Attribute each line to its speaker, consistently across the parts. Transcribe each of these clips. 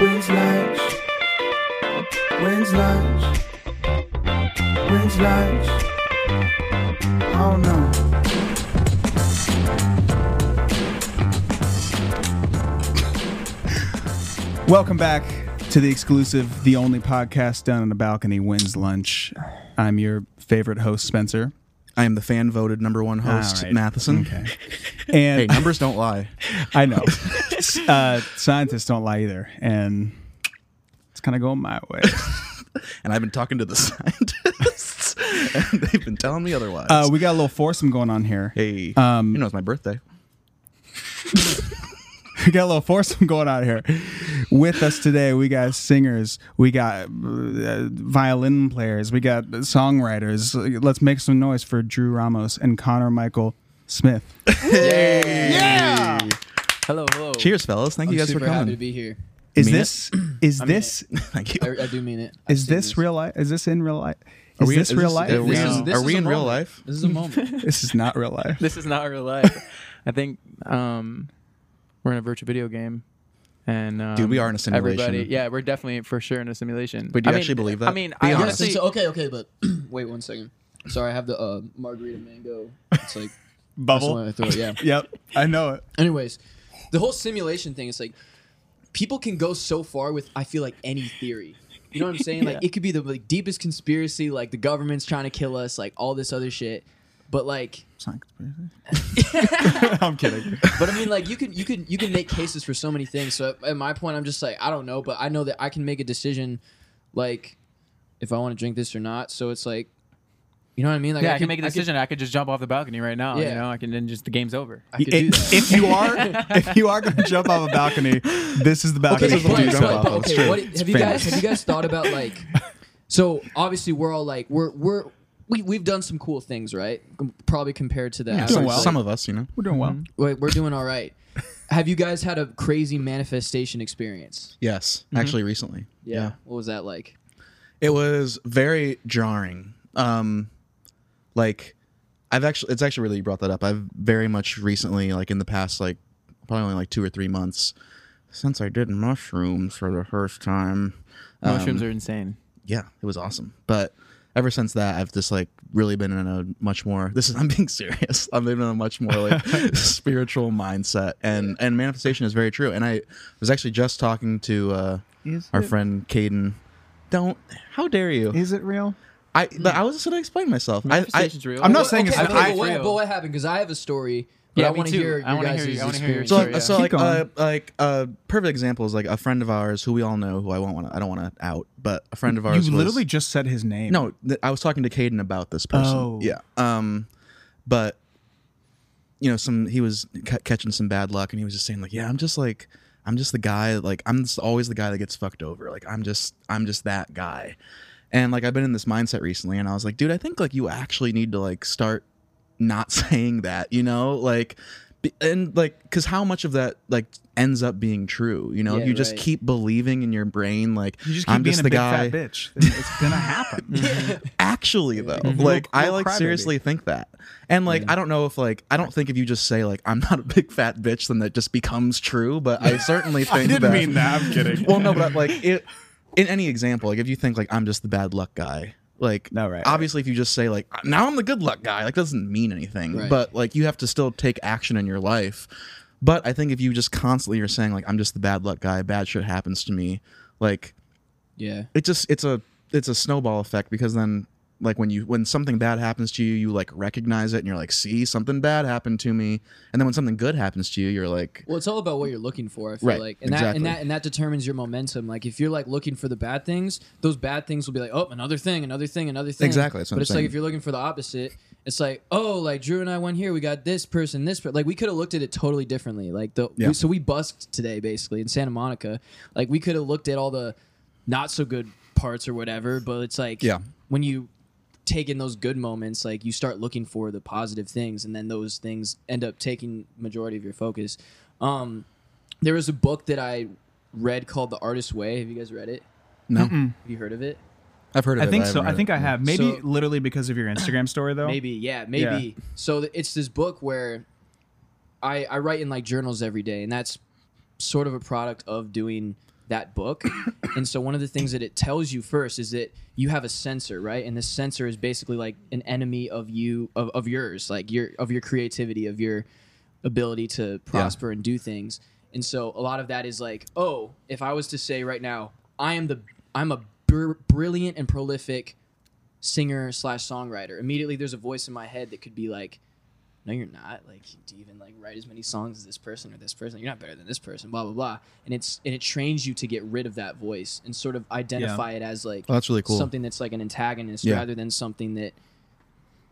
Speaker 1: When's lunch? When's lunch? When's lunch? I don't know.
Speaker 2: Welcome back to the exclusive, the only podcast done on a balcony wins lunch. I'm your favorite host, Spencer.
Speaker 3: I am the fan voted number one host,
Speaker 2: All right.
Speaker 3: Matheson.
Speaker 2: Okay.
Speaker 3: Hey,
Speaker 2: And
Speaker 3: numbers don't lie.
Speaker 2: I know uh, scientists don't lie either, and it's kind of going my way.
Speaker 3: And I've been talking to the scientists, and they've been telling me otherwise.
Speaker 2: Uh, we got a little foursome going on here.
Speaker 3: hey,
Speaker 2: um,
Speaker 3: you know it's my birthday.
Speaker 2: We got a little foursome going on here. With us today, we got singers, we got uh, violin players, we got songwriters. Let's make some noise for Drew Ramos and Connor Michael Smith.
Speaker 4: Hello, hello.
Speaker 3: Cheers, fellas! Thank you
Speaker 4: I'm
Speaker 3: guys for
Speaker 4: super happy to
Speaker 3: coming.
Speaker 4: be here.
Speaker 2: Is
Speaker 3: Mean it?
Speaker 2: this is this
Speaker 3: Thank you.
Speaker 4: I, I do mean it. I've
Speaker 2: is
Speaker 4: seen
Speaker 2: this real life? Is this in real life? Is this real life?
Speaker 3: Are we,
Speaker 4: This is-
Speaker 3: in-
Speaker 4: this
Speaker 3: are
Speaker 4: is
Speaker 3: we
Speaker 4: a
Speaker 3: in real
Speaker 4: moment.
Speaker 3: life?
Speaker 4: This is a moment.
Speaker 2: This is not real life.
Speaker 5: this is not real life. I think um, we're in a virtual video game, and um,
Speaker 3: Dude, we are in a simulation.
Speaker 5: Everybody, yeah, we're definitely for sure in a simulation.
Speaker 3: Wait, do you
Speaker 5: I
Speaker 3: actually
Speaker 5: mean,
Speaker 3: believe
Speaker 5: I
Speaker 3: that?
Speaker 5: mean,
Speaker 3: Be
Speaker 5: I
Speaker 3: honest.
Speaker 5: honestly,
Speaker 4: So, okay, okay, but wait one second. Sorry, I have the uh, margarita mango. It's like that's why I throw it. Yeah.
Speaker 2: Yep, I know it.
Speaker 4: Anyways, the whole simulation thing is like people can go so far with I feel like any theory. You know what I'm saying? Like it could be the like, deepest conspiracy, like the government's trying to kill us, like all this other shit. But like,
Speaker 3: It's not conspiracy.
Speaker 2: I'm kidding.
Speaker 4: but I mean, like you can you can you can make cases for so many things. So at, at my point, I'm just like I don't know, but I know that I can make a decision, like if I want to drink this or not. So it's like, you know what I mean? Like
Speaker 5: yeah, I can make a decision. I could, just jump off the balcony right now.
Speaker 4: Yeah.
Speaker 5: You know, I can then just the game's over.
Speaker 4: I could, I could do that.
Speaker 2: if you are if you are going to jump off a balcony, this is the balcony.
Speaker 4: Okay,
Speaker 3: This is what
Speaker 4: but-
Speaker 3: you jump
Speaker 4: but-
Speaker 3: off
Speaker 4: but-
Speaker 3: of. It's
Speaker 4: okay,
Speaker 3: true.
Speaker 4: what-
Speaker 3: It's
Speaker 4: have you guys
Speaker 3: famous.
Speaker 4: have you guys thought about like? So obviously we're all like we're we're we we've done some cool things, right? Com- Probably compared to the
Speaker 3: Yeah,
Speaker 4: average,
Speaker 3: some,
Speaker 2: well.
Speaker 4: like,
Speaker 3: some of us, you know.
Speaker 2: We're doing well.
Speaker 4: like, we're doing all right. Have you guys had a crazy manifestation experience?
Speaker 3: Yes, actually, recently. yeah.
Speaker 4: What was that like?
Speaker 3: It was very jarring. Um, like I've actually, it's actually really you brought that up. I've very much recently, like in the past, like probably only like two or three months since I did mushrooms for the first time. Um,
Speaker 5: Mushrooms are insane.
Speaker 3: yeah, it was awesome. But ever since that, I've just like really been in a much more. This is I'm being serious. I've been in a much more like spiritual mindset, and and manifestation is very true. And I was actually just talking to uh, our friend Caden. Don't how dare you?
Speaker 2: Is it real?
Speaker 3: I but
Speaker 2: Mm.
Speaker 3: I was just gonna explain myself. I, I
Speaker 5: Manifestation's real.
Speaker 2: I'm not
Speaker 4: Well,
Speaker 2: saying it's
Speaker 4: okay,
Speaker 2: not
Speaker 4: okay,
Speaker 2: I-
Speaker 4: but what, but what happened? Because I have a story. But
Speaker 5: Yeah,
Speaker 4: I
Speaker 5: me
Speaker 4: want to
Speaker 5: too.
Speaker 4: hear
Speaker 5: I
Speaker 4: your
Speaker 5: wanna
Speaker 4: guys'
Speaker 5: hear- I wanna hear your
Speaker 4: experience.
Speaker 3: so
Speaker 5: yeah.
Speaker 3: like, so
Speaker 2: Keep
Speaker 3: like
Speaker 2: going.
Speaker 3: uh, like uh perfect example is like a friend of ours who we all know who I won't want to I don't want to out but a friend of
Speaker 2: You
Speaker 3: ours was-
Speaker 2: literally just said his name.
Speaker 3: no th- I was talking to Caden about this person
Speaker 2: Oh.
Speaker 3: yeah um but you know some he was ca- catching some bad luck and he was just saying like yeah I'm just like I'm just the guy like I'm just always the guy that gets fucked over like I'm just I'm just that guy and like I've been in this mindset recently and I was like dude I think like you actually need to like start not saying that, you know, like, be- and like, because how much of that like ends up being true, you know?
Speaker 4: Yeah,
Speaker 3: you just
Speaker 4: right.
Speaker 3: keep believing in your brain, like,
Speaker 2: you just keep
Speaker 3: I'm
Speaker 2: being
Speaker 3: just
Speaker 2: a
Speaker 3: the
Speaker 2: big
Speaker 3: guy.
Speaker 2: fat bitch. It's gonna happen.
Speaker 3: Actually, though,
Speaker 2: Mhm.
Speaker 3: like,
Speaker 2: Little-
Speaker 3: I
Speaker 2: little
Speaker 3: like
Speaker 2: crybaby.
Speaker 3: seriously think that, and like, I don't know if like, I don't think if you just say like, I'm not a big fat bitch, then that just becomes true. But I certainly think
Speaker 2: I didn't
Speaker 3: that,
Speaker 2: mean that. I'm kidding.
Speaker 3: well, no, but like it, in any example, like if you think like I'm just the bad luck guy, like
Speaker 2: No, right,
Speaker 3: obviously if you just say like now I'm the good luck guy, like doesn't mean anything.
Speaker 4: Right.
Speaker 3: But like you have to still take action in your life. But I think if you just constantly are saying like I'm just the bad luck guy, bad shit happens to me, like
Speaker 4: yeah.
Speaker 3: it just it's a it's a snowball effect because then like when you when something bad happens to you you like recognize it and you're like see something bad happened to me and then when something good happens to you you're like
Speaker 4: Well, it's all about what you're looking for. I feel
Speaker 3: Right,
Speaker 4: like, and that
Speaker 3: exactly.
Speaker 4: and that and that determines your momentum. Like, if you're like looking for the bad things, those bad things will be like, oh, another thing, another thing, another thing.
Speaker 3: Exactly, that's what
Speaker 4: but
Speaker 3: I'm
Speaker 4: it's
Speaker 3: saying.
Speaker 4: like if you're looking for the opposite, it's like, oh, like Drew and I went here, we got this person, this person. Like, we could have looked at it totally differently. Like the
Speaker 3: Yeah.
Speaker 4: we, so we busked today basically in Santa Monica. Like we could have looked at all the not so good parts or whatever. But it's like,
Speaker 3: Yeah.
Speaker 4: when you take in those good moments like you start looking for the positive things and then those things end up taking majority of your focus um there was a book that i read called the artist's way have you guys read it
Speaker 3: no
Speaker 4: have you heard of it
Speaker 3: I've heard of
Speaker 2: I
Speaker 3: it,
Speaker 2: think
Speaker 3: but
Speaker 2: so.
Speaker 3: haven't
Speaker 2: I
Speaker 3: read
Speaker 2: think
Speaker 3: it.
Speaker 2: I have. Maybe
Speaker 4: So-
Speaker 2: literally because of your Instagram story, though.
Speaker 4: maybe yeah maybe so th- it's this book where i i write in like journals every day and that's sort of a product of doing that book. and so one of the things that it tells you first is that you have a sensor, right? And this sensor is basically like an enemy of you of, of yours, like your of your creativity, of your ability to prosper and do things. And so a lot of that is like, oh, if I was to say right now, I am the I'm a br- brilliant and prolific singer slash songwriter. Immediately, there's a voice in my head that could be like, "No, you're not. Like, do you even like write as many songs as this person or this person? You're not better than this person." Blah blah blah. And it's and it trains you to get rid of that voice and sort of identify it as like
Speaker 3: Oh, that's really cool.
Speaker 4: something that's like an antagonist
Speaker 3: Yeah.
Speaker 4: rather than something that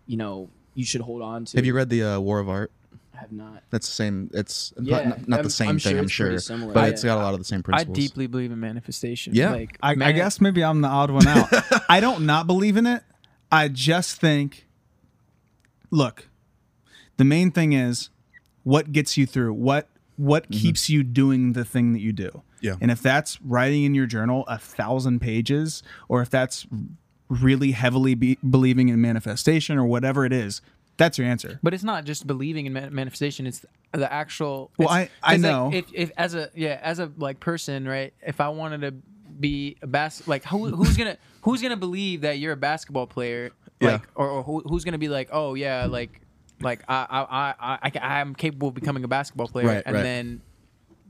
Speaker 4: you know you should hold on to.
Speaker 3: Have you read the uh, War of Art?
Speaker 4: I have not.
Speaker 3: That's the same. It's not-
Speaker 4: Yeah,
Speaker 3: not, not
Speaker 4: I'm-
Speaker 3: the same
Speaker 4: I'm sure
Speaker 3: thing, I'm
Speaker 4: it's pretty
Speaker 3: sure,
Speaker 4: similar.
Speaker 3: but
Speaker 4: I-
Speaker 3: it's got a lot of the same
Speaker 5: I
Speaker 3: principles.
Speaker 5: deeply believe in manifestation.
Speaker 3: Yeah.
Speaker 5: Like
Speaker 2: I, I
Speaker 5: mani-
Speaker 2: guess maybe I'm the odd one out. I don't not believe in it. I just think, look, the main thing is what gets you through. What what keeps you doing the thing that you do.
Speaker 3: Mm-hmm. Yeah.
Speaker 2: And if that's writing in your journal a thousand pages, or if that's really heavily be- believing in manifestation or whatever it is, that's your answer.
Speaker 5: But it's not just believing in ma- manifestation; it's the actual.
Speaker 2: Well,
Speaker 5: it's-
Speaker 2: I- I
Speaker 5: 'cause, like,
Speaker 2: know.
Speaker 5: if, if as a yeah as a like person right, if I wanted to be a bas like who, who's gonna who's gonna believe that you're a basketball player
Speaker 3: Yeah.
Speaker 5: like or, or who, who's gonna be like oh yeah like like I I I I ca- I'm capable of becoming a basketball player
Speaker 3: Right,
Speaker 5: and
Speaker 3: right.
Speaker 5: then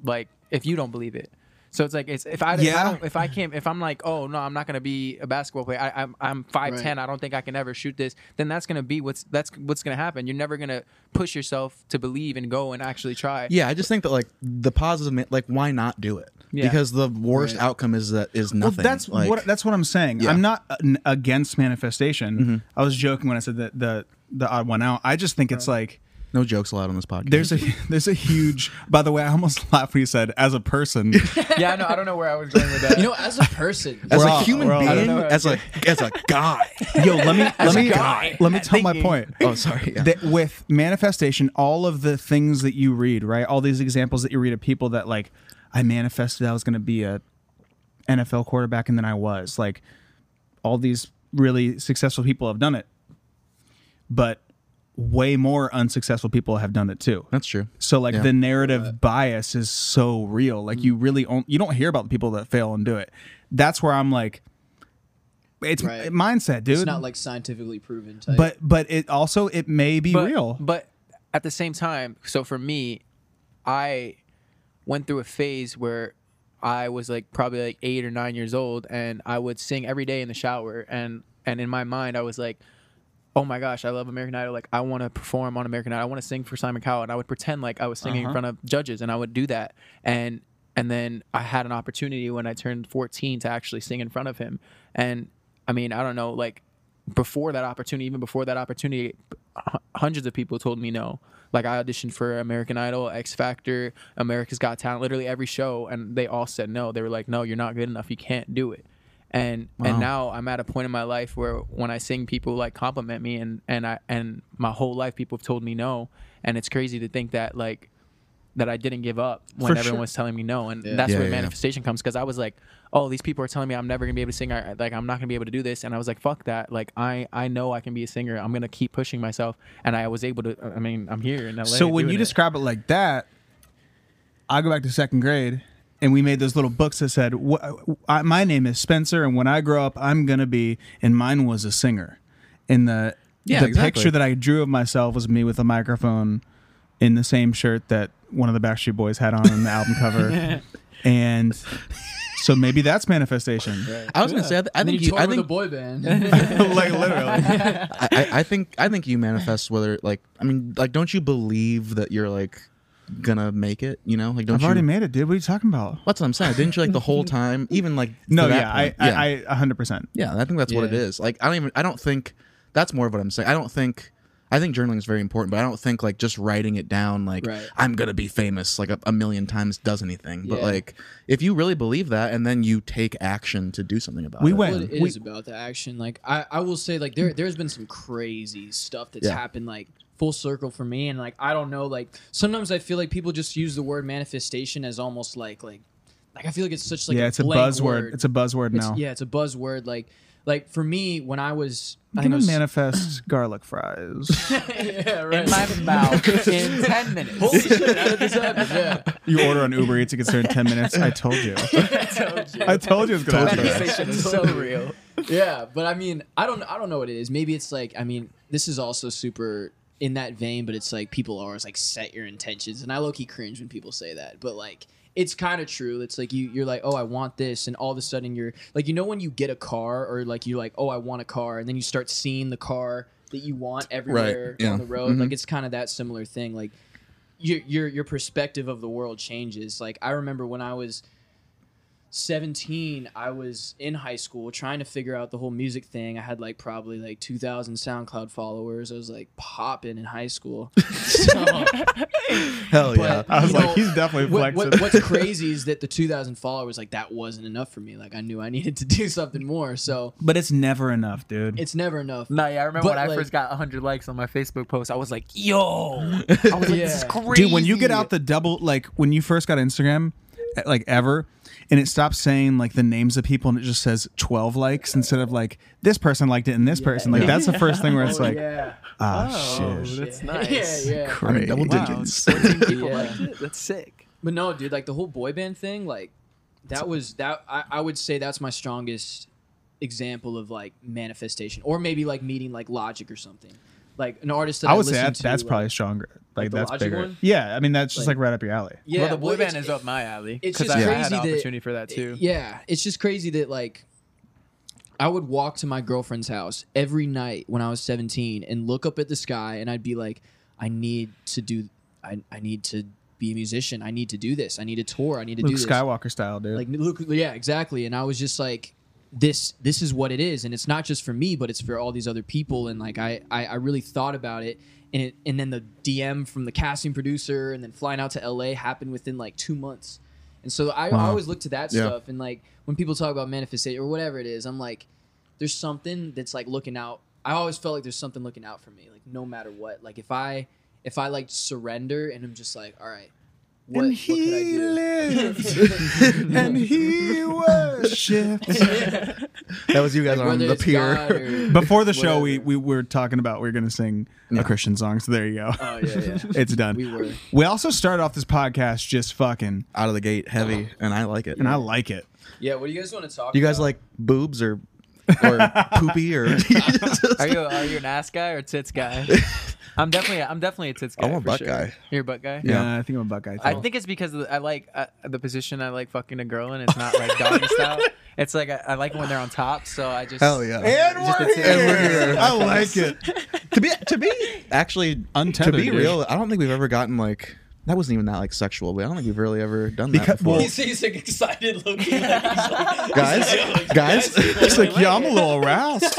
Speaker 5: like if you don't believe it. So it's like it's if I, if
Speaker 2: Yeah.
Speaker 5: I don't if I can't if I'm like oh no I'm not gonna be a basketball player I, I'm I'm five ten I don't think I can ever shoot this then that's gonna be what's that's what's gonna happen you're never gonna push yourself to believe and go and actually try
Speaker 3: Yeah, I just think that like the positive, ma- like why not do it?
Speaker 5: Yeah.
Speaker 3: Because the worst outcome is that is nothing.
Speaker 2: Well, that's
Speaker 3: like,
Speaker 2: what that's what I'm saying.
Speaker 3: Yeah. Mm-hmm.
Speaker 2: I'm not an, against manifestation. I was joking when I said that the the odd one out. I just think it's like
Speaker 3: no jokes allowed on this podcast.
Speaker 2: there's a there's a huge. By the way, I almost laughed when you said as a person.
Speaker 5: yeah I know I don't know where I was going with that
Speaker 4: You know, as a person,
Speaker 3: as
Speaker 2: We're
Speaker 3: a
Speaker 2: all-
Speaker 3: human
Speaker 2: we're all- I
Speaker 5: don't
Speaker 3: being,
Speaker 5: know.
Speaker 3: as a as a guy.
Speaker 2: Yo, let me let me
Speaker 5: guy,
Speaker 2: let me tell my
Speaker 5: thinking.
Speaker 2: point.
Speaker 3: oh, sorry. Yeah.
Speaker 2: that with manifestation, all of the things that you read, right? All these examples that you read of people that like I manifested I was going to be a NFL quarterback and then I was. Like all these really successful people have done it. But way more unsuccessful people have done it too.
Speaker 3: that's true.
Speaker 2: So like
Speaker 3: Yeah.
Speaker 2: the narrative bias is so real. Like
Speaker 4: Mm.
Speaker 2: you really on, you don't hear about the people that fail and do it. That's where I'm like it's
Speaker 4: Right.
Speaker 2: mindset, dude.
Speaker 4: it's not like scientifically proven. Type.
Speaker 2: but but it also it may be
Speaker 5: but,
Speaker 2: real.
Speaker 5: but at the same time so for me I went through a phase where I was like probably like eight or nine years old, and I would sing every day in the shower, and and in my mind I was like, oh my gosh, I love American Idol, like I want to perform on American Idol, I want to sing for Simon Cowell, and I would pretend like I was singing
Speaker 2: Uh-huh.
Speaker 5: in front of judges, and I would do that, and and then I had an opportunity when I turned 14 to actually sing in front of him, and I mean I don't know like before that opportunity, even before that opportunity, h- hundreds of people told me no. Like I auditioned for American Idol, X Factor, America's Got Talent, literally every show, and they all said no. They were like, "No, you're not good enough. You can't do it." And and now I'm at a point in my life where when I sing, people like compliment me, and and I and my whole life people have told me no, and it's crazy to think that like that I didn't give up when
Speaker 2: For
Speaker 5: everyone
Speaker 2: sure.
Speaker 5: was telling me no, and that's where
Speaker 3: Yeah, yeah, yeah.
Speaker 5: manifestation comes because I was like, oh, these people are telling me I'm never gonna be able to sing, I, like I'm not gonna be able to do this, and I was like, fuck that, like I I know I can be a singer, I'm gonna keep pushing myself, and I was able to, uh, I mean, I'm here in LA.
Speaker 2: So when
Speaker 5: doing
Speaker 2: you
Speaker 5: it.
Speaker 2: describe it like that, I go back to second grade, and we made those little books that said, "Wh- I, "My name is Spencer, and when I grow up, I'm gonna be." And mine was a singer. And the
Speaker 3: Yeah,
Speaker 2: the
Speaker 3: exactly.
Speaker 2: picture that I drew of myself was me with a microphone in the same shirt that one of the Backstreet Boys had on in the album cover, and so maybe that's manifestation.
Speaker 3: I was gonna say. I, th- I
Speaker 4: and then
Speaker 3: think
Speaker 4: you
Speaker 3: you.
Speaker 4: tour
Speaker 3: I
Speaker 4: with a
Speaker 3: think.
Speaker 4: boy band.
Speaker 2: like literally,
Speaker 3: I, I I think. I think you manifest whether like. I mean, like, don't you believe that you're like gonna make it? You know, like, don't
Speaker 2: I've
Speaker 3: you?
Speaker 2: already made it, dude. What are you talking about?
Speaker 3: That's what I'm saying. Didn't you like the whole time? Even like.
Speaker 2: No,
Speaker 3: to that
Speaker 2: yeah, I,
Speaker 3: point?
Speaker 2: I, I, a hundred percent.
Speaker 3: Yeah, I think that's what it
Speaker 4: Yeah.
Speaker 3: is. Like I don't even I don't think that's more of what I'm saying. I don't think I think journaling is very important, but I don't think like just writing it down like
Speaker 4: Right.
Speaker 3: I'm gonna be famous like a, a million times does anything. But
Speaker 4: Yeah.
Speaker 3: like if you really believe that and then you take action to do something about
Speaker 2: We
Speaker 3: it.
Speaker 2: went-
Speaker 4: Well, it is
Speaker 2: We-
Speaker 4: about the action. Like I, I will say, like there, there's been some crazy stuff that's
Speaker 3: Yeah.
Speaker 4: happened, like full circle for me. And like I don't know, like sometimes I feel like people just use the word manifestation as almost like like like I feel like it's such like
Speaker 2: yeah,
Speaker 4: a
Speaker 2: it's a
Speaker 4: blank
Speaker 2: buzzword.
Speaker 4: word.
Speaker 2: It's a buzzword
Speaker 4: It's-
Speaker 2: now.
Speaker 4: yeah, it's a buzzword. Like like for me when I was I
Speaker 2: I'm
Speaker 4: think I
Speaker 2: gonna
Speaker 4: was
Speaker 2: manifest garlic fries.
Speaker 4: yeah,
Speaker 5: in
Speaker 4: right.
Speaker 5: my mouth in 10 minutes.
Speaker 4: Holy shit! How did this happen? Yeah.
Speaker 2: you order on Uber Eats, it gets there in ten minutes. I told you. I told you it's gonna
Speaker 5: That
Speaker 2: happen.
Speaker 5: manifestation is so real.
Speaker 4: yeah, but I mean, I don't, I don't know what it is. Maybe it's like, I mean, this is also super in that vein, but it's like people are always like set your intentions, and I low key cringe when people say that, but like. It's kind of true. It's like you, you're like, oh, I want this, and all of a sudden you're like, you know, when you get a car, or like you're like, oh, I want a car, and then you start seeing the car that you want everywhere
Speaker 3: yeah.
Speaker 4: on the road. Like it's kind of that similar thing. Like your your your perspective of the world changes. Like I remember when I was 17, I was in high school trying to figure out the whole music thing. I had like probably like 2,000 SoundCloud followers. I was like popping in high school. So,
Speaker 3: Hell yeah.
Speaker 4: but,
Speaker 2: I was
Speaker 4: you
Speaker 2: like,
Speaker 4: know,
Speaker 2: he's definitely
Speaker 4: what,
Speaker 2: flexing.
Speaker 4: what, what's crazy is that the 2,000 followers, like that wasn't enough for me. Like I knew I needed to do something more. So
Speaker 2: but it's never enough, dude.
Speaker 4: it's never enough.
Speaker 5: No, yeah, I remember
Speaker 4: But,
Speaker 5: when I
Speaker 4: like-
Speaker 5: first got 100 likes on my Facebook post, I was like, yo. I was like, this is
Speaker 4: Yeah.
Speaker 5: crazy.
Speaker 2: Dude, when you get out the double, like when you first got Instagram, eh, like ever, and it stops saying like the names of people and it just says 12 likes instead of like this person liked it and this person. Like that's the first thing where it's
Speaker 4: Oh,
Speaker 2: like,
Speaker 4: yeah.
Speaker 2: ah,
Speaker 5: Oh,
Speaker 2: shit.
Speaker 5: that's
Speaker 4: Yeah,
Speaker 5: nice.
Speaker 4: yeah.
Speaker 3: I'm in double
Speaker 5: Wow,
Speaker 3: digits.
Speaker 5: 14 people
Speaker 4: Yeah.
Speaker 5: liked it. That's sick.
Speaker 4: But no, dude, like the whole boy band thing, like that was that I, I would say that's my strongest example of like manifestation, or maybe like meeting like Logic or something, like an artist that I,
Speaker 2: I would say
Speaker 4: listen
Speaker 2: that's,
Speaker 4: to,
Speaker 2: that's
Speaker 4: like-
Speaker 2: probably stronger. Like,
Speaker 4: like the
Speaker 2: that's
Speaker 4: Logic
Speaker 2: bigger.
Speaker 4: one?
Speaker 2: Yeah, I mean that's just like,
Speaker 4: Like-
Speaker 2: right up your alley.
Speaker 4: yeah.
Speaker 5: well, the boy band
Speaker 4: it's-
Speaker 5: is up my alley.
Speaker 4: it's
Speaker 5: Because
Speaker 4: just
Speaker 5: I I had
Speaker 4: crazy
Speaker 5: an
Speaker 4: that-
Speaker 5: opportunity for that too.
Speaker 4: Yeah, it's just crazy that like I would walk to my girlfriend's house every night when I was 17 and look up at the sky and I'd be like, I need to do, I, I need to be a musician. I need to do this. I need a tour. I need to
Speaker 2: Luke
Speaker 4: do this.
Speaker 2: Skywalker style, dude.
Speaker 4: like Luke, yeah exactly and i was just like this this is what it is and it's not just for me but it's for all these other people and like i i, I really thought about it and it and then the dm from the casting producer and then flying out to la happened within like two months and so i, I
Speaker 2: Wow.
Speaker 4: always look to that
Speaker 3: Yeah.
Speaker 4: stuff and like when people talk about manifestation or whatever it is i'm like there's something that's like looking out i always felt like there's something looking out for me like no matter what like if i if i like surrender and i'm just like all right what,
Speaker 2: and
Speaker 4: what could i
Speaker 2: he
Speaker 4: do
Speaker 2: lived and he worshipped.
Speaker 3: That was you guys on
Speaker 4: Whether
Speaker 3: the
Speaker 4: it's
Speaker 3: pier.
Speaker 4: God or-
Speaker 2: Before the show, we,
Speaker 4: Whatever.
Speaker 2: we were talking about we are going to sing
Speaker 3: Yeah.
Speaker 2: a Christian song. So there you go.
Speaker 4: Oh yeah, yeah.
Speaker 2: it's done.
Speaker 4: We were.
Speaker 2: We also started off this podcast just fucking,
Speaker 3: out of the gate heavy, and I like it.
Speaker 2: and I like it.
Speaker 4: Uh-huh. Yeah. What do you guys want to talk?
Speaker 3: Do you guys
Speaker 4: about?
Speaker 3: like boobs or or poopy or?
Speaker 5: Are you are you an ass guy or a tits guy? I'm definitely I'm definitely a tits guy.
Speaker 3: I'm a
Speaker 5: for
Speaker 3: butt
Speaker 5: sure.
Speaker 3: guy.
Speaker 5: You're a butt guy.
Speaker 3: Yeah.
Speaker 2: Nah, I think I'm a Buckeye.
Speaker 5: I
Speaker 2: too.
Speaker 5: think it's because of the- I like uh, the position I like fucking a girl in. It's not like doggy style. It's like I, I like it when they're on top. So I just
Speaker 3: Hell yeah.
Speaker 2: And
Speaker 5: Just
Speaker 2: we're
Speaker 5: the tip.
Speaker 2: here. I like it.
Speaker 3: to be to be actually
Speaker 2: Untethered,
Speaker 3: to be
Speaker 2: dude.
Speaker 3: real, I don't think we've ever gotten like that wasn't even that like sexual, but I don't think we've really ever done that
Speaker 2: Because-
Speaker 3: before.
Speaker 2: well-
Speaker 4: He's, he's like excited looking. Like, he's like,
Speaker 3: guys, guys.
Speaker 2: It's like, yeah, I'm a little aroused,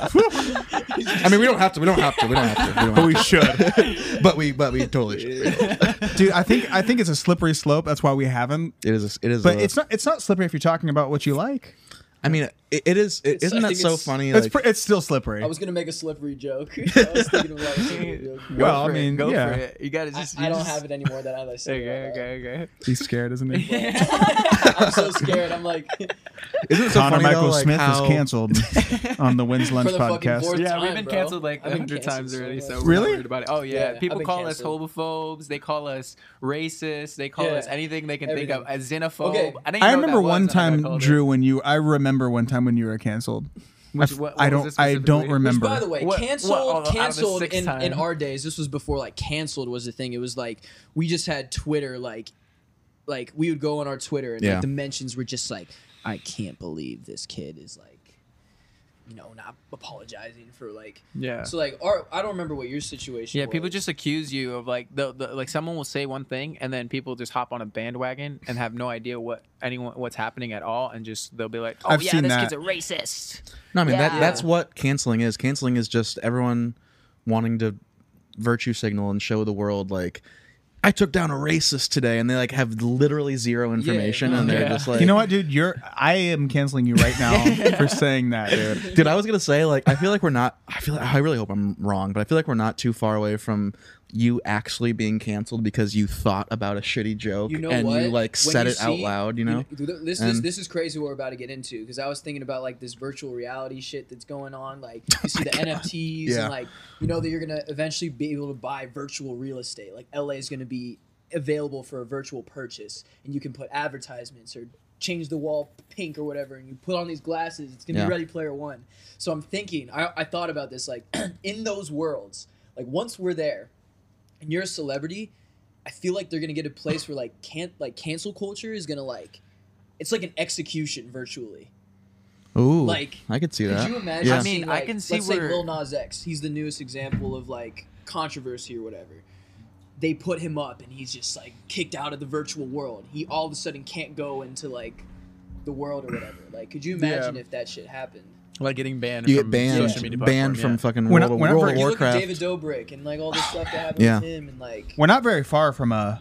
Speaker 3: I mean, we don't have to. We don't have to. We don't have to. We don't
Speaker 2: but we
Speaker 3: have
Speaker 2: should,
Speaker 3: to. But we but we totally should.
Speaker 2: dude. I think I think it's a slippery slope. That's why we haven't.
Speaker 3: It is. A, it is.
Speaker 2: But
Speaker 3: a-
Speaker 2: it's not it's not slippery if you're talking about what you like.
Speaker 3: I mean, it, it is. It,
Speaker 4: It's-
Speaker 3: isn't
Speaker 4: I
Speaker 3: that
Speaker 4: think
Speaker 3: so
Speaker 4: it's-
Speaker 3: funny?
Speaker 2: It's
Speaker 3: like-
Speaker 2: pre- it's still slippery.
Speaker 4: I was gonna make a slippery joke. I was thinking of like. a slippery joke.
Speaker 5: Go
Speaker 2: Well,
Speaker 5: for
Speaker 2: I
Speaker 5: it,
Speaker 2: mean,
Speaker 5: go
Speaker 2: yeah.
Speaker 5: for it. You gotta
Speaker 4: I,
Speaker 5: just.
Speaker 4: I
Speaker 5: you
Speaker 4: don't
Speaker 5: just-
Speaker 4: have it anymore that I like. say
Speaker 5: Okay,
Speaker 4: about that.
Speaker 5: okay, okay.
Speaker 2: He's scared, isn't he?
Speaker 4: I'm so scared. I'm like for
Speaker 3: isn't it so
Speaker 2: Connor
Speaker 3: funny
Speaker 2: Michael
Speaker 3: though, like,
Speaker 2: Smith
Speaker 3: how-
Speaker 2: is canceled on the Wins Lunch
Speaker 4: the fucking
Speaker 2: podcast.
Speaker 4: fourth
Speaker 5: Yeah,
Speaker 4: time,
Speaker 5: we've been
Speaker 4: bro.
Speaker 5: canceled like
Speaker 4: I've
Speaker 5: a
Speaker 4: been
Speaker 5: hundred times
Speaker 4: canceled
Speaker 5: already. So
Speaker 4: much.
Speaker 5: we're not
Speaker 2: Really?
Speaker 5: worried about it. Oh
Speaker 4: Yeah,
Speaker 5: yeah,
Speaker 4: I've
Speaker 5: people
Speaker 4: been
Speaker 5: call
Speaker 4: canceled.
Speaker 5: us homophobes. They call us racists. They call
Speaker 4: Yeah.
Speaker 5: us anything they can think of. A xenophobe.
Speaker 4: Okay.
Speaker 5: I, didn't even know
Speaker 2: I
Speaker 5: what
Speaker 2: remember
Speaker 5: that was
Speaker 2: one
Speaker 5: when I got
Speaker 2: time,
Speaker 5: called
Speaker 2: Drew, when you. I remember one time when you were canceled. I
Speaker 5: Which-
Speaker 2: f-
Speaker 5: what-
Speaker 2: I
Speaker 5: what was
Speaker 2: don't.
Speaker 5: it
Speaker 2: I don't
Speaker 5: specifically?
Speaker 2: remember.
Speaker 4: Which, by the way,
Speaker 5: What- what-
Speaker 4: canceled,
Speaker 5: all out of the
Speaker 4: canceled
Speaker 5: six
Speaker 4: in, in
Speaker 5: time.
Speaker 4: our days. This was before like canceled was a thing. It was like we just had Twitter. Like, like we would go on our Twitter and
Speaker 3: Yeah.
Speaker 4: like the mentions were just like, I can't believe this kid is like, you know, not apologizing for like.
Speaker 5: Yeah.
Speaker 4: So like, our, I don't remember what your situation.
Speaker 5: Yeah, people
Speaker 4: was.
Speaker 5: just accuse you of like the, the like someone will say one thing and then people just hop on a bandwagon and have no idea what anyone what's happening at all and just they'll be like, oh
Speaker 2: I've
Speaker 5: yeah,
Speaker 2: seen
Speaker 5: this
Speaker 2: that.
Speaker 5: kid's a racist.
Speaker 3: No, I mean that
Speaker 5: Yeah.
Speaker 3: that's what canceling is. Canceling is just everyone wanting to virtue signal and show the world like I took down a racist today and they like have literally zero information and they're
Speaker 5: Yeah.
Speaker 3: just like
Speaker 2: you know what, dude? You're. I am canceling you right now for saying that, dude.
Speaker 3: Dude, I was gonna say like I feel like we're not. I feel I really hope I'm wrong, but I feel like we're not too far away from you actually being canceled because you thought about a shitty joke
Speaker 4: You know
Speaker 3: and
Speaker 4: what?
Speaker 3: you like
Speaker 4: When
Speaker 3: said
Speaker 4: you
Speaker 3: it out
Speaker 4: see-
Speaker 3: loud, you know?
Speaker 4: You know, this, this
Speaker 3: And-
Speaker 4: this is crazy what we're about to get into because I was thinking about like this virtual reality shit that's going on. Like you see the NFTs
Speaker 3: Oh Yeah.
Speaker 4: and like you know that you're gonna eventually be able to buy virtual real estate. Like LA is gonna be available for a virtual purchase, and you can put advertisements or change the wall pink or whatever, and you put on these glasses. It's gonna
Speaker 3: Yeah.
Speaker 4: be Ready Player One. So I'm thinking, I, I thought about this like in those worlds, like once we're there, and you're a celebrity, I feel like they're gonna get a place where like can't like cancel culture is gonna like it's like an execution virtually.
Speaker 3: Ooh.
Speaker 4: Like,
Speaker 3: I could see that.
Speaker 4: Could you imagine?
Speaker 3: Yeah.
Speaker 5: I mean,
Speaker 4: seeing,
Speaker 5: I
Speaker 4: like,
Speaker 5: can see
Speaker 4: let's
Speaker 5: where-
Speaker 4: say Lil Nas X. He's the newest example of like controversy or whatever. They put him up and he's just like kicked out of the virtual world. He all of a sudden can't go into like the world or whatever. Like, could you imagine if that shit happened?
Speaker 5: like getting banned.
Speaker 3: you
Speaker 5: from
Speaker 3: get banned,
Speaker 5: Social media
Speaker 3: banned
Speaker 5: platform,
Speaker 3: from fucking
Speaker 2: When I-
Speaker 3: World, of-
Speaker 2: when I
Speaker 3: World
Speaker 2: first-
Speaker 3: of
Speaker 2: You
Speaker 4: Look at
Speaker 3: Warcraft.
Speaker 4: David Dobrik and like all this stuff that happened
Speaker 3: Yeah.
Speaker 4: with him and like
Speaker 2: We're not very far from uh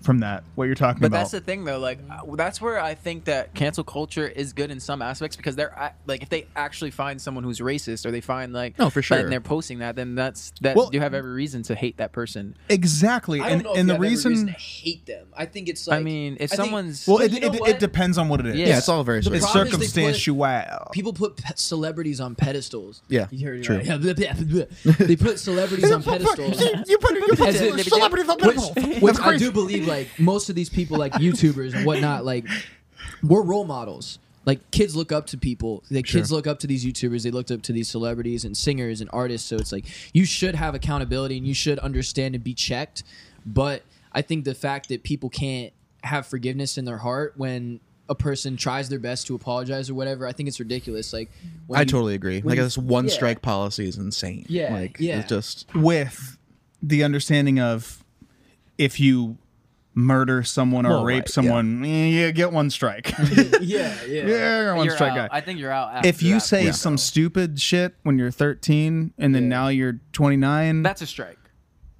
Speaker 2: from that what you're talking
Speaker 5: But
Speaker 2: about.
Speaker 5: that's the thing, though. Like, I- that's where I think that cancel culture is good in some aspects because they're I- like, if they actually find someone who's racist or they find like,
Speaker 3: No, Oh, for
Speaker 5: but-
Speaker 3: sure.
Speaker 5: and they're posting that, then that's that
Speaker 2: Well-
Speaker 5: you have every reason to hate that person.
Speaker 2: exactly,
Speaker 4: I don't
Speaker 2: and
Speaker 4: know
Speaker 2: and
Speaker 4: if you
Speaker 2: the
Speaker 4: have every
Speaker 2: reason,
Speaker 4: reason to hate them. I think it's like
Speaker 5: I mean, if
Speaker 4: I think-
Speaker 5: someone's
Speaker 2: well,
Speaker 4: But
Speaker 2: it,
Speaker 4: you know
Speaker 2: it, it
Speaker 4: what?
Speaker 2: depends on what it is.
Speaker 5: Yeah.
Speaker 3: yeah, it's all very
Speaker 2: it's
Speaker 4: problem is they put-
Speaker 2: circumstantial.
Speaker 4: people put pe- celebrities on pedestals.
Speaker 3: Yeah,
Speaker 4: you heard it
Speaker 3: true.
Speaker 4: right. they put celebrities on pedestals.
Speaker 2: you put you
Speaker 4: As it-
Speaker 2: celebrities on
Speaker 4: Which, which I do believe, like most of these people, like YouTubers and whatnot, like we're role models. Like kids look up to people. The kids look up to these YouTubers. They looked up to these celebrities and singers and artists. So it's like you should have accountability and you should understand and be checked. But I think the fact that people can't have forgiveness in their heart when a person tries their best to apologize or whatever, I think it's ridiculous. Like when
Speaker 3: I
Speaker 4: you-
Speaker 3: totally agree. Like
Speaker 4: you-
Speaker 3: this one
Speaker 4: yeah.
Speaker 3: strike policy is insane.
Speaker 4: Yeah,
Speaker 3: like
Speaker 4: yeah.
Speaker 3: it's just
Speaker 2: with the understanding of if you murder someone or
Speaker 3: Well,
Speaker 2: rape
Speaker 3: right, yeah.
Speaker 2: someone, eh, you get one strike.
Speaker 4: yeah, yeah.
Speaker 2: yeah, you're a one
Speaker 5: you're
Speaker 2: strike
Speaker 5: out.
Speaker 2: guy.
Speaker 5: I think you're out. After
Speaker 2: if you
Speaker 5: that
Speaker 2: say
Speaker 5: point,
Speaker 2: some
Speaker 5: though.
Speaker 2: stupid shit when you're 13 and then
Speaker 4: Yeah.
Speaker 2: now you're 29,
Speaker 5: that's a strike.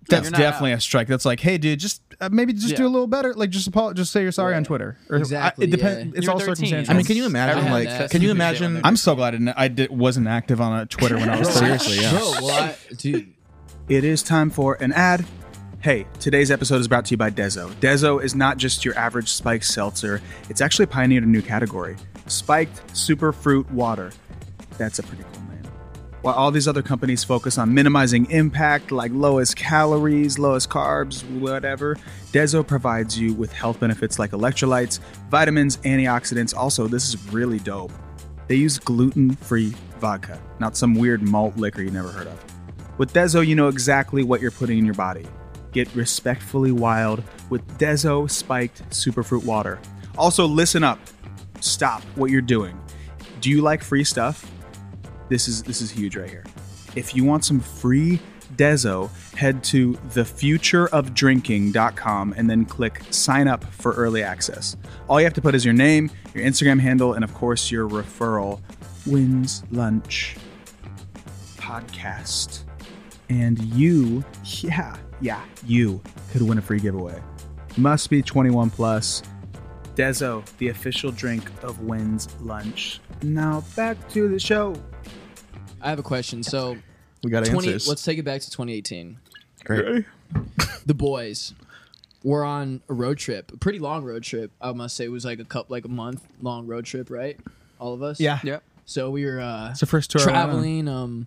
Speaker 2: that's
Speaker 5: you're not
Speaker 2: definitely
Speaker 5: out.
Speaker 2: a strike. That's like, hey, dude, just uh, maybe just
Speaker 5: Yeah.
Speaker 2: do a little better. Like, just apol- just say you're sorry
Speaker 4: Yeah.
Speaker 2: on Twitter. Or, I-
Speaker 4: Exactly,
Speaker 2: it depends.
Speaker 4: yeah.
Speaker 2: It's
Speaker 5: You're
Speaker 2: all
Speaker 5: 13.
Speaker 2: circumstantial.
Speaker 3: I mean, can you imagine
Speaker 4: Everyone
Speaker 3: like
Speaker 4: has
Speaker 3: can you
Speaker 5: stupid shit on
Speaker 3: imagine
Speaker 5: their-
Speaker 2: I'm so glad I, didn't, I did, wasn't active on uh, Twitter when I was
Speaker 4: Bro,
Speaker 2: 13.
Speaker 3: Seriously, yeah.
Speaker 4: Bro, well, I, dude.
Speaker 2: It is time for an ad. Hey, today's episode is brought to you by Dezo. Dezo is not just your average spiked seltzer, it's actually pioneered a new category spiked superfruit water. That's a pretty cool name. While all these other companies focus on minimizing impact, like lowest calories, lowest carbs, whatever, Dezo provides you with health benefits like electrolytes, vitamins, antioxidants. Also, this is really dope. They use gluten free vodka, not some weird malt liquor you never heard of. With Dezo, you know exactly what you're putting in your body. Get respectfully wild with Dezo Spiked Superfruit Water. Also, listen up. Stop what you're doing. Do you like free stuff? This is this is huge right here. If you want some free Dezo, head to thefutureofdrinking.com and then click sign up for early access. All you have to put is your name, your Instagram handle, and of course your referral wins lunch podcast. And you, yeah, yeah, you could win a free giveaway. Must be 21 plus. Dezo, the official drink of Wins Lunch. Now back to the show.
Speaker 4: I have a question. So,
Speaker 3: we got
Speaker 4: 20,
Speaker 3: answers.
Speaker 4: let's take it back to 2018.
Speaker 3: Great.
Speaker 4: The boys were on a road trip, a pretty long road trip. I must say it was like a cup, like a month long road trip, right? All of us.
Speaker 5: Yeah.
Speaker 4: So we were uh,
Speaker 2: It's the first tour I went on.
Speaker 4: traveling. Um,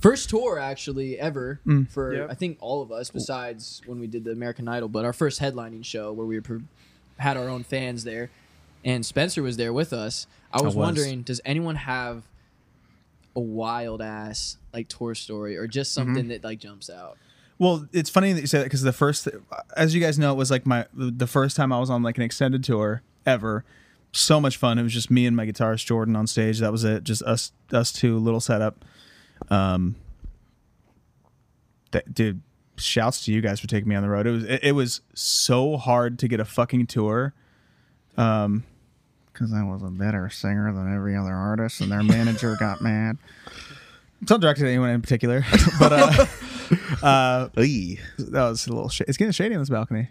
Speaker 4: first tour actually ever
Speaker 2: Mm.
Speaker 4: for
Speaker 5: Yeah.
Speaker 4: I think all of us besides when we did the American Idol, but our first headlining show where we were, pro- had our own fans there, and Spencer was there with us. I was,
Speaker 2: was.
Speaker 4: wondering, does anyone have a wild ass like tour story or just something
Speaker 5: Mm-hmm.
Speaker 4: that like jumps out?
Speaker 2: Well, it's funny that you say that because the first, as you guys know, it was like my the first time I was on like an extended tour ever. So much fun! It was just me and my guitarist Jordan on stage. That was it. Just us, us two, little setup. Um, that, dude, shouts to you guys for taking me on the road. It was it, it was so hard to get a fucking tour. um,
Speaker 6: because I was a better singer than every other artist, and their manager got mad.
Speaker 2: It's not directed at anyone in particular, but uh,
Speaker 3: Oy.
Speaker 2: that was a little. Sh- it's getting shady on this balcony.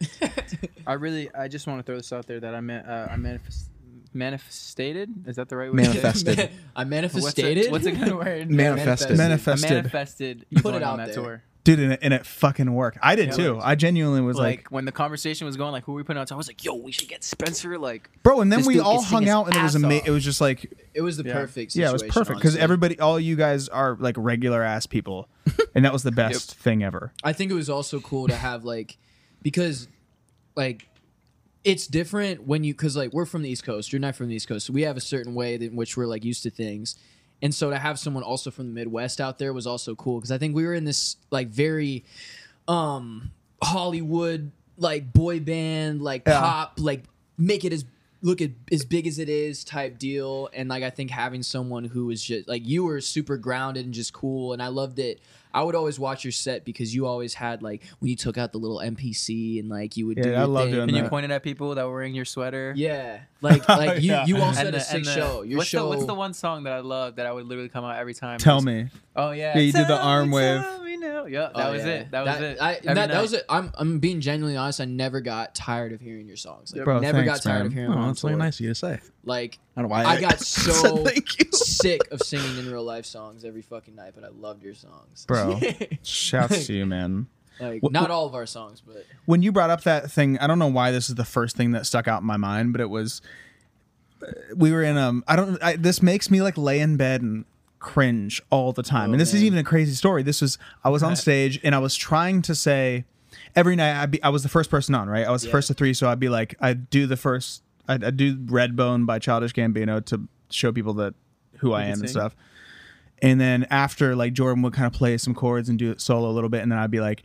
Speaker 5: I really, I just want to throw this out there that I meant, uh, I manifest, manifested. Is that the right word?
Speaker 3: Manifested.
Speaker 4: I
Speaker 5: What's a,
Speaker 4: manifested.
Speaker 5: what's a good word?
Speaker 3: Manifested.
Speaker 5: I
Speaker 2: Manifested.
Speaker 5: manifested. You
Speaker 4: Put
Speaker 5: going
Speaker 4: it out
Speaker 5: on that
Speaker 4: there.
Speaker 5: tour.
Speaker 2: dude, and it, and it fucking worked. I did
Speaker 5: Yeah,
Speaker 2: too. I genuinely was
Speaker 5: like,
Speaker 2: like,
Speaker 5: when the conversation was going, like who we putting on, top, I was like, yo, we should get Spencer. Like,
Speaker 2: bro. And then
Speaker 5: this
Speaker 2: we
Speaker 5: dude
Speaker 2: all
Speaker 5: could sing
Speaker 2: hung
Speaker 5: his
Speaker 2: out, and it was
Speaker 5: ass
Speaker 2: ama-
Speaker 5: off.
Speaker 2: It was just like,
Speaker 4: It was the perfect.
Speaker 2: yeah, it was
Speaker 4: situation,
Speaker 2: perfect because
Speaker 4: honestly.
Speaker 2: everybody, all you guys are like regular ass people, and that was the best thing ever.
Speaker 4: I think it was also cool to have like because like it's different when you because like we're from the East Coast, you're not from the East Coast, so we have a certain way that- in which we're like used to things, and so to have someone also from the Midwest out there was also cool because I think we were in this like very um Hollywood like boy band like pop like make it as look at as big as it is type deal and like I think having someone who is just like you were super grounded and just cool and I loved it I would always watch your set because you always had like when you took out the little NPC and like you would do
Speaker 2: Yeah,
Speaker 4: your
Speaker 2: I love
Speaker 4: thing.
Speaker 2: doing
Speaker 5: and you
Speaker 2: that.
Speaker 5: pointed at people that were wearing your sweater.
Speaker 4: yeah like like you
Speaker 2: Yeah.
Speaker 4: you also
Speaker 5: And
Speaker 4: had
Speaker 5: the-
Speaker 4: a sick
Speaker 5: and the-
Speaker 4: show your
Speaker 5: what's
Speaker 4: show
Speaker 5: The, what's the one song that I love that I would literally come out every time?
Speaker 2: Tell
Speaker 5: It was-
Speaker 2: me,
Speaker 5: Oh yeah.
Speaker 2: Yeah, you did the
Speaker 5: Tell
Speaker 2: arm
Speaker 5: me,
Speaker 2: wave.
Speaker 5: tell me now. Yeah, that
Speaker 4: Oh,
Speaker 5: was
Speaker 4: yeah.
Speaker 5: it. That was it.
Speaker 4: I,
Speaker 5: Every
Speaker 4: that, that was
Speaker 5: night.
Speaker 4: it. I'm, I'm being genuinely honest. I never got tired of hearing your songs. Like,
Speaker 2: Bro,
Speaker 4: never
Speaker 2: thanks,
Speaker 4: got tired
Speaker 2: man.
Speaker 4: of hearing them.
Speaker 3: Oh,
Speaker 4: on
Speaker 3: that's very
Speaker 4: tour.
Speaker 3: nice of you to say.
Speaker 4: Like
Speaker 3: I don't know why
Speaker 4: I got
Speaker 3: said
Speaker 4: so
Speaker 3: thank you.
Speaker 4: sick of singing in real life songs every fucking night, but I loved your songs.
Speaker 2: bro. Shouts to you, man.
Speaker 4: Like
Speaker 2: What-
Speaker 4: not
Speaker 2: what-
Speaker 4: all of our songs, but
Speaker 2: when you brought up that thing, I don't know why this is the first thing that stuck out in my mind, but it was uh, we were in um I don't I, this makes me like lay in bed and cringe all the time. and this is
Speaker 4: Oh, man.
Speaker 2: even a crazy story. This was I was on stage and I was trying to say every night I'd be, I was the first person on, right? I was the
Speaker 4: Yeah.
Speaker 2: first to three, so I'd be like I'd do the first I'd, I'd do Redbone by Childish Gambino to show people that who I am and
Speaker 5: sing.
Speaker 2: stuff. And then after, like Jordan would kind of play some chords and do it solo a little bit, and then I'd be like,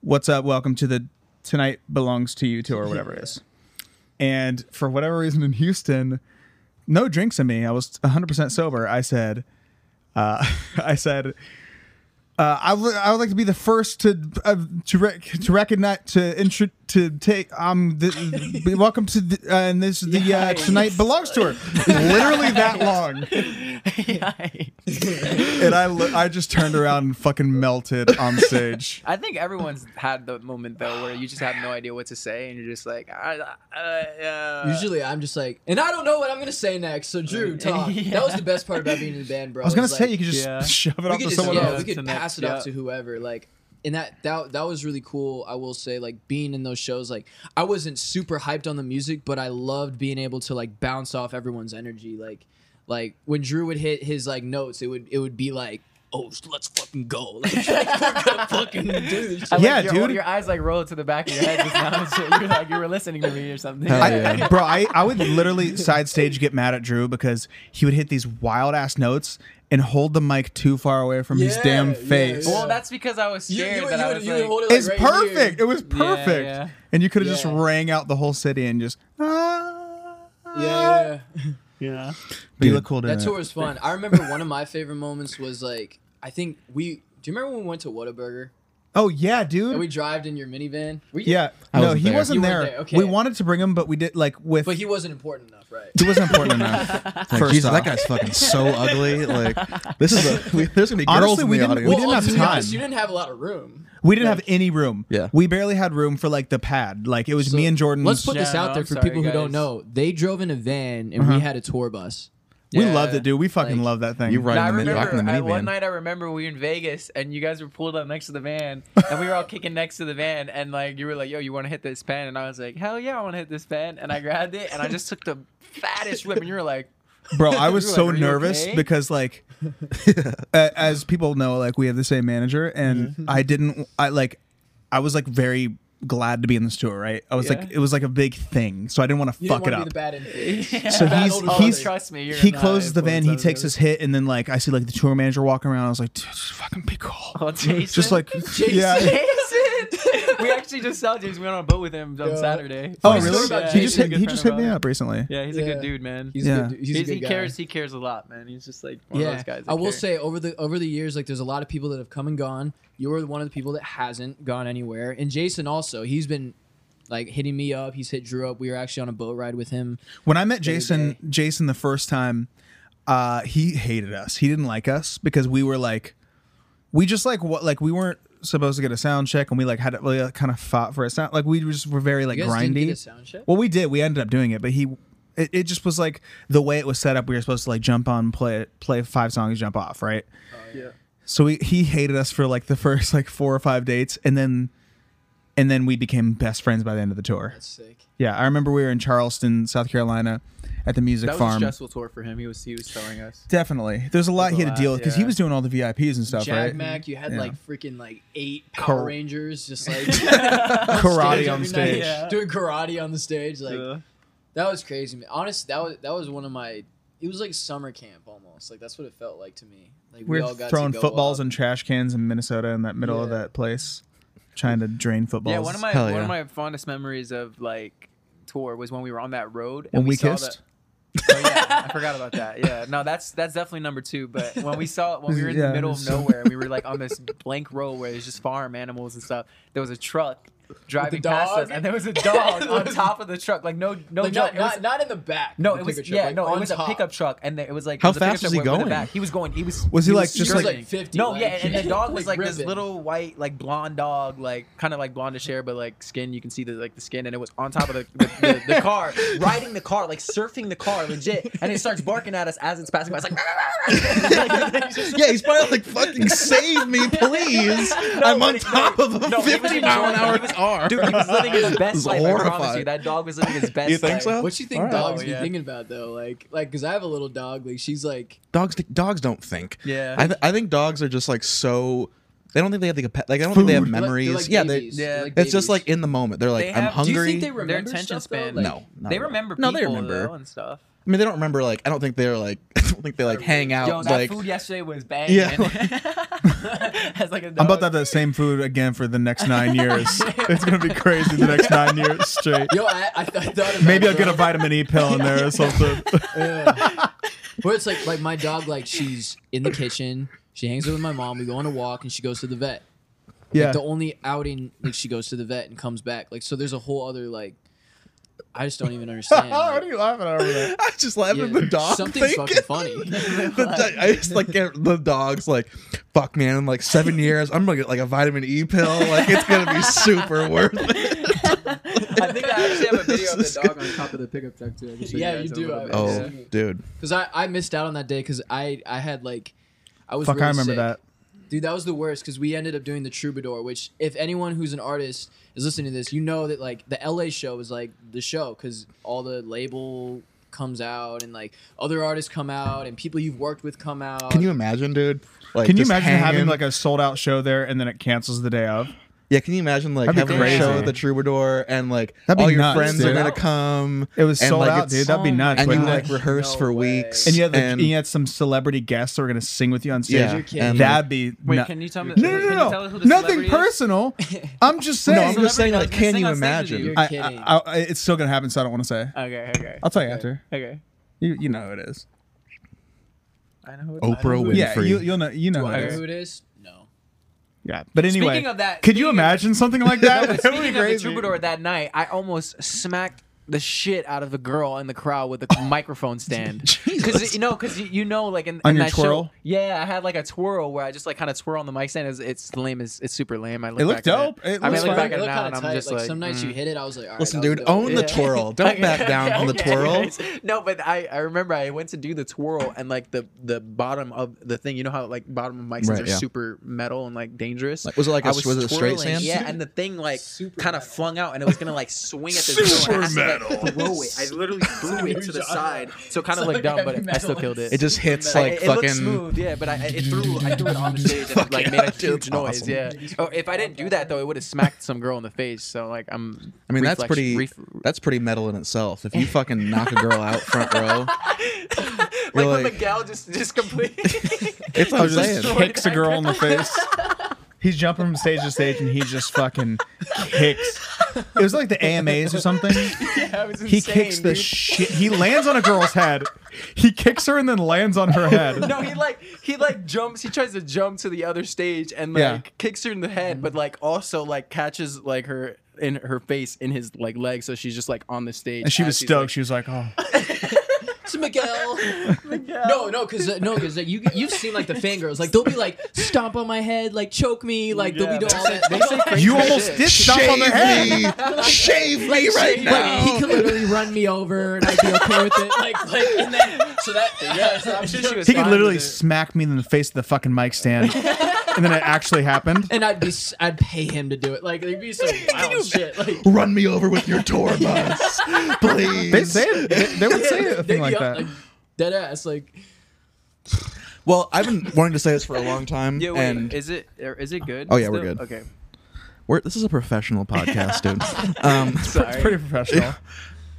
Speaker 2: "What's up? Welcome to the Tonight Belongs to You tour, or whatever it is." And for whatever reason in Houston, no drinks in me. I was 100 percent sober. I said, uh, "I said." Uh, I would I would like to be the first to uh, to rec- to recognize to intro to take um the, be- welcome to the, uh, and this is the uh, tonight belongs to her literally that long and I, lo- I just turned around and fucking melted on stage.
Speaker 5: I think everyone's had the moment though where you just have no idea what to say and you're just like, I, I, uh,
Speaker 4: usually I'm just like, and I don't know what I'm gonna say next. So Drew, talk.
Speaker 5: Yeah.
Speaker 4: That was the best part about being in the band, bro.
Speaker 2: I was gonna
Speaker 4: It's
Speaker 2: say
Speaker 4: like-
Speaker 2: you could just
Speaker 5: yeah.
Speaker 2: shove it
Speaker 4: we
Speaker 2: off
Speaker 4: could
Speaker 2: to
Speaker 4: just-
Speaker 2: someone
Speaker 4: yeah,
Speaker 2: else.
Speaker 4: we
Speaker 5: To
Speaker 4: could
Speaker 5: next-
Speaker 4: pass it off
Speaker 5: yeah.
Speaker 4: to whoever. Like, and that that that was really cool. I will say, like being in those shows, like I wasn't super hyped on the music, but I loved being able to like bounce off everyone's energy. Like, like when Drew would hit his like notes, it would it would be like, oh, let's fucking go, like, we're gonna fucking do this.
Speaker 5: I
Speaker 4: shit.
Speaker 5: like
Speaker 2: Yeah,
Speaker 5: your,
Speaker 2: dude.
Speaker 5: Your eyes like rolled to the back of your head just now. and shit. You're like you were listening to me or something.
Speaker 2: I, Bro, I, I would literally side stage get mad at Drew because he would hit these wild ass notes and hold the mic too far away from his
Speaker 4: Yeah,
Speaker 2: damn
Speaker 4: yeah,
Speaker 2: face.
Speaker 4: yeah.
Speaker 5: well, that's because I was
Speaker 4: You, you,
Speaker 5: scared
Speaker 4: you,
Speaker 5: that I
Speaker 4: would-
Speaker 5: was
Speaker 4: you
Speaker 5: like,
Speaker 4: would hold it like,
Speaker 2: It's
Speaker 4: right
Speaker 2: perfect.
Speaker 4: Here.
Speaker 2: It was perfect.
Speaker 5: yeah.
Speaker 2: And you could have just
Speaker 4: Yeah.
Speaker 2: rang out the whole city and just ah.
Speaker 4: Yeah.
Speaker 5: yeah.
Speaker 2: But you look cool doing
Speaker 4: That tour was fun. I remember one of my favorite moments was like I think we. Do you remember when we went to Whataburger?
Speaker 2: Oh yeah, dude.
Speaker 4: And we drived in your minivan. Were you-
Speaker 2: yeah.
Speaker 3: I
Speaker 2: no,
Speaker 3: wasn't
Speaker 2: he
Speaker 3: there.
Speaker 2: wasn't
Speaker 4: You weren't
Speaker 2: there.
Speaker 4: there, okay.
Speaker 2: We wanted to bring him, but we did like with
Speaker 4: But he wasn't important enough, right?
Speaker 2: it wasn't important enough.
Speaker 3: Like,
Speaker 2: First
Speaker 3: Jesus,
Speaker 2: off.
Speaker 3: that guy's fucking so ugly. Like, this is a we, there's gonna be girls
Speaker 2: Honestly,
Speaker 3: in
Speaker 2: we
Speaker 3: the
Speaker 2: didn't-
Speaker 3: audience.
Speaker 2: we didn't have
Speaker 4: to be
Speaker 2: time.
Speaker 4: honest, you didn't have a lot of room.
Speaker 2: We didn't have any room.
Speaker 3: Yeah.
Speaker 2: We barely had room for like the pad. Like it was
Speaker 4: So,
Speaker 2: me and Jordan.
Speaker 4: Let's put
Speaker 5: Yeah,
Speaker 4: this out
Speaker 5: no,
Speaker 4: there
Speaker 5: I'm
Speaker 4: for
Speaker 5: sorry,
Speaker 4: people who don't
Speaker 5: guys.
Speaker 4: know. They drove in a van and
Speaker 2: Uh-huh.
Speaker 4: we had a tour bus.
Speaker 2: we
Speaker 5: Yeah.
Speaker 2: loved it, dude. We fucking
Speaker 4: Like-
Speaker 2: loved that thing.
Speaker 3: You
Speaker 5: Now,
Speaker 3: right
Speaker 5: I
Speaker 3: in the,
Speaker 5: remember
Speaker 3: rocking the
Speaker 5: I, one
Speaker 3: minivan.
Speaker 5: night I remember we were in Vegas and you guys were pulled up next to the van and we were all kicking next to the van and like you were like yo you want to hit this pen and I was like hell yeah I want to hit this pen and I grabbed it and I just took the fattest whip and you were like
Speaker 2: Bro, I was
Speaker 5: You were
Speaker 2: so
Speaker 5: like, "Are you
Speaker 2: nervous
Speaker 5: okay?"
Speaker 2: because like a- as people know, like we have the same manager and I didn't I like I was like very glad to be in this tour, right? I was
Speaker 5: Yeah.
Speaker 2: like it was like a big thing. So I didn't want to
Speaker 4: You
Speaker 2: fuck it
Speaker 4: didn't
Speaker 2: up.
Speaker 4: want to be the bad influence.
Speaker 2: so
Speaker 4: bad
Speaker 2: he's
Speaker 4: older
Speaker 2: he's
Speaker 4: brother.
Speaker 5: trust me you're
Speaker 2: he
Speaker 5: not
Speaker 2: closes the van, he
Speaker 5: influenced
Speaker 2: takes his hit, and then like I see like the tour manager walking around. I was like, dude, just fucking
Speaker 5: by
Speaker 2: be cool.
Speaker 5: this. oh, Jason
Speaker 2: Just like yeah.
Speaker 5: Jason we actually just saw Jason we went on a boat with him on
Speaker 4: Yeah.
Speaker 5: Saturday
Speaker 2: Oh
Speaker 4: Funny story
Speaker 2: really?
Speaker 4: about
Speaker 2: He just
Speaker 4: Jason,
Speaker 2: hit,
Speaker 5: a
Speaker 2: he
Speaker 5: good
Speaker 2: just hit
Speaker 5: friend of
Speaker 2: me
Speaker 5: ours.
Speaker 2: up recently.
Speaker 5: yeah he's a
Speaker 4: Yeah.
Speaker 5: good dude man
Speaker 4: He's
Speaker 2: Yeah.
Speaker 4: a good, he's a
Speaker 5: He's-
Speaker 4: good
Speaker 5: he
Speaker 4: guy.
Speaker 5: cares he cares a lot man he's just like one of those guys that
Speaker 4: I will
Speaker 5: cares.
Speaker 4: say over the over the years, like there's a lot of people that have come and gone. You're one of the people that hasn't gone anywhere, and Jason also. He's been like hitting me up. He's hit Drew up. We were actually on a boat ride with him.
Speaker 2: When I met Jason,
Speaker 4: day.
Speaker 2: Jason the first time, uh, he hated us. He didn't like us because we were like, we just like what like we weren't supposed to get a sound check, and we like had it really kind of fought for a sound. Like we just were very like
Speaker 4: You guys
Speaker 2: grindy.
Speaker 4: didn't get a sound check?
Speaker 2: Well, we did. We ended up doing it, but he. It, it just was like the way it was set up. We were supposed to like jump on, play play five songs, jump off, right? yeah. So we, he hated us for like the first like four or five dates, and then and then we became best friends by the end of the tour.
Speaker 4: That's sick.
Speaker 2: Yeah, I remember we were in Charleston, South Carolina, at the music
Speaker 5: That was a
Speaker 2: farm.
Speaker 5: stressful tour for him. He was he was telling us.
Speaker 2: Definitely, there's a lot
Speaker 5: was
Speaker 2: he
Speaker 5: a
Speaker 2: had to deal
Speaker 5: lot,
Speaker 2: with because he
Speaker 5: yeah.
Speaker 2: was doing all the VIPs and stuff,
Speaker 4: Jag
Speaker 2: right?
Speaker 4: Mac, you had
Speaker 2: Yeah.
Speaker 4: like freaking like eight Power
Speaker 5: Cor-
Speaker 4: Rangers just like karate
Speaker 2: on stage.
Speaker 5: Yeah.
Speaker 4: doing karate on the stage. Like that was crazy. Man. Honest, that was that was one of my. It was like summer camp almost. Like that's what it felt like to me. Like we,
Speaker 2: We
Speaker 4: all
Speaker 2: were
Speaker 4: got
Speaker 2: throwing
Speaker 4: to go
Speaker 2: footballs
Speaker 4: up.
Speaker 2: and trash cans in Minnesota in that middle of
Speaker 4: Yeah.
Speaker 2: that place, trying to drain footballs.
Speaker 5: Yeah, one of my
Speaker 3: Hell
Speaker 5: one
Speaker 3: yeah.
Speaker 5: of my fondest memories of like tour was when we were on that road
Speaker 2: when
Speaker 5: and
Speaker 2: we,
Speaker 5: saw
Speaker 2: kissed.
Speaker 5: The, oh, yeah, I forgot about that. Yeah, no, that's that's definitely number two. But when we saw when we were in
Speaker 2: Yeah,
Speaker 5: the middle of
Speaker 2: so-
Speaker 5: nowhere, we were like on this blank road where there's just farm animals and stuff. There was a truck driving past
Speaker 4: dog?
Speaker 5: us, and there was a dog on top of the truck. Like no no
Speaker 4: Like,
Speaker 5: joke.
Speaker 4: not,
Speaker 5: It was-
Speaker 4: not, not in the back.
Speaker 5: no,
Speaker 4: the
Speaker 5: it was
Speaker 4: pickup truck,
Speaker 5: yeah,
Speaker 4: like,
Speaker 5: no,
Speaker 4: on
Speaker 5: it was
Speaker 4: top.
Speaker 5: a pickup truck, and it was like
Speaker 3: How
Speaker 5: it was a pickup
Speaker 3: fast
Speaker 5: truck
Speaker 3: was he
Speaker 5: with- with a
Speaker 3: going?
Speaker 5: back. He was going. He was.
Speaker 2: Was he, like,
Speaker 4: He
Speaker 2: just
Speaker 4: was
Speaker 2: like,
Speaker 4: like fifty.
Speaker 5: No,
Speaker 4: like,
Speaker 5: yeah, and, and the dog was like this
Speaker 4: ripping.
Speaker 5: little white, like blonde dog, like kind of like blondish hair, but like skin. You can see the like the skin, and it was on top of the the, the, the car, riding the car, like surfing the car, legit. And it starts barking at us as it's passing by. It's like,
Speaker 3: yeah, he's probably like, fucking save me, please. I'm on
Speaker 5: but he-
Speaker 3: top of a
Speaker 5: no, he was
Speaker 3: 50 mile an
Speaker 5: enjoying-
Speaker 3: hour
Speaker 5: he was-
Speaker 3: car.
Speaker 5: dude, he was living his
Speaker 3: This
Speaker 5: best
Speaker 3: is
Speaker 5: life. I promise
Speaker 3: horrifying.
Speaker 5: you, that dog was living his best.
Speaker 3: You think
Speaker 5: life.
Speaker 3: so?
Speaker 4: What you think
Speaker 3: Alright.
Speaker 4: dogs
Speaker 5: Oh,
Speaker 4: be
Speaker 5: yeah.
Speaker 4: thinking about though? Like, like, cause I have a little dog. Like, she's like,
Speaker 3: Dogs, dogs don't think.
Speaker 5: Yeah.
Speaker 3: I, th- I think dogs are just like so. They don't think they have the capa- like. I don't think they have
Speaker 4: they're like-
Speaker 3: memories.
Speaker 4: They're like
Speaker 3: yeah, they,
Speaker 4: babies.
Speaker 3: it's
Speaker 5: yeah.
Speaker 4: They're like
Speaker 3: just
Speaker 4: babies.
Speaker 3: like in the moment. They're like,
Speaker 5: They
Speaker 3: I'm
Speaker 5: have- do
Speaker 3: hungry.
Speaker 4: Do you think they remember
Speaker 5: Their attention
Speaker 4: stuff, though?
Speaker 5: span.
Speaker 4: Like,
Speaker 3: no, not
Speaker 5: they
Speaker 3: at all.
Speaker 5: remember.
Speaker 3: No,
Speaker 5: People,
Speaker 3: they remember.
Speaker 5: though, and stuff.
Speaker 3: I mean, they don't remember like. I don't think they're like. I don't think they like hang out.
Speaker 5: Yo, that
Speaker 3: like,
Speaker 5: food yesterday was banging.
Speaker 3: Yeah.
Speaker 5: As, like, a
Speaker 2: I'm about to
Speaker 5: dog.
Speaker 2: have that same food again for the next nine years. it's gonna be crazy the next nine years straight.
Speaker 4: yo, I, I, I thought about
Speaker 2: Maybe I'll
Speaker 4: that.
Speaker 2: get a vitamin E pill in there or something.
Speaker 4: Yeah. Where it's like, like my dog, like she's in the kitchen, she hangs out with my mom. We go on a walk, and she goes to the vet.
Speaker 2: yeah,
Speaker 4: The only outing, like she goes to the vet and comes back. Like, so there's a whole other like. I just don't even understand.
Speaker 2: what
Speaker 4: like,
Speaker 2: are you laughing at over there?
Speaker 3: I just laughing at the
Speaker 4: yeah,
Speaker 3: dog.
Speaker 4: something's
Speaker 3: thing.
Speaker 4: fucking funny.
Speaker 3: the, do- I just like get- the dog's like, fuck man, in like seven years, I'm gonna get like a vitamin E pill. Like it's gonna be super worth it.
Speaker 5: I think I actually have a video of
Speaker 3: This is
Speaker 5: the dog on top of the pickup truck too. I can show
Speaker 4: Yeah,
Speaker 5: guys
Speaker 4: you
Speaker 5: in a
Speaker 4: do.
Speaker 5: little
Speaker 4: I-
Speaker 5: bit.
Speaker 4: Oh.
Speaker 5: Yeah.
Speaker 3: dude.
Speaker 4: Because I, I missed out on that day because I, I had like, I was.
Speaker 2: Fuck,
Speaker 4: really
Speaker 2: I remember
Speaker 4: sick.
Speaker 2: that.
Speaker 4: Dude, that was the worst because we ended up doing the Troubadour, which if anyone who's an artist is listening to this, you know that like the LA show is like the show because all the label comes out and like other artists come out and people you've worked with come out.
Speaker 3: Can you imagine, dude? Like,
Speaker 2: Can you
Speaker 3: just
Speaker 2: imagine having
Speaker 3: hanging-
Speaker 2: like a sold out show there and then it cancels the day of?
Speaker 3: yeah? Can you imagine like
Speaker 2: That'd be
Speaker 3: having a show
Speaker 2: crazy.
Speaker 3: at the Troubadour and like
Speaker 2: That'd be
Speaker 3: all your
Speaker 2: nuts,
Speaker 3: friends are
Speaker 2: dude.
Speaker 3: gonna come?
Speaker 2: It was
Speaker 3: and,
Speaker 2: sold
Speaker 3: like,
Speaker 2: out,
Speaker 3: it's-
Speaker 2: dude. That'd be
Speaker 5: Oh my
Speaker 2: nuts.
Speaker 3: And you
Speaker 2: wouldn't
Speaker 3: like
Speaker 2: it?
Speaker 3: rehearse
Speaker 5: No
Speaker 3: for
Speaker 5: way.
Speaker 3: weeks,
Speaker 2: and you had, like,
Speaker 3: and-
Speaker 2: and you had some celebrity guests that were gonna sing with you on stage.
Speaker 3: yeah,
Speaker 4: You're kidding.
Speaker 3: and, like,
Speaker 2: That'd be
Speaker 5: Wait,
Speaker 2: nu-
Speaker 5: can you tell me?
Speaker 2: no, no,
Speaker 5: can
Speaker 2: no,
Speaker 5: you tell us
Speaker 2: no.
Speaker 5: who the
Speaker 2: Nothing
Speaker 5: celebrity is?
Speaker 2: personal. I'm just saying.
Speaker 3: no, I'm just
Speaker 5: Celebrity
Speaker 3: saying like,
Speaker 5: that was gonna
Speaker 3: can
Speaker 5: sing
Speaker 3: you
Speaker 5: on stage with
Speaker 3: imagine?
Speaker 4: you.
Speaker 2: I,
Speaker 4: You're kidding.
Speaker 2: I, I, it's still gonna happen, so I don't want to say.
Speaker 5: Okay, okay,
Speaker 2: I'll tell you after.
Speaker 5: okay.
Speaker 2: You, you know who it is.
Speaker 5: I know. Who it- I know
Speaker 3: Oprah
Speaker 5: who it-
Speaker 3: Winfrey.
Speaker 2: Yeah, you, you'll know. You know
Speaker 4: Do
Speaker 2: who
Speaker 4: I
Speaker 2: it
Speaker 4: know
Speaker 2: is.
Speaker 4: who it is? No.
Speaker 2: Yeah, but anyway,
Speaker 5: Speaking of that,
Speaker 2: could you
Speaker 5: speaking of-
Speaker 2: imagine something like that? that would be
Speaker 5: Speaking of the
Speaker 2: crazy.
Speaker 5: troubadour that night, I almost smacked the shit out of a girl in the crowd with a microphone stand. Because you know, because you, you know, like in,
Speaker 2: On
Speaker 5: in
Speaker 2: your
Speaker 5: that
Speaker 2: twirl?
Speaker 5: show, yeah, I had like a twirl where I just like kind of twirl on the mic stand. It's, it's lame. It's, it's super lame. I look
Speaker 2: It looked
Speaker 5: back at
Speaker 2: dope. It
Speaker 5: I mean,
Speaker 2: looks
Speaker 5: I look
Speaker 2: fine.
Speaker 5: back at it
Speaker 4: It looked
Speaker 5: now,
Speaker 4: kinda
Speaker 5: and I'm
Speaker 4: tight,
Speaker 5: just
Speaker 4: like,
Speaker 5: like, mm.
Speaker 4: sometimes you hit it, I was like, all right,
Speaker 3: Listen,
Speaker 4: that was
Speaker 3: dude,
Speaker 4: dope.
Speaker 3: own the
Speaker 4: Yeah.
Speaker 3: twirl. Don't back down on the
Speaker 5: Okay,
Speaker 3: twirl.
Speaker 5: anyways. No, but I, I remember I went to do the twirl and like the the bottom of the thing. You know how like bottom of mics
Speaker 3: Right,
Speaker 5: are
Speaker 3: yeah.
Speaker 5: super metal and like dangerous.
Speaker 3: was it like
Speaker 5: I
Speaker 3: a- was it a straight
Speaker 5: twirling,
Speaker 3: stand?
Speaker 5: Yeah, and the thing like kind of flung out and it was gonna like swing at the super girl and I had to, like, throw it. I literally threw it to the side, so it kind of looked dumb, but I still killed it.
Speaker 3: It just
Speaker 5: Like,
Speaker 3: hits like
Speaker 5: it
Speaker 3: fucking.
Speaker 5: looked smooth, yeah, but I I- it threw I threw it on the stage and it, like
Speaker 3: Fucking
Speaker 5: made a
Speaker 3: dude,
Speaker 5: huge
Speaker 3: it's
Speaker 5: noise.
Speaker 3: awesome.
Speaker 5: Yeah. Oh, if I didn't do that though, it would have smacked some girl in the face. So like I'm.
Speaker 3: I mean, that's
Speaker 5: reflex-
Speaker 3: pretty.
Speaker 5: ref-
Speaker 3: that's pretty metal in itself. If you fucking knock a girl out front row,
Speaker 5: like,
Speaker 3: You're
Speaker 5: when
Speaker 3: like-
Speaker 5: the gal just just complete.
Speaker 3: it's what
Speaker 2: I
Speaker 3: I'm
Speaker 2: was
Speaker 3: saying.
Speaker 2: just kicks a girl in the face. He's jumping from stage to stage and he just fucking kicks. It was like the AMAs or something.
Speaker 5: yeah, it was
Speaker 2: He
Speaker 5: insane,
Speaker 2: kicks the
Speaker 5: dude.
Speaker 2: shit. He lands on a girl's head. He kicks her and then lands on her head.
Speaker 5: no, he like he like jumps. He tries to jump to the other stage and like
Speaker 2: Yeah.
Speaker 5: kicks her in the head, but like also like catches like her in her face in his like leg, so she's just like on the stage.
Speaker 2: And she
Speaker 5: as
Speaker 2: was
Speaker 5: he's,
Speaker 2: stoked.
Speaker 5: like-
Speaker 2: she was like, "Oh,
Speaker 4: It's Miguel.
Speaker 5: Oh
Speaker 4: No, no, because uh, no, because uh, you you've seen like the fangirls. Like they'll be like stomp on my head, like choke
Speaker 5: Oh
Speaker 4: me, like they'll be doing all that. They
Speaker 2: You almost did stomp on their head.
Speaker 3: me, shave me right
Speaker 4: like,
Speaker 3: now.
Speaker 4: he could literally run me over, and I'd be okay with it. Like, like, and then so that yeah,
Speaker 5: I'm sure she was
Speaker 7: He could
Speaker 5: fine
Speaker 7: literally
Speaker 5: with it.
Speaker 7: smack me in the face of the fucking mic stand, and then it actually happened.
Speaker 4: and I'd be s- I'd pay him to do it. Like there'd be some wild shit. Like
Speaker 3: Run me over with your tour bus, please.
Speaker 7: They, they, they, they would say a
Speaker 4: they'd
Speaker 7: thing
Speaker 4: be
Speaker 7: like
Speaker 4: up,
Speaker 7: that.
Speaker 4: dead ass. Like
Speaker 3: well, I've been wanting to say this for a long time,
Speaker 5: Yeah, wait,
Speaker 3: and
Speaker 5: is it er, is it good?
Speaker 3: Oh, yeah, we're
Speaker 5: still?
Speaker 3: good.
Speaker 5: Okay,
Speaker 3: we're, this is a professional podcast, dude. Um,
Speaker 5: sorry.
Speaker 7: Pretty professional.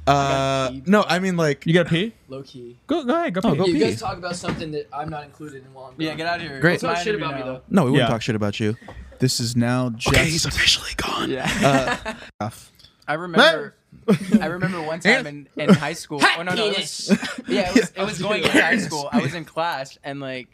Speaker 3: uh, no, I mean like
Speaker 7: You gotta pee?
Speaker 4: low key.
Speaker 7: Go, go ahead, go pee.
Speaker 2: Oh,
Speaker 3: go
Speaker 4: you
Speaker 3: pee.
Speaker 4: guys talk about something that I'm not included in while I'm gone.
Speaker 5: yeah, get out of here.
Speaker 3: Great.
Speaker 5: It's
Speaker 4: Don't
Speaker 5: my
Speaker 4: shit
Speaker 5: interview
Speaker 4: about me
Speaker 5: now.
Speaker 4: though.
Speaker 3: no, we wouldn't
Speaker 7: Yeah.
Speaker 3: talk shit about you.
Speaker 2: This is now just
Speaker 3: Okay, he's officially gone.
Speaker 5: Yeah.
Speaker 3: Uh,
Speaker 2: off.
Speaker 5: I remember. I remember one time in, in high school. Oh no, no, it was, yeah, it was, it was going into high school. I was in class and like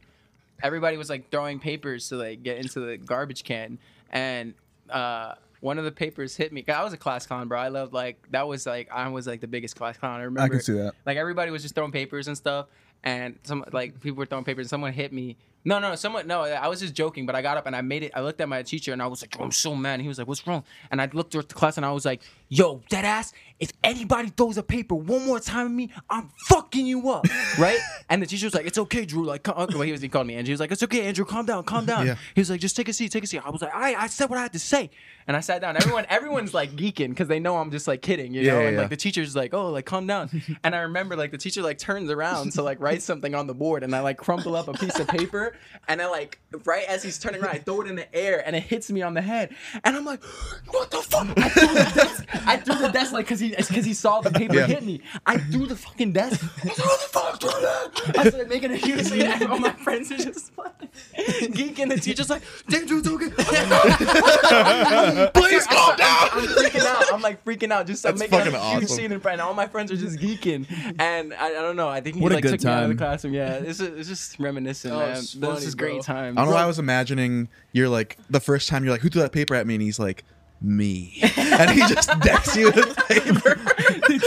Speaker 5: everybody was like throwing papers to like get into the garbage can, and uh, one of the papers hit me. I was a class clown, bro. I loved like that was like I was like the biggest class clown. I remember.
Speaker 2: I can see that.
Speaker 5: Like everybody was just throwing papers and stuff, and some like people were throwing papers. and Someone hit me. No, no, someone. No, I was just joking. But I got up and I made it. I looked at my teacher and I was like, "Yo, "I'm so mad." And he was like, "What's wrong?" And I looked at the class and I was like, "Yo, that ass! If anybody throws a paper one more time at me, I'm fucking you up, right?" and the teacher was like, "It's okay, Drew. Like, cal- well, he was he called me Andrew. He was like, "It's okay, Andrew. Calm down, calm down."
Speaker 3: Yeah.
Speaker 5: He was like, "Just take a seat, take a seat." I was like, "All right, I said what I had to say." And I sat down. Everyone, everyone's like geeking because they know I'm just like kidding, you
Speaker 3: Yeah,
Speaker 5: know.
Speaker 3: yeah,
Speaker 5: and
Speaker 3: yeah.
Speaker 5: like the teacher's like, "Oh, like calm down." and I remember like the teacher like turns around to like write something on the board, and I like crumple up a piece of paper, and I like right as he's turning around, I throw it in the air, and it hits me on the head, and I'm like, "What the fuck?" I threw the desk, I threw the desk like because he because he saw the paper
Speaker 3: Yeah.
Speaker 5: hit me. I threw the fucking desk. I said, "What the fuck threw that?" I started making a huge scene. and All my friends are just like geeking. The teacher's like, "Andrew, it's okay."
Speaker 3: Please calm
Speaker 5: I'm
Speaker 3: down.
Speaker 5: freaking out. I'm like freaking out. Just I'm
Speaker 3: That's
Speaker 5: making a huge
Speaker 3: fucking awesome.
Speaker 5: scene in front. And all my friends are just geeking, and I, I don't know. I think he
Speaker 2: What a
Speaker 5: like
Speaker 2: good
Speaker 5: took me out of the
Speaker 2: time.
Speaker 5: classroom. Yeah, it's just, it's just reminiscent,
Speaker 4: Oh,
Speaker 5: man.
Speaker 4: it's
Speaker 5: this
Speaker 4: funny,
Speaker 5: is
Speaker 4: bro.
Speaker 5: great time.
Speaker 3: I don't know. why I was imagining you're like the first time you're like, who threw that paper at me? And he's like, me. And he just decks you with paper.
Speaker 5: I'm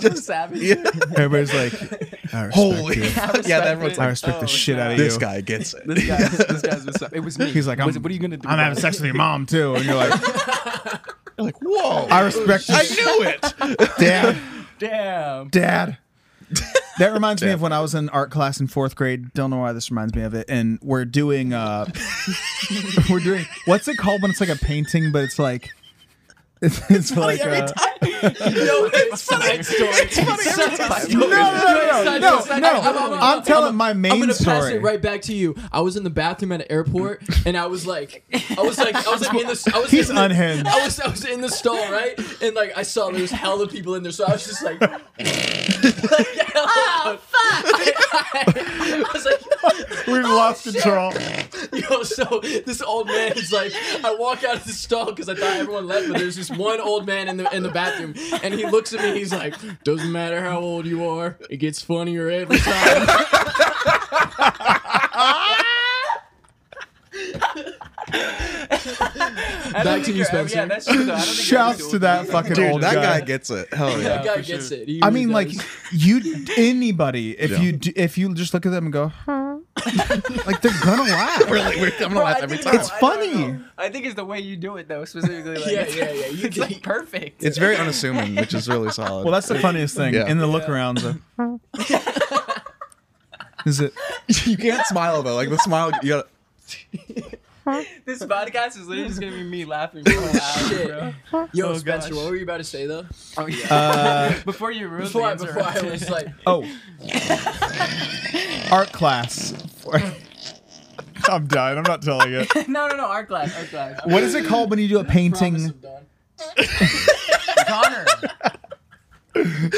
Speaker 5: just savage.
Speaker 2: Everybody's like,
Speaker 3: Holy. yeah,
Speaker 5: respect
Speaker 3: that everyone's
Speaker 5: it.
Speaker 2: I
Speaker 3: like,
Speaker 2: respect the
Speaker 5: Oh,
Speaker 2: shit out of you.
Speaker 3: this guy gets it.
Speaker 5: This
Speaker 3: Yeah.
Speaker 5: guy's, this guy's what's up. It was me.
Speaker 7: He's like, I'm-
Speaker 5: Was it- what are you gonna do?
Speaker 7: I'm
Speaker 5: about
Speaker 7: having
Speaker 5: it?
Speaker 7: sex with your mom too, and you're like,
Speaker 3: You're like, whoa.
Speaker 7: I respect you,
Speaker 3: I knew it.
Speaker 7: dad,
Speaker 5: Damn.
Speaker 7: dad. That reminds me of when I was in art class in fourth grade. Don't know why this reminds me of it. And we're doing, uh we're doing what's it called when it's like a painting, but it's like, it's, it's like, uh,
Speaker 4: no, it's funny. Story. It's funny.
Speaker 7: no, no, no, no, no. I'm telling my
Speaker 4: I'm
Speaker 7: main
Speaker 4: gonna pass
Speaker 7: story.
Speaker 4: it right back to you. I was in the bathroom at an airport, and I was like, I was like, I was like in the, I was
Speaker 7: He's
Speaker 4: in the-
Speaker 7: unhinged.
Speaker 4: I was, I was in the stall, right? And like, I saw there was hella people in there, so I was just like, like oh fuck! I, was like,
Speaker 7: We've lost control.
Speaker 4: yo. So this old man is like, I walk out of the stall because I thought everyone left, but there's just one old man in the in the bathroom, and he looks at me, and he's like, doesn't matter how old you are, it gets funnier every time. Back to you, Spencer.
Speaker 5: Yeah, that's true. Though. I don't think you ever do
Speaker 7: Shouts
Speaker 5: it.
Speaker 7: to that fucking
Speaker 3: Dude,
Speaker 7: old
Speaker 3: that
Speaker 7: guy.
Speaker 3: guy gets it. Hell yeah.
Speaker 4: that guy
Speaker 5: for
Speaker 4: gets
Speaker 5: sure.
Speaker 4: it. He
Speaker 7: I
Speaker 4: really
Speaker 7: mean, like
Speaker 4: does.
Speaker 7: you, anybody. If
Speaker 3: Yeah.
Speaker 7: you do, if you just look at them and go, huh, like they're gonna laugh.
Speaker 3: We're like, we're, I'm gonna
Speaker 5: Bro,
Speaker 3: laugh
Speaker 5: I
Speaker 3: every
Speaker 5: think-
Speaker 3: time.
Speaker 5: no,
Speaker 7: It's
Speaker 5: I don't
Speaker 7: funny.
Speaker 5: know. I think it's the way you do it though, specifically. Like,
Speaker 4: Yeah,
Speaker 5: it's-
Speaker 4: yeah, yeah, you
Speaker 5: It's like
Speaker 4: get-
Speaker 5: perfect.
Speaker 3: It's very unassuming, which is really solid.
Speaker 7: Well, that's the funniest thing.
Speaker 3: Yeah.
Speaker 7: In the look arounds, of, is it?
Speaker 3: you can't smile though. Like the smile, you gotta,
Speaker 5: this podcast is literally just gonna be me laughing for hours,
Speaker 4: Shit.
Speaker 5: bro.
Speaker 4: Yo,
Speaker 5: Oh,
Speaker 4: Spencer,
Speaker 5: gosh.
Speaker 4: what were you about to say though?
Speaker 5: Oh yeah.
Speaker 7: Uh,
Speaker 5: before you ruined
Speaker 4: Before, I,
Speaker 5: the
Speaker 4: before I
Speaker 5: interruption.
Speaker 4: was like,
Speaker 7: oh, art class. I'm dying. I'm not telling it.
Speaker 5: no, no, no, art class, art class.
Speaker 7: What is it called when you do a
Speaker 4: promise
Speaker 7: painting?
Speaker 4: him, Don.
Speaker 5: Connor.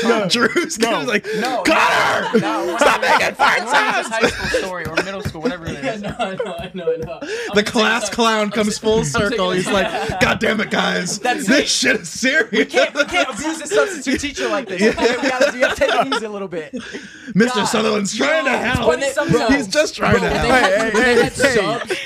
Speaker 3: no, Drew's no. like,
Speaker 5: No,
Speaker 3: Connor!
Speaker 5: No, no,
Speaker 3: Stop making fun
Speaker 5: One of his high school story or middle school, whatever it is.
Speaker 4: no, I know, I know, I know. I'm
Speaker 3: the
Speaker 4: just
Speaker 3: class
Speaker 4: saying-
Speaker 3: clown comes full circle.
Speaker 4: taking-
Speaker 3: He's like, God damn it, guys.
Speaker 5: That's
Speaker 3: this
Speaker 5: it.
Speaker 3: shit is serious.
Speaker 5: We can't, we can't abuse a substitute teacher like this. Okay, we gotta, we gotta take it easy a little bit.
Speaker 3: Mr.
Speaker 5: God.
Speaker 3: Sutherland's trying to help.
Speaker 5: When they- bro,
Speaker 3: He's just trying
Speaker 4: Bro,
Speaker 3: to
Speaker 4: when
Speaker 3: help.
Speaker 4: they had, when they had
Speaker 5: hey, hey.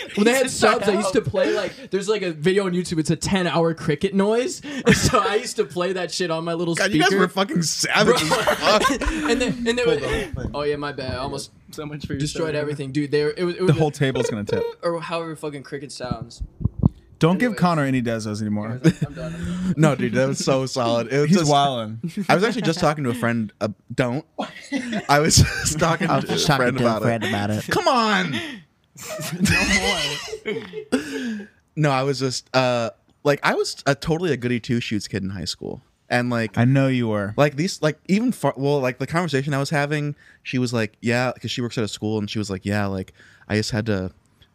Speaker 4: subs, when they had
Speaker 5: He's just
Speaker 4: subs, I used to play like there's like a video on YouTube. It's a 10 hour cricket noise, so I used to play that shit on my little
Speaker 3: God,
Speaker 4: speaker.
Speaker 3: you guys were fucking savage as fuck.
Speaker 4: and then and they would, oh yeah, my bad. I almost
Speaker 5: So much for
Speaker 4: destroyed everything, dude. They were, it was, it was
Speaker 7: The whole table's gonna tip.
Speaker 4: or however fucking cricket sounds.
Speaker 7: Don't give
Speaker 4: Anyways.
Speaker 7: Connor any Dezos anymore.
Speaker 4: I'm done, I'm done.
Speaker 3: No, dude, that was so solid. It was
Speaker 7: He's
Speaker 3: just-
Speaker 7: wilding.
Speaker 3: I was actually just talking to a friend. Uh, don't. I was just talking to
Speaker 6: I was just
Speaker 3: a
Speaker 6: talking
Speaker 3: friend
Speaker 6: to a
Speaker 3: about
Speaker 6: friend
Speaker 3: it.
Speaker 6: about it.
Speaker 3: Come on. no, I was just uh like I was a totally a goody two shoes kid in high school, and like
Speaker 7: I know you were.
Speaker 3: like these like even far, well like the conversation i was having she was like yeah because she works at a school and she was like yeah like i just had to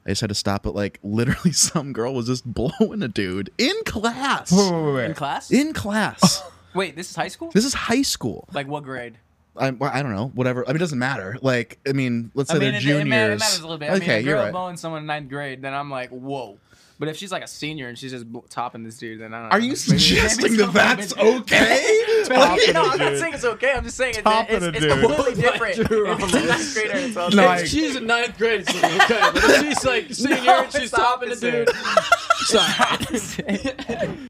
Speaker 3: i just had to stop it like literally some girl was just blowing a dude in class
Speaker 5: In class?
Speaker 3: in class
Speaker 5: Wait, this is high school?
Speaker 3: this is high school
Speaker 5: Like what grade?
Speaker 3: I, well, I don't know whatever i mean it doesn't matter like i mean let's say
Speaker 5: I mean,
Speaker 3: they're
Speaker 5: it,
Speaker 3: juniors
Speaker 5: It, matters, it matters a little bit. I
Speaker 3: okay
Speaker 5: mean, if
Speaker 3: you're
Speaker 5: you're
Speaker 3: right
Speaker 5: blowing someone in ninth grade, then I'm like, whoa. But if she's like a senior and she's just bl- topping this dude, then I don't know.
Speaker 3: are you suggesting that that's okay
Speaker 5: no,
Speaker 3: Like-
Speaker 5: I'm not saying it's okay. I'm just saying it,
Speaker 7: Topping
Speaker 5: it's,
Speaker 7: a
Speaker 5: it's
Speaker 7: dude.
Speaker 5: completely different. if it's a ninth grader and it's all
Speaker 3: No,
Speaker 5: no,
Speaker 3: I-
Speaker 4: If she's in ninth grade, it's like, okay. But if she's like senior
Speaker 5: No,
Speaker 4: and she's
Speaker 5: it's
Speaker 4: topping a
Speaker 5: opposite.
Speaker 4: dude. Sorry.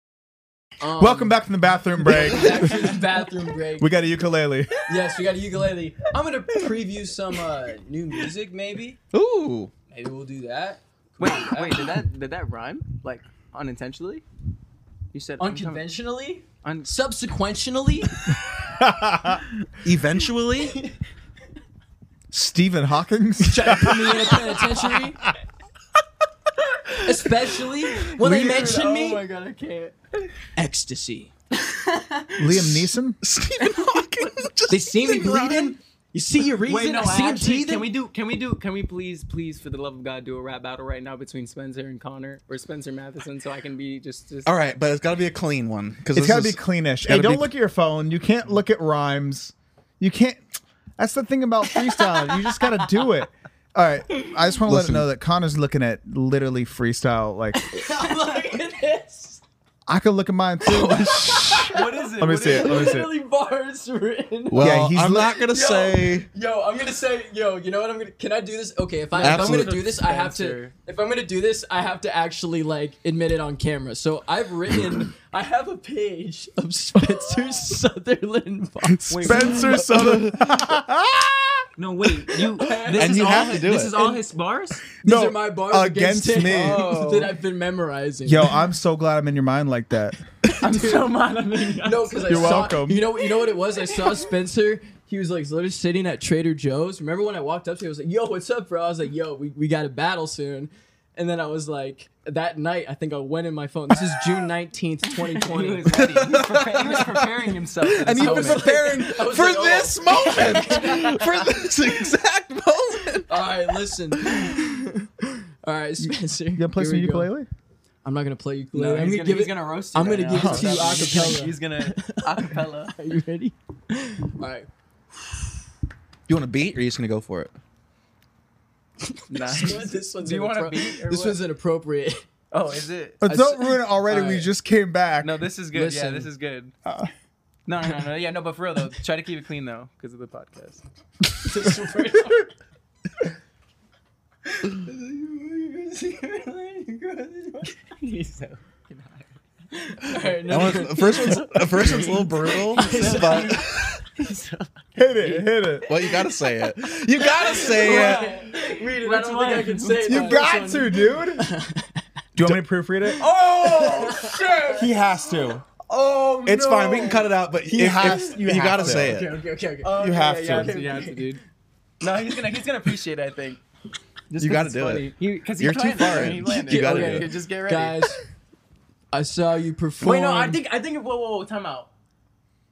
Speaker 4: Um,
Speaker 7: Welcome back from the bathroom break.
Speaker 4: back to the bathroom break.
Speaker 7: we got a ukulele.
Speaker 4: Yes, we got a ukulele. I'm gonna preview some uh, new music, maybe.
Speaker 3: ooh
Speaker 4: Maybe we'll do that.
Speaker 5: Wait, wait, did that did that rhyme? Like unintentionally? You said uncon-
Speaker 4: Unconventionally,
Speaker 5: un-
Speaker 4: subsequently,
Speaker 3: eventually
Speaker 7: Stephen Hawkins.
Speaker 4: put me in a penitentiary. Especially when they mention me.
Speaker 5: Oh god, I can't.
Speaker 4: Ecstasy.
Speaker 7: Liam Neeson.
Speaker 3: stephen hawking just
Speaker 4: They see me
Speaker 3: Ryan?
Speaker 4: bleeding. You see your reason.
Speaker 5: Wait, no,
Speaker 4: I see him
Speaker 5: actually,
Speaker 4: teething.
Speaker 5: can we do? Can we do? Can we please, please, for the love of God, do a rap battle right now between Spencer and Connor or Spencer Matheson, so I can be just. just
Speaker 3: all right but it's got to be a clean one because
Speaker 7: It's gotta be cleanish. Hey,
Speaker 3: gotta
Speaker 7: don't
Speaker 3: be-
Speaker 7: look at your phone. You can't look at rhymes. You can't. That's the thing about freestyling. you just gotta do it. All right. I just want to let it
Speaker 3: Listen.
Speaker 7: know that Connor's looking at literally freestyle. Like
Speaker 4: I'm like this.
Speaker 7: I could look at mine too.
Speaker 5: What is it?
Speaker 7: Let me see it. Let me see it.
Speaker 4: Literally bars written.
Speaker 3: well
Speaker 7: Yeah, he's
Speaker 3: i'm
Speaker 7: li-
Speaker 3: not gonna say
Speaker 4: Yo, I'm gonna say, yo, you know what? I'm gonna. Can I do this? Okay, if, I, if I'm
Speaker 3: Absolutely.
Speaker 4: gonna do this, I have to.
Speaker 5: Spencer.
Speaker 4: If I'm gonna do this, I have to actually like admit it on camera. So I've written. I have a page of Spencer Sutherland. Vox.
Speaker 7: Spencer Sutherland.
Speaker 5: No, wait. You. This
Speaker 3: And
Speaker 5: is
Speaker 3: you
Speaker 5: all
Speaker 3: have to
Speaker 5: his,
Speaker 3: do
Speaker 5: This
Speaker 3: it.
Speaker 5: is all his bars.
Speaker 4: These
Speaker 7: No,
Speaker 4: are my bars
Speaker 7: against
Speaker 4: against, him
Speaker 7: me.
Speaker 5: Oh.
Speaker 4: that I've been memorizing.
Speaker 7: Yo, I'm so glad I'm in your mind like that.
Speaker 5: I'm so mad. I mean,
Speaker 4: no, because
Speaker 7: You're
Speaker 4: I saw,
Speaker 7: welcome.
Speaker 4: You know, you know what it was? I saw Spencer. He was like literally sitting at Trader Joe's. Remember when I walked up to him? I was like, "Yo, what's up, bro?" I was like, "Yo, we, we got a battle soon." And then I was like, that night, I think I went in my phone. This is June nineteenth, twenty
Speaker 5: he
Speaker 4: twenty.
Speaker 5: was ready. He was, prepa- he was preparing himself. For this
Speaker 3: and you've been
Speaker 5: moment.
Speaker 3: preparing
Speaker 4: I was
Speaker 3: for
Speaker 4: like, oh.
Speaker 3: this moment, for this exact moment.
Speaker 4: All right, listen. All right, Spencer.
Speaker 7: You gonna play
Speaker 4: here
Speaker 7: some
Speaker 4: we go.
Speaker 7: ukulele?
Speaker 4: I'm gonna play ukulele.
Speaker 5: No,
Speaker 4: I'm
Speaker 5: he's
Speaker 4: gonna,
Speaker 5: gonna,
Speaker 4: give
Speaker 5: he's
Speaker 4: it.
Speaker 5: gonna roast.
Speaker 4: I'm
Speaker 5: right
Speaker 4: gonna
Speaker 5: now.
Speaker 4: give it to you
Speaker 5: He's
Speaker 4: acapella.
Speaker 5: gonna- He's gonna acapella.
Speaker 4: Are you ready? All right.
Speaker 3: You want a beat, or are you just gonna go for it?
Speaker 5: Nice.
Speaker 4: This one's
Speaker 5: Do you want a
Speaker 4: inappro-
Speaker 5: beat? or
Speaker 4: This
Speaker 5: what?
Speaker 4: one's inappropriate.
Speaker 5: Oh, is it?
Speaker 7: But
Speaker 4: I
Speaker 7: don't
Speaker 4: s-
Speaker 7: ruin it already. We
Speaker 4: Alright.
Speaker 7: just came back.
Speaker 5: No, this is good. Yeah,
Speaker 4: Listen.
Speaker 5: this is good.
Speaker 7: Uh.
Speaker 5: no, no, no, no. Yeah, no, but for real though, try to keep it clean though, because of the podcast.
Speaker 4: This one- All right, no,
Speaker 3: That one's- the first one's the first one's a little brutal, but
Speaker 7: Hit it, hit it.
Speaker 3: well, you gotta say it. You gotta
Speaker 7: uh,
Speaker 3: say it.
Speaker 4: Read it. I don't think I can say it.
Speaker 7: You got to, dude. Do you want me to proofread it? Oh shit! He has to. Oh,
Speaker 3: It's fine. We can cut it out, but if- if-
Speaker 7: has-
Speaker 3: you,
Speaker 7: you have
Speaker 3: gotta
Speaker 7: to.
Speaker 3: say
Speaker 4: Okay,
Speaker 3: it.
Speaker 5: Uh,
Speaker 4: okay, okay, okay.
Speaker 7: You have
Speaker 5: yeah,
Speaker 7: to.
Speaker 5: yeah, dude. No, he's gonna he's gonna appreciate it, I think. Just
Speaker 3: You
Speaker 5: 'cause
Speaker 3: gotta
Speaker 5: it's
Speaker 3: do
Speaker 5: funny.
Speaker 3: it.
Speaker 5: You, cause he
Speaker 3: You're too
Speaker 5: planned
Speaker 3: far
Speaker 5: it.
Speaker 3: in.
Speaker 5: He planned
Speaker 3: You
Speaker 5: it.
Speaker 3: gotta
Speaker 5: Okay,
Speaker 3: do it.
Speaker 5: Just get ready.
Speaker 4: guys. I saw you perform.
Speaker 5: Wait, no, I think I think whoa, whoa, whoa, time out.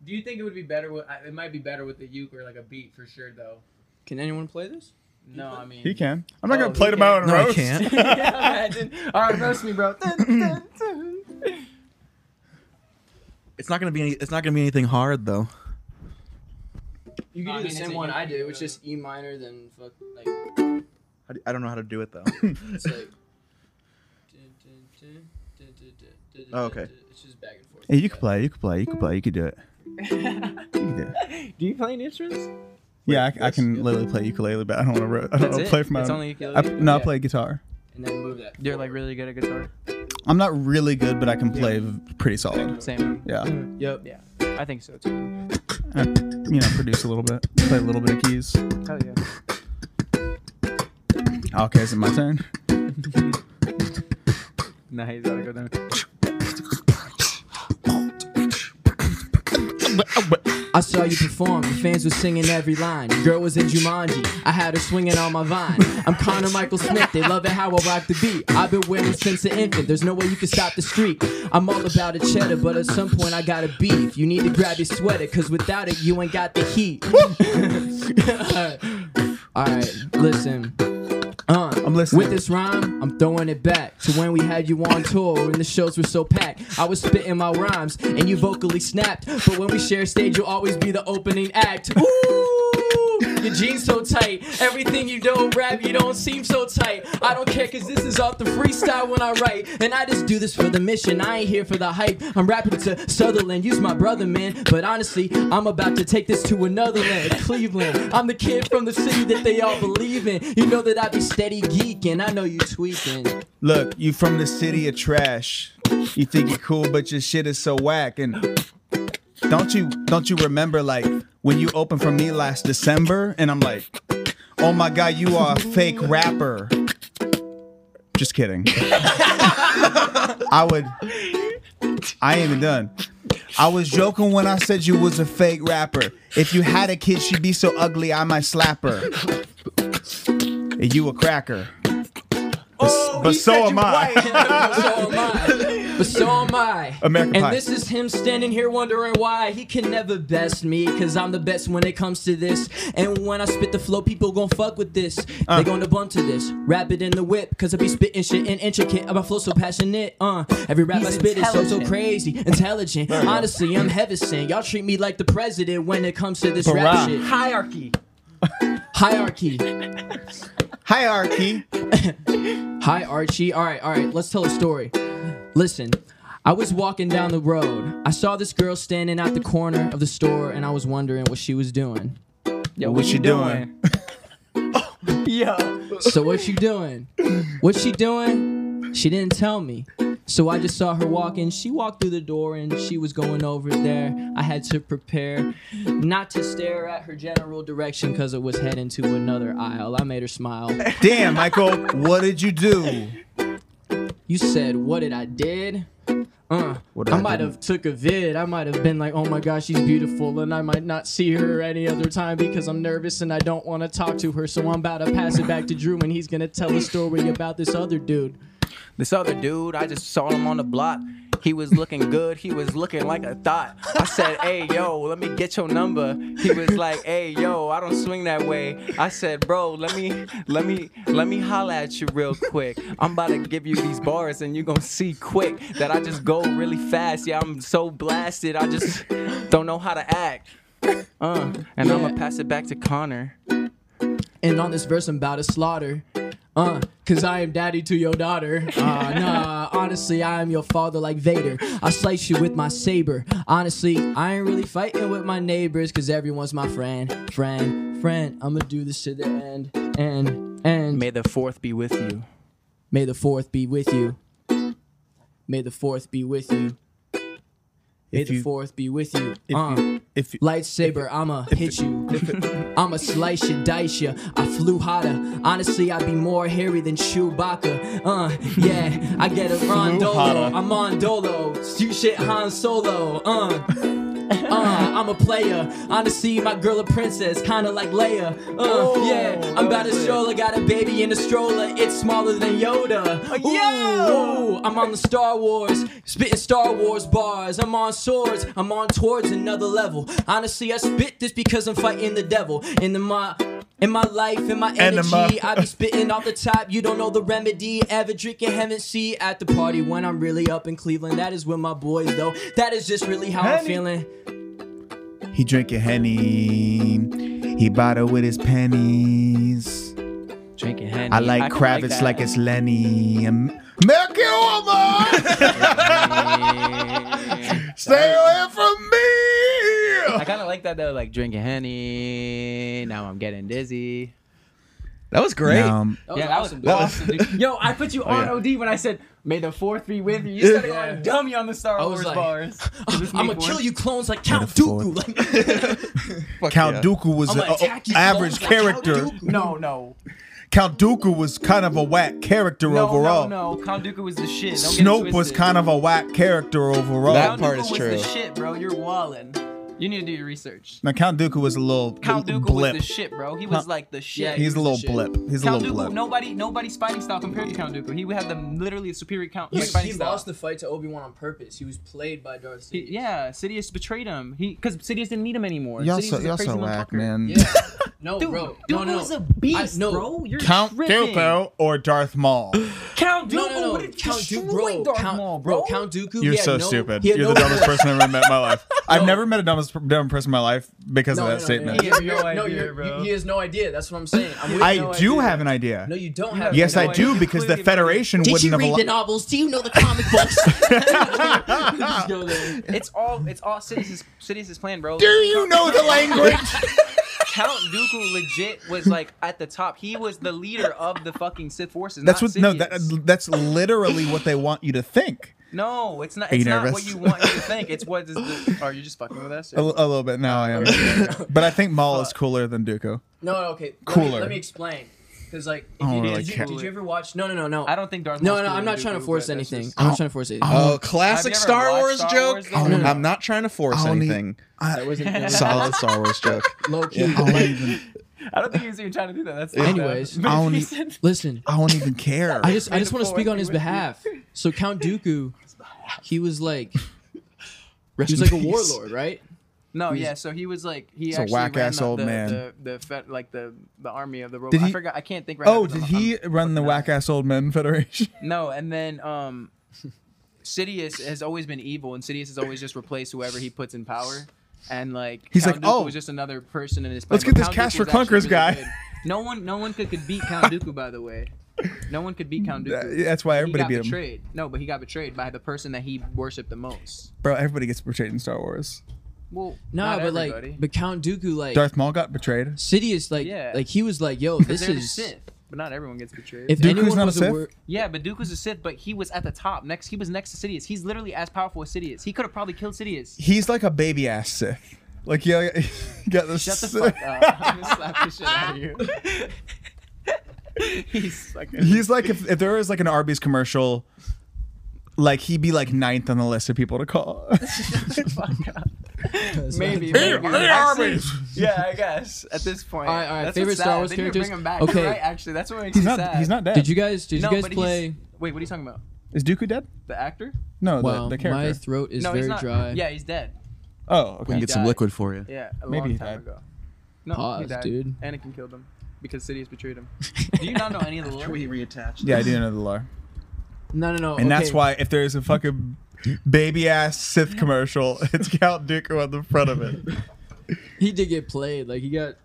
Speaker 5: Do you think it would be better with? I- It might be better with a uke or like a beat for sure, though.
Speaker 4: Can anyone play this?
Speaker 5: No, I mean
Speaker 2: He can.
Speaker 5: I'm not
Speaker 6: gonna play them out in
Speaker 3: No, I
Speaker 6: roast.
Speaker 3: can't.
Speaker 5: Imagine. All right, roast me, bro. Dun, dun, dun.
Speaker 3: It's not gonna be. Any, it's not gonna be anything hard though.
Speaker 4: You
Speaker 5: No,
Speaker 4: can do
Speaker 5: I
Speaker 4: the
Speaker 5: mean,
Speaker 4: same
Speaker 5: it's a
Speaker 4: one
Speaker 5: U- uh,
Speaker 4: I did, which is E minor, then fuck, like
Speaker 3: I d- I don't know how to do it though.
Speaker 4: it's like.
Speaker 3: Oh, okay.
Speaker 4: It's just back and forth.
Speaker 2: Hey, you could play. You could play. You could play. Oh, You could do it. You could do it.
Speaker 5: Do you play any instruments?
Speaker 2: Yeah, I, I can literally play ukulele, but I don't want to. Ro- I don't
Speaker 5: That's
Speaker 2: want to
Speaker 5: it.
Speaker 2: play for my.
Speaker 5: It's
Speaker 2: own-
Speaker 5: only
Speaker 2: I,
Speaker 5: ukulele.
Speaker 2: no, I
Speaker 4: Yeah.
Speaker 2: play guitar.
Speaker 4: And then move that.
Speaker 5: You're like really good at guitar.
Speaker 2: I'm not really good, but I can play v- pretty solid.
Speaker 5: Same.
Speaker 2: Yeah,
Speaker 4: Yep.
Speaker 5: Yeah, I think so too.
Speaker 2: I, you know, produce a little bit, play a little bit of keys.
Speaker 5: Hell yeah.
Speaker 2: Okay, is it my turn?
Speaker 5: Nah, he's gotta go down.
Speaker 4: I saw you perform. Your fans were singing every line. Your girl was in Jumanji. I had her swinging on my vine. I'm Connor Michael Smith. They love it how I rock the beat. I've been winning since an infant. There's no way you can stop the streak. I'm all about a cheddar, but at some point I gotta beef. You need to grab your sweater, cause without it, you ain't got the heat. Alright, listen. Uh, I'm
Speaker 2: listening.
Speaker 4: With this rhyme, I'm throwing it back to when we had you on tour and the shows were so packed. I was spitting my rhymes and you vocally snapped. But when we share stage, you'll always be the opening act. Ooh, your jeans so tight. Everything you don't rap, you don't seem so tight. I don't care cause this is off the freestyle when I write. And I just do this for the mission. I ain't here for the hype. I'm rapping to Sutherland, use my brother, man. But honestly, I'm about to take this to another land, Cleveland. I'm the kid from the city that they all believe in. You know that I be steady geeking. I know you tweaking.
Speaker 7: Look, you from the city of trash. You think you're cool, but your shit is so whack. And don't you don't you remember like when you opened for me last December? And I'm like, oh my god, you are a fake rapper. Just kidding. I would. I ain't even done. I was joking when I said you was a fake rapper. If you had a kid, she'd be so ugly, I might slap her. And you a cracker.
Speaker 2: but so am I.
Speaker 4: but so am I. But so am I.
Speaker 2: American
Speaker 4: and
Speaker 2: Pie.
Speaker 4: this is him standing here wondering why he can never best me, cause I'm the best when it comes to this. And when I spit the flow, people gon' fuck with this.
Speaker 2: Uh.
Speaker 4: they gonna bump to this. Rap it in the whip, cause I be spitting shit and intricate. My flow so passionate, uh. Every rap I spit is so so crazy, intelligent. Honestly, I'm heaven sent. Y'all treat me like the president when it comes to this
Speaker 2: Hurrah.
Speaker 4: rap shit.
Speaker 5: Hierarchy.
Speaker 4: Hierarchy.
Speaker 7: Hierarchy.
Speaker 4: Hi, Archie. All right, all right, let's tell a story. Listen, I was walking down the road. I saw this girl standing at the corner of the store, and I was wondering what she was doing.
Speaker 5: Yo,
Speaker 7: What you doing?
Speaker 5: Yo.
Speaker 4: So, what she doing? What she doing? She didn't tell me. So, I just saw her walking. She walked through the door, and she was going over there. I had to prepare not to stare at her general direction because it was heading to another aisle. I made her smile.
Speaker 7: Damn, Michael, what did you do?
Speaker 4: You said, "What did I did?" Uh,
Speaker 7: What
Speaker 4: I,
Speaker 7: I
Speaker 4: might
Speaker 7: didn't.
Speaker 4: have took a vid. I might have been like, "Oh my gosh, she's beautiful," and I might not see her any other time because I'm nervous and I don't want to talk to her. So I'm about to pass it back to Drew, and he's gonna tell a story about this other dude.
Speaker 5: This other dude, I just saw him on the block. He was looking good. He was looking like a thought. I said, "Hey, yo, let me get your number." He was like, "Hey, yo, I don't swing that way." I said, "Bro, let me, let me, let me holla at you real quick. I'm about to give you these bars, and you gonna see quick that I just go really fast. Yeah, I'm so blasted. I just don't know how to act." Uh, and I'm
Speaker 4: Yeah.
Speaker 5: gonna pass it back to Connor.
Speaker 4: And on this verse, I'm about to slaughter. Uh, cause I am daddy to your daughter. Uh, nah, honestly, I am your father like Vader. I slice you with my saber. Honestly, I ain't really fighting with my neighbors, cause everyone's my friend, friend, friend. I'ma do this to the end, and, and.
Speaker 5: May the fourth be with you.
Speaker 4: May the fourth be with you. May the fourth be with you. May
Speaker 7: If
Speaker 4: the
Speaker 7: you-
Speaker 4: fourth be with you.
Speaker 7: if
Speaker 4: Uh,
Speaker 7: you- if you-
Speaker 4: lightsaber, I'ma hit you. I'ma slice you, dice you. I flew hotter. Honestly, I'd be more hairy than Chewbacca. Uh, yeah, I get a Ron Dolo. I'm on Dolo. You shit Han Solo. Uh, Uh, I'm a player. Honestly, my girl a princess, kinda like Leia. Uh, yeah,
Speaker 7: Oh,
Speaker 4: I'm about to stroller. Got a baby in a stroller. It's smaller than Yoda. Ooh, ooh, I'm on the Star Wars, spitting Star Wars bars. I'm on swords. I'm on towards another level. Honestly, I spit this because I'm fighting the devil. In the my in my life, in my energy, I be spitting off the top. You don't know the remedy. Ever drinking Hennessy see at the party when I'm really up in Cleveland. That is with my boys, though. That is just really how I'm feeling.
Speaker 2: He drink a henny. He bought it with his pennies.
Speaker 5: Drinking Henny.
Speaker 2: I like
Speaker 5: can
Speaker 2: Kravitz
Speaker 5: that.
Speaker 2: like, it's Lenny. And Milky woman, stay away from
Speaker 5: I
Speaker 2: me.
Speaker 5: kind of like that though, like drinking Henny. Now I'm getting dizzy.
Speaker 3: That was great.
Speaker 2: Um,
Speaker 4: That was
Speaker 5: Yeah, that was
Speaker 4: awesome, dude.
Speaker 5: awesome, dude. Yo, I put you on OD when I said, may the fourth be with you. You said it on dummy on the Star
Speaker 4: I
Speaker 5: Wars
Speaker 4: was like,
Speaker 5: bars.
Speaker 4: I'm gonna kill you clones like Count Dooku. Like,
Speaker 2: Count Dooku was
Speaker 4: I'm
Speaker 2: an
Speaker 4: gonna attack you
Speaker 2: average
Speaker 4: clones like Count
Speaker 2: character.
Speaker 4: Dooku.
Speaker 5: No, no.
Speaker 2: Count Dooku was kind of a whack character
Speaker 5: No,
Speaker 2: overall.
Speaker 5: no, no. Count Dooku was the shit. Don't get it
Speaker 2: Snope was
Speaker 5: twisted.
Speaker 2: kind of a whack character overall.
Speaker 3: That
Speaker 5: Count
Speaker 3: part
Speaker 5: Dooku
Speaker 3: is
Speaker 5: was
Speaker 3: true.
Speaker 5: the shit, bro. You're walling. You need to do your research.
Speaker 2: now Count Dooku was a little
Speaker 5: Count
Speaker 2: little
Speaker 5: Dooku
Speaker 2: blip.
Speaker 5: was the shit, bro. He was like the shit.
Speaker 4: Yeah,
Speaker 2: He's a
Speaker 4: was the
Speaker 2: little
Speaker 4: shit.
Speaker 2: blip. He's a
Speaker 5: Count
Speaker 2: little
Speaker 5: Dooku,
Speaker 2: blip.
Speaker 5: nobody, nobody fighting style compared to Count Dooku. He had the literally superior count.
Speaker 4: he
Speaker 5: Like, fighting style.
Speaker 4: lost the fight to Obi Wan on purpose. He was played by Darth
Speaker 5: He-
Speaker 4: Sidious.
Speaker 5: yeah, Sidious betrayed him. He because Sidious didn't need him anymore.
Speaker 2: Y'all
Speaker 5: Sidious
Speaker 2: so,
Speaker 5: was a
Speaker 2: y'all
Speaker 5: crazy
Speaker 2: so whack,
Speaker 5: motherfucker.
Speaker 2: man.
Speaker 4: Yeah. No,
Speaker 5: Dude,
Speaker 4: bro.
Speaker 5: Dooku
Speaker 4: no, no.
Speaker 5: was a beast,
Speaker 4: I- no.
Speaker 5: bro. You're
Speaker 2: Count
Speaker 5: tripping.
Speaker 2: Dooku or Darth Maul?
Speaker 5: Count Dooku
Speaker 4: No, no,
Speaker 5: would
Speaker 4: no.
Speaker 5: have
Speaker 4: Count
Speaker 5: destroyed
Speaker 4: Dooku, bro.
Speaker 5: Darth
Speaker 4: Count,
Speaker 5: Maul, bro.
Speaker 4: bro. Count Dooku.
Speaker 2: You're
Speaker 4: he had
Speaker 2: so
Speaker 4: no-
Speaker 2: stupid.
Speaker 4: he had
Speaker 2: You're
Speaker 4: no
Speaker 2: the dumbest
Speaker 4: voice.
Speaker 2: person I've ever met in my life. I've never met a dumbest dumb person in my life because
Speaker 4: No,
Speaker 2: of
Speaker 4: no,
Speaker 2: that
Speaker 4: no,
Speaker 2: statement.
Speaker 4: no, you're-
Speaker 5: He has no
Speaker 4: no,
Speaker 5: idea,
Speaker 4: you're-
Speaker 5: bro.
Speaker 4: you- He has no idea. That's what I'm saying. I'm with
Speaker 2: I
Speaker 4: no
Speaker 2: do
Speaker 4: idea.
Speaker 2: have an idea.
Speaker 4: No, you don't
Speaker 5: You
Speaker 4: have.
Speaker 5: have
Speaker 2: yes,
Speaker 5: no
Speaker 2: I
Speaker 5: idea.
Speaker 2: do because the
Speaker 5: Clearly,
Speaker 2: Federation
Speaker 4: Did you
Speaker 2: wouldn't have
Speaker 4: read the
Speaker 2: allowed.
Speaker 4: novels? Do you know the comic books? Just go there.
Speaker 5: It's all it's all Sidious's Sidious's plan, bro.
Speaker 2: Do you know the language?
Speaker 5: Count Dooku legit was like at the top. He was the leader of the fucking Sith forces.
Speaker 2: that's
Speaker 5: not
Speaker 2: what. No,
Speaker 5: Sidious.
Speaker 2: that, uh, that's literally what they want you to think.
Speaker 5: No, it's not.
Speaker 2: Are you
Speaker 5: It's not
Speaker 2: nervous?
Speaker 5: what you want to think. It's what is the. Are you just fucking with us?
Speaker 2: A, l- a little bit now I am, but I think Maul is cooler than Dooku.
Speaker 4: No, no, okay. Let
Speaker 2: Cooler.
Speaker 4: me, let me explain. Because like, if
Speaker 2: don't
Speaker 4: you,
Speaker 2: really
Speaker 4: did, you,
Speaker 2: care.
Speaker 4: did you ever watch? No, no, no, no.
Speaker 5: I don't think Darth.
Speaker 4: No,
Speaker 5: Maul's
Speaker 4: no,
Speaker 5: cooler
Speaker 4: I'm
Speaker 5: than
Speaker 4: not trying to
Speaker 5: Dooku,
Speaker 4: force
Speaker 5: but that's
Speaker 4: anything.
Speaker 5: just-
Speaker 4: I'm not trying to force anything.
Speaker 3: Oh,
Speaker 5: I've
Speaker 3: classic
Speaker 5: never
Speaker 3: Star
Speaker 5: watched
Speaker 3: Wars
Speaker 5: Star
Speaker 3: joke.
Speaker 5: Wars, though.
Speaker 3: I'm- I'm not trying to force
Speaker 2: Only-
Speaker 3: anything.
Speaker 4: That wasn't that was
Speaker 3: Solid Star Wars joke.
Speaker 4: low key.
Speaker 5: I don't think he was even trying to do that. That's
Speaker 4: Anyways,
Speaker 5: But if he
Speaker 2: only-
Speaker 5: said-
Speaker 4: Listen,
Speaker 2: I don't even care.
Speaker 4: I just I just want to
Speaker 5: Metaphor,
Speaker 4: speak on his
Speaker 5: you would-
Speaker 4: behalf. So Count Dooku, he was like, he was like a warlord, right?
Speaker 5: No, yeah. So he was like he
Speaker 2: a
Speaker 5: actually ran
Speaker 2: whack-ass
Speaker 5: the,
Speaker 2: old
Speaker 5: the,
Speaker 2: man.
Speaker 5: The, the, fed- like the the army of the robot.
Speaker 2: Did
Speaker 5: I
Speaker 2: he-
Speaker 5: forgot. I can't think. Right
Speaker 2: Oh,
Speaker 5: after
Speaker 2: did
Speaker 5: them.
Speaker 2: he
Speaker 5: I'm-
Speaker 2: run the whack ass old men federation?
Speaker 5: No, and then um, Sidious has always been evil, and Sidious has always just replaced whoever he puts in power. And like
Speaker 2: He's
Speaker 5: Count
Speaker 2: like,
Speaker 5: Dooku
Speaker 2: "Oh,
Speaker 5: was just another person in his.
Speaker 2: let's
Speaker 5: plan,
Speaker 2: get
Speaker 5: but
Speaker 2: this
Speaker 5: Count
Speaker 2: Cash
Speaker 5: Dooku
Speaker 2: for
Speaker 5: was actually
Speaker 2: Clunkers guy.
Speaker 5: good. No one, no one could, could beat Count Dooku. By the way, no one could beat Count Dooku.
Speaker 2: That's why
Speaker 5: He
Speaker 2: everybody
Speaker 5: got
Speaker 2: beat him.
Speaker 5: betrayed. No, but he got betrayed by the person that he worshipped the most.
Speaker 2: Bro, everybody gets betrayed in Star Wars.
Speaker 5: Well,
Speaker 4: No,
Speaker 5: not
Speaker 4: but
Speaker 5: everybody.
Speaker 4: like, but Count Dooku, like
Speaker 2: Darth Maul got betrayed.
Speaker 4: Sidious, like,
Speaker 5: Yeah.
Speaker 4: like he was like, yo,
Speaker 5: 'Cause
Speaker 4: this
Speaker 5: they're the
Speaker 4: is
Speaker 5: Sith, but not everyone gets betrayed.
Speaker 4: if
Speaker 2: Dooku's
Speaker 4: anyone
Speaker 2: not a
Speaker 4: was
Speaker 2: Sith?
Speaker 4: a word,
Speaker 5: Yeah, but Duke was a Sith, but he was at the top. Next, he was next to Sidious. He's literally as powerful as Sidious. He could have probably killed Sidious.
Speaker 2: He's like a baby ass Sith. Like yeah, he got this.
Speaker 5: Shut the fuck up! I'm gonna slap the shit out of you. He's fucking.
Speaker 2: He's like if, if there was like an Arby's commercial, like he'd be like ninth on the list of people to call.
Speaker 5: Maybe. maybe. Yeah, I guess at this point.
Speaker 4: All right, all right,
Speaker 5: That's
Speaker 4: favorite
Speaker 5: what's
Speaker 4: Star
Speaker 5: sad.
Speaker 4: Wars
Speaker 5: They need to
Speaker 4: characters?
Speaker 5: Bring him back.
Speaker 4: Okay.
Speaker 5: You're right, actually, that's what makes
Speaker 2: he's
Speaker 5: me
Speaker 2: not.
Speaker 5: sad.
Speaker 2: He's not dead.
Speaker 4: did you guys did
Speaker 5: No,
Speaker 4: you guys
Speaker 5: but he's-
Speaker 4: play?
Speaker 5: Wait, what are you talking about?
Speaker 2: Is Dooku dead?
Speaker 5: The actor?
Speaker 2: No,
Speaker 4: Well,
Speaker 2: the, the
Speaker 4: my
Speaker 2: character.
Speaker 4: throat is
Speaker 5: no,
Speaker 4: very
Speaker 5: he's not.
Speaker 4: dry.
Speaker 5: Yeah, he's dead.
Speaker 2: oh, okay.
Speaker 5: some liquid
Speaker 3: for you.
Speaker 5: Yeah, a
Speaker 2: Maybe
Speaker 5: long
Speaker 2: he
Speaker 5: time
Speaker 2: died.
Speaker 5: ago. No, he
Speaker 4: Pause,
Speaker 5: died.
Speaker 4: dude.
Speaker 5: Anakin killed him because Sidious betrayed him. Do you not know any of the lore?
Speaker 3: He reattached.
Speaker 2: Yeah, I do know the lore,
Speaker 4: No, no, no.
Speaker 2: and that's
Speaker 4: okay.
Speaker 2: why if there is a fucking baby ass Sith commercial, it's Count Dooku on the front of it.
Speaker 4: he did get played. Like he got,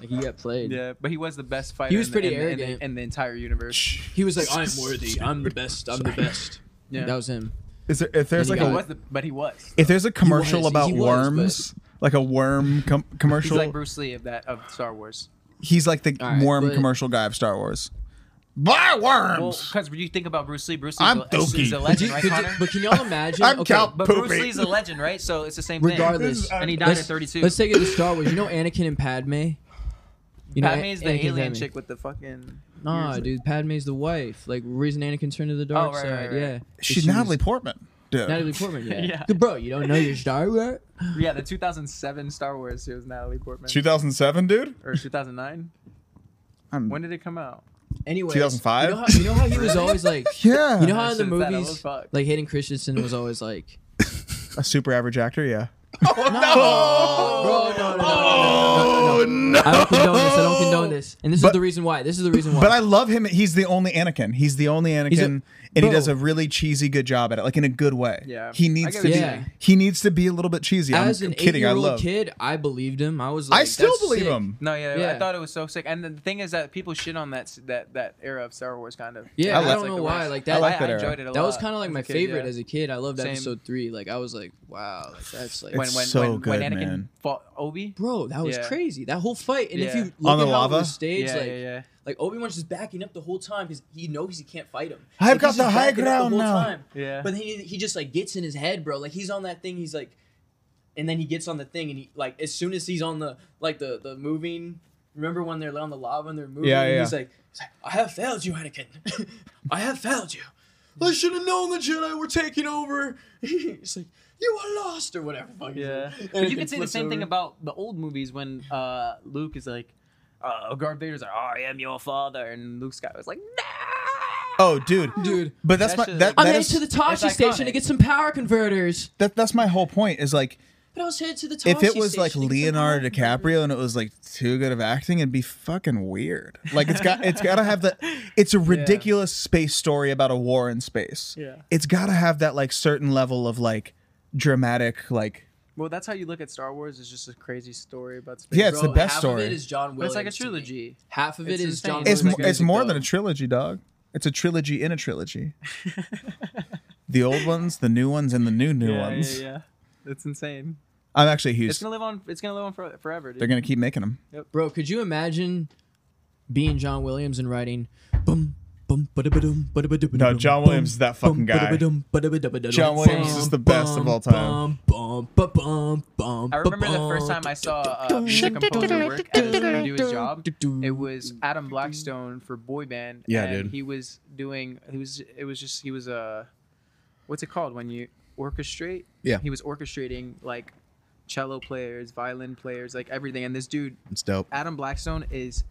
Speaker 4: like he got played.
Speaker 5: Yeah, but he was the best fighter.
Speaker 4: He was
Speaker 5: in
Speaker 4: pretty
Speaker 5: the, in the- in the-
Speaker 4: arrogant.
Speaker 5: in the entire universe.
Speaker 4: He was like, I'm worthy. I'm the best. I'm the best.
Speaker 5: Yeah,
Speaker 4: That was him.
Speaker 2: Is there if there's
Speaker 4: And
Speaker 2: like
Speaker 4: he
Speaker 5: But he
Speaker 2: a
Speaker 4: got-
Speaker 5: was the- but he was.
Speaker 2: if there's a commercial
Speaker 4: was,
Speaker 2: about
Speaker 4: he was,
Speaker 2: worms, like a worm com-
Speaker 5: He's
Speaker 2: commercial,
Speaker 5: like Bruce Lee of that of Star Wars.
Speaker 2: the
Speaker 4: All right,
Speaker 2: worm
Speaker 4: but-
Speaker 2: commercial guy of Star Wars. Buy
Speaker 5: Well,
Speaker 2: worms.
Speaker 5: because when you think about Bruce Lee, Bruce Lee's
Speaker 2: I'm
Speaker 5: a, is- is
Speaker 2: Dookie.
Speaker 5: a
Speaker 4: Could
Speaker 5: legend,
Speaker 4: you-
Speaker 5: right,
Speaker 4: could you-
Speaker 5: Connor?
Speaker 4: but can y'all imagine?
Speaker 2: I'm
Speaker 4: okay,
Speaker 2: Count
Speaker 5: but Bruce
Speaker 2: Poopy.
Speaker 5: Lee's a legend, right? So it's the same
Speaker 4: regardless.
Speaker 5: thing. And he died
Speaker 4: Let's,
Speaker 5: at 32.
Speaker 4: let's take it to Star Wars. You know Anakin and Padme. You know,
Speaker 5: Padme's the
Speaker 4: Anakin and
Speaker 5: alien
Speaker 4: Padme.
Speaker 5: chick with the fucking.
Speaker 4: Nah, dude, Padme's the wife. Like reason Anakin turned to the dark
Speaker 5: Oh, right,
Speaker 4: side.
Speaker 5: right, right.
Speaker 4: Yeah,
Speaker 2: She's
Speaker 4: She was-
Speaker 2: Natalie Portman. dude.
Speaker 4: Natalie Portman. Yeah.
Speaker 7: Yeah.
Speaker 4: Good bro, you don't know your Star Wars?
Speaker 7: Yeah, the 2007 Star Wars. It was Natalie Portman.
Speaker 2: 2007, dude.
Speaker 7: or 2009.
Speaker 2: I'm-
Speaker 7: When did it come out?
Speaker 4: Anyway,
Speaker 2: 2005?
Speaker 4: You know, how, you know how he was always like,
Speaker 2: Yeah.
Speaker 4: you know how in the
Speaker 7: Since that, I was
Speaker 4: movies,
Speaker 7: fucked.
Speaker 4: like Hayden Christensen was always like,
Speaker 2: a super average actor. Yeah.
Speaker 4: bro, Oh,
Speaker 2: Oh,
Speaker 4: no, no, no, no, no, no, no, no. I don't condone this. I don't condone this. And this is the reason why. This is the reason why.
Speaker 2: But I love him. He's the only Anakin. He's the only Anakin,
Speaker 4: a-
Speaker 2: and he
Speaker 4: bro.
Speaker 2: does a really cheesy good job at it, like in a good way.
Speaker 7: Yeah.
Speaker 2: He
Speaker 7: I
Speaker 2: needs
Speaker 7: get
Speaker 2: to
Speaker 7: what
Speaker 2: be.
Speaker 7: you're
Speaker 4: saying.
Speaker 2: He needs to be a little bit cheesy. I'm,
Speaker 4: as
Speaker 2: I'm
Speaker 4: an
Speaker 2: kidding. I
Speaker 4: eight-year-old
Speaker 2: love.
Speaker 4: kid, I believed him. I was like,
Speaker 2: I still
Speaker 4: "That's
Speaker 2: believe
Speaker 4: sick."
Speaker 2: him.
Speaker 7: No, yeah, I
Speaker 4: Yeah.
Speaker 7: thought it was so sick. And the thing is that people shit on that s- that that era of Star Wars, kind of.
Speaker 4: Yeah,
Speaker 2: I
Speaker 7: That's
Speaker 2: like-
Speaker 4: don't
Speaker 7: the
Speaker 4: know why,
Speaker 7: worst.
Speaker 4: like, that- I
Speaker 2: like that
Speaker 7: I
Speaker 2: era.
Speaker 7: enjoyed it a
Speaker 4: That was
Speaker 7: lot
Speaker 4: kind of like
Speaker 7: as a
Speaker 4: my
Speaker 7: kid,
Speaker 4: favorite
Speaker 7: yeah.
Speaker 4: as a kid. I loved
Speaker 7: Same.
Speaker 4: episode three. Like I was like, wow, like, that's like,
Speaker 7: When when
Speaker 2: so
Speaker 7: when, when
Speaker 2: good,
Speaker 7: Anakin
Speaker 2: man.
Speaker 7: fought Obi.
Speaker 4: bro, that was
Speaker 7: Yeah.
Speaker 4: crazy. That whole fight, and if
Speaker 7: Yeah.
Speaker 4: you look
Speaker 2: On the
Speaker 4: at how it
Speaker 2: lava?
Speaker 4: was staged,
Speaker 7: Yeah,
Speaker 4: like,
Speaker 7: yeah, yeah.
Speaker 4: like Obi Wan's just backing up the whole time because he knows he can't fight him.
Speaker 2: I've
Speaker 4: Like,
Speaker 2: got
Speaker 4: he's
Speaker 2: the
Speaker 4: just
Speaker 2: high
Speaker 4: backing up
Speaker 2: ground
Speaker 4: whole
Speaker 2: now.
Speaker 7: Yeah.
Speaker 4: But he he just like gets in his head, bro. Like he's on that thing. He's like, and then he gets on the thing, and he like as soon as he's on the like the the moving. Remember when they're on the lava and they're moving?
Speaker 2: Yeah,
Speaker 4: and
Speaker 2: yeah.
Speaker 4: He's like, he's like, I have failed you, Anakin. I have failed you. I should have known the Jedi were taking over. he's like, you are lost or whatever. the fuck he
Speaker 7: Yeah,
Speaker 4: said.
Speaker 7: but you
Speaker 4: Anakin
Speaker 7: can say the
Speaker 4: flips
Speaker 7: same thing
Speaker 4: over.
Speaker 7: about the old movies when uh, Luke is like, uh, Darth Vader's like,
Speaker 5: "Oh,
Speaker 7: "I am your father," and Luke Skywalker's like, "No."
Speaker 2: Oh, dude.
Speaker 4: Dude.
Speaker 2: But that's
Speaker 7: That
Speaker 2: my
Speaker 7: shit is-
Speaker 2: that,
Speaker 4: I'm
Speaker 2: that
Speaker 4: headed
Speaker 2: is,
Speaker 4: to the Tashi
Speaker 7: it's
Speaker 4: station to
Speaker 7: iconic.
Speaker 4: get some power converters.
Speaker 2: that that's my whole point is like
Speaker 4: But I was headed to the Tashi
Speaker 2: if it was
Speaker 4: station
Speaker 2: like
Speaker 4: to get some
Speaker 2: Leonardo
Speaker 4: power converters.
Speaker 2: DiCaprio and it was like too good of acting, it'd be fucking weird. Like it's got it's gotta have that it's a ridiculous space story about a war in space.
Speaker 7: Yeah.
Speaker 2: It's gotta have that like certain level of like dramatic like
Speaker 7: Well, that's how you look at Star Wars. It's just a crazy story about space.
Speaker 2: Yeah, it's the
Speaker 4: Bro,
Speaker 2: best
Speaker 4: half
Speaker 2: story.
Speaker 4: Of it is John Williams.
Speaker 7: but it's like a
Speaker 4: to me.
Speaker 7: trilogy.
Speaker 4: Half of it
Speaker 7: It's
Speaker 4: is
Speaker 7: insane.
Speaker 4: John.
Speaker 2: it's mo-
Speaker 4: Williams
Speaker 2: it's
Speaker 4: music,
Speaker 2: more
Speaker 4: though.
Speaker 2: than a trilogy, dog. It's a trilogy in a trilogy. the old ones, the new ones, and the new new
Speaker 7: yeah,
Speaker 2: ones.
Speaker 7: Yeah, yeah, it's insane.
Speaker 2: I'm actually huge.
Speaker 7: It's gonna live on. It's gonna live on for, forever. Dude.
Speaker 2: They're gonna keep making them.
Speaker 4: Bro, could you imagine being John Williams and writing bum bum ba-da-ba-dum, ba-da-ba-dum,
Speaker 2: No, John
Speaker 4: bum,
Speaker 2: Williams is that
Speaker 4: bum,
Speaker 2: fucking guy.
Speaker 4: ba-da-ba-dum, ba-da-ba-da-ba-dum,
Speaker 2: John Williams is the best of all time.
Speaker 4: Bum, bum, bum, bum,
Speaker 7: I remember the
Speaker 4: bum,
Speaker 7: first time I saw a music composer work at his- do his job. It was Adam Blackstone for boy band.
Speaker 3: Yeah,
Speaker 7: and
Speaker 3: dude.
Speaker 7: He was doing. He was. It was just. He was Uh, what's it called when you orchestrate?
Speaker 3: Yeah.
Speaker 7: He was orchestrating like cello players, violin players, like everything. And this dude,
Speaker 3: It's dope.
Speaker 7: Adam Blackstone, is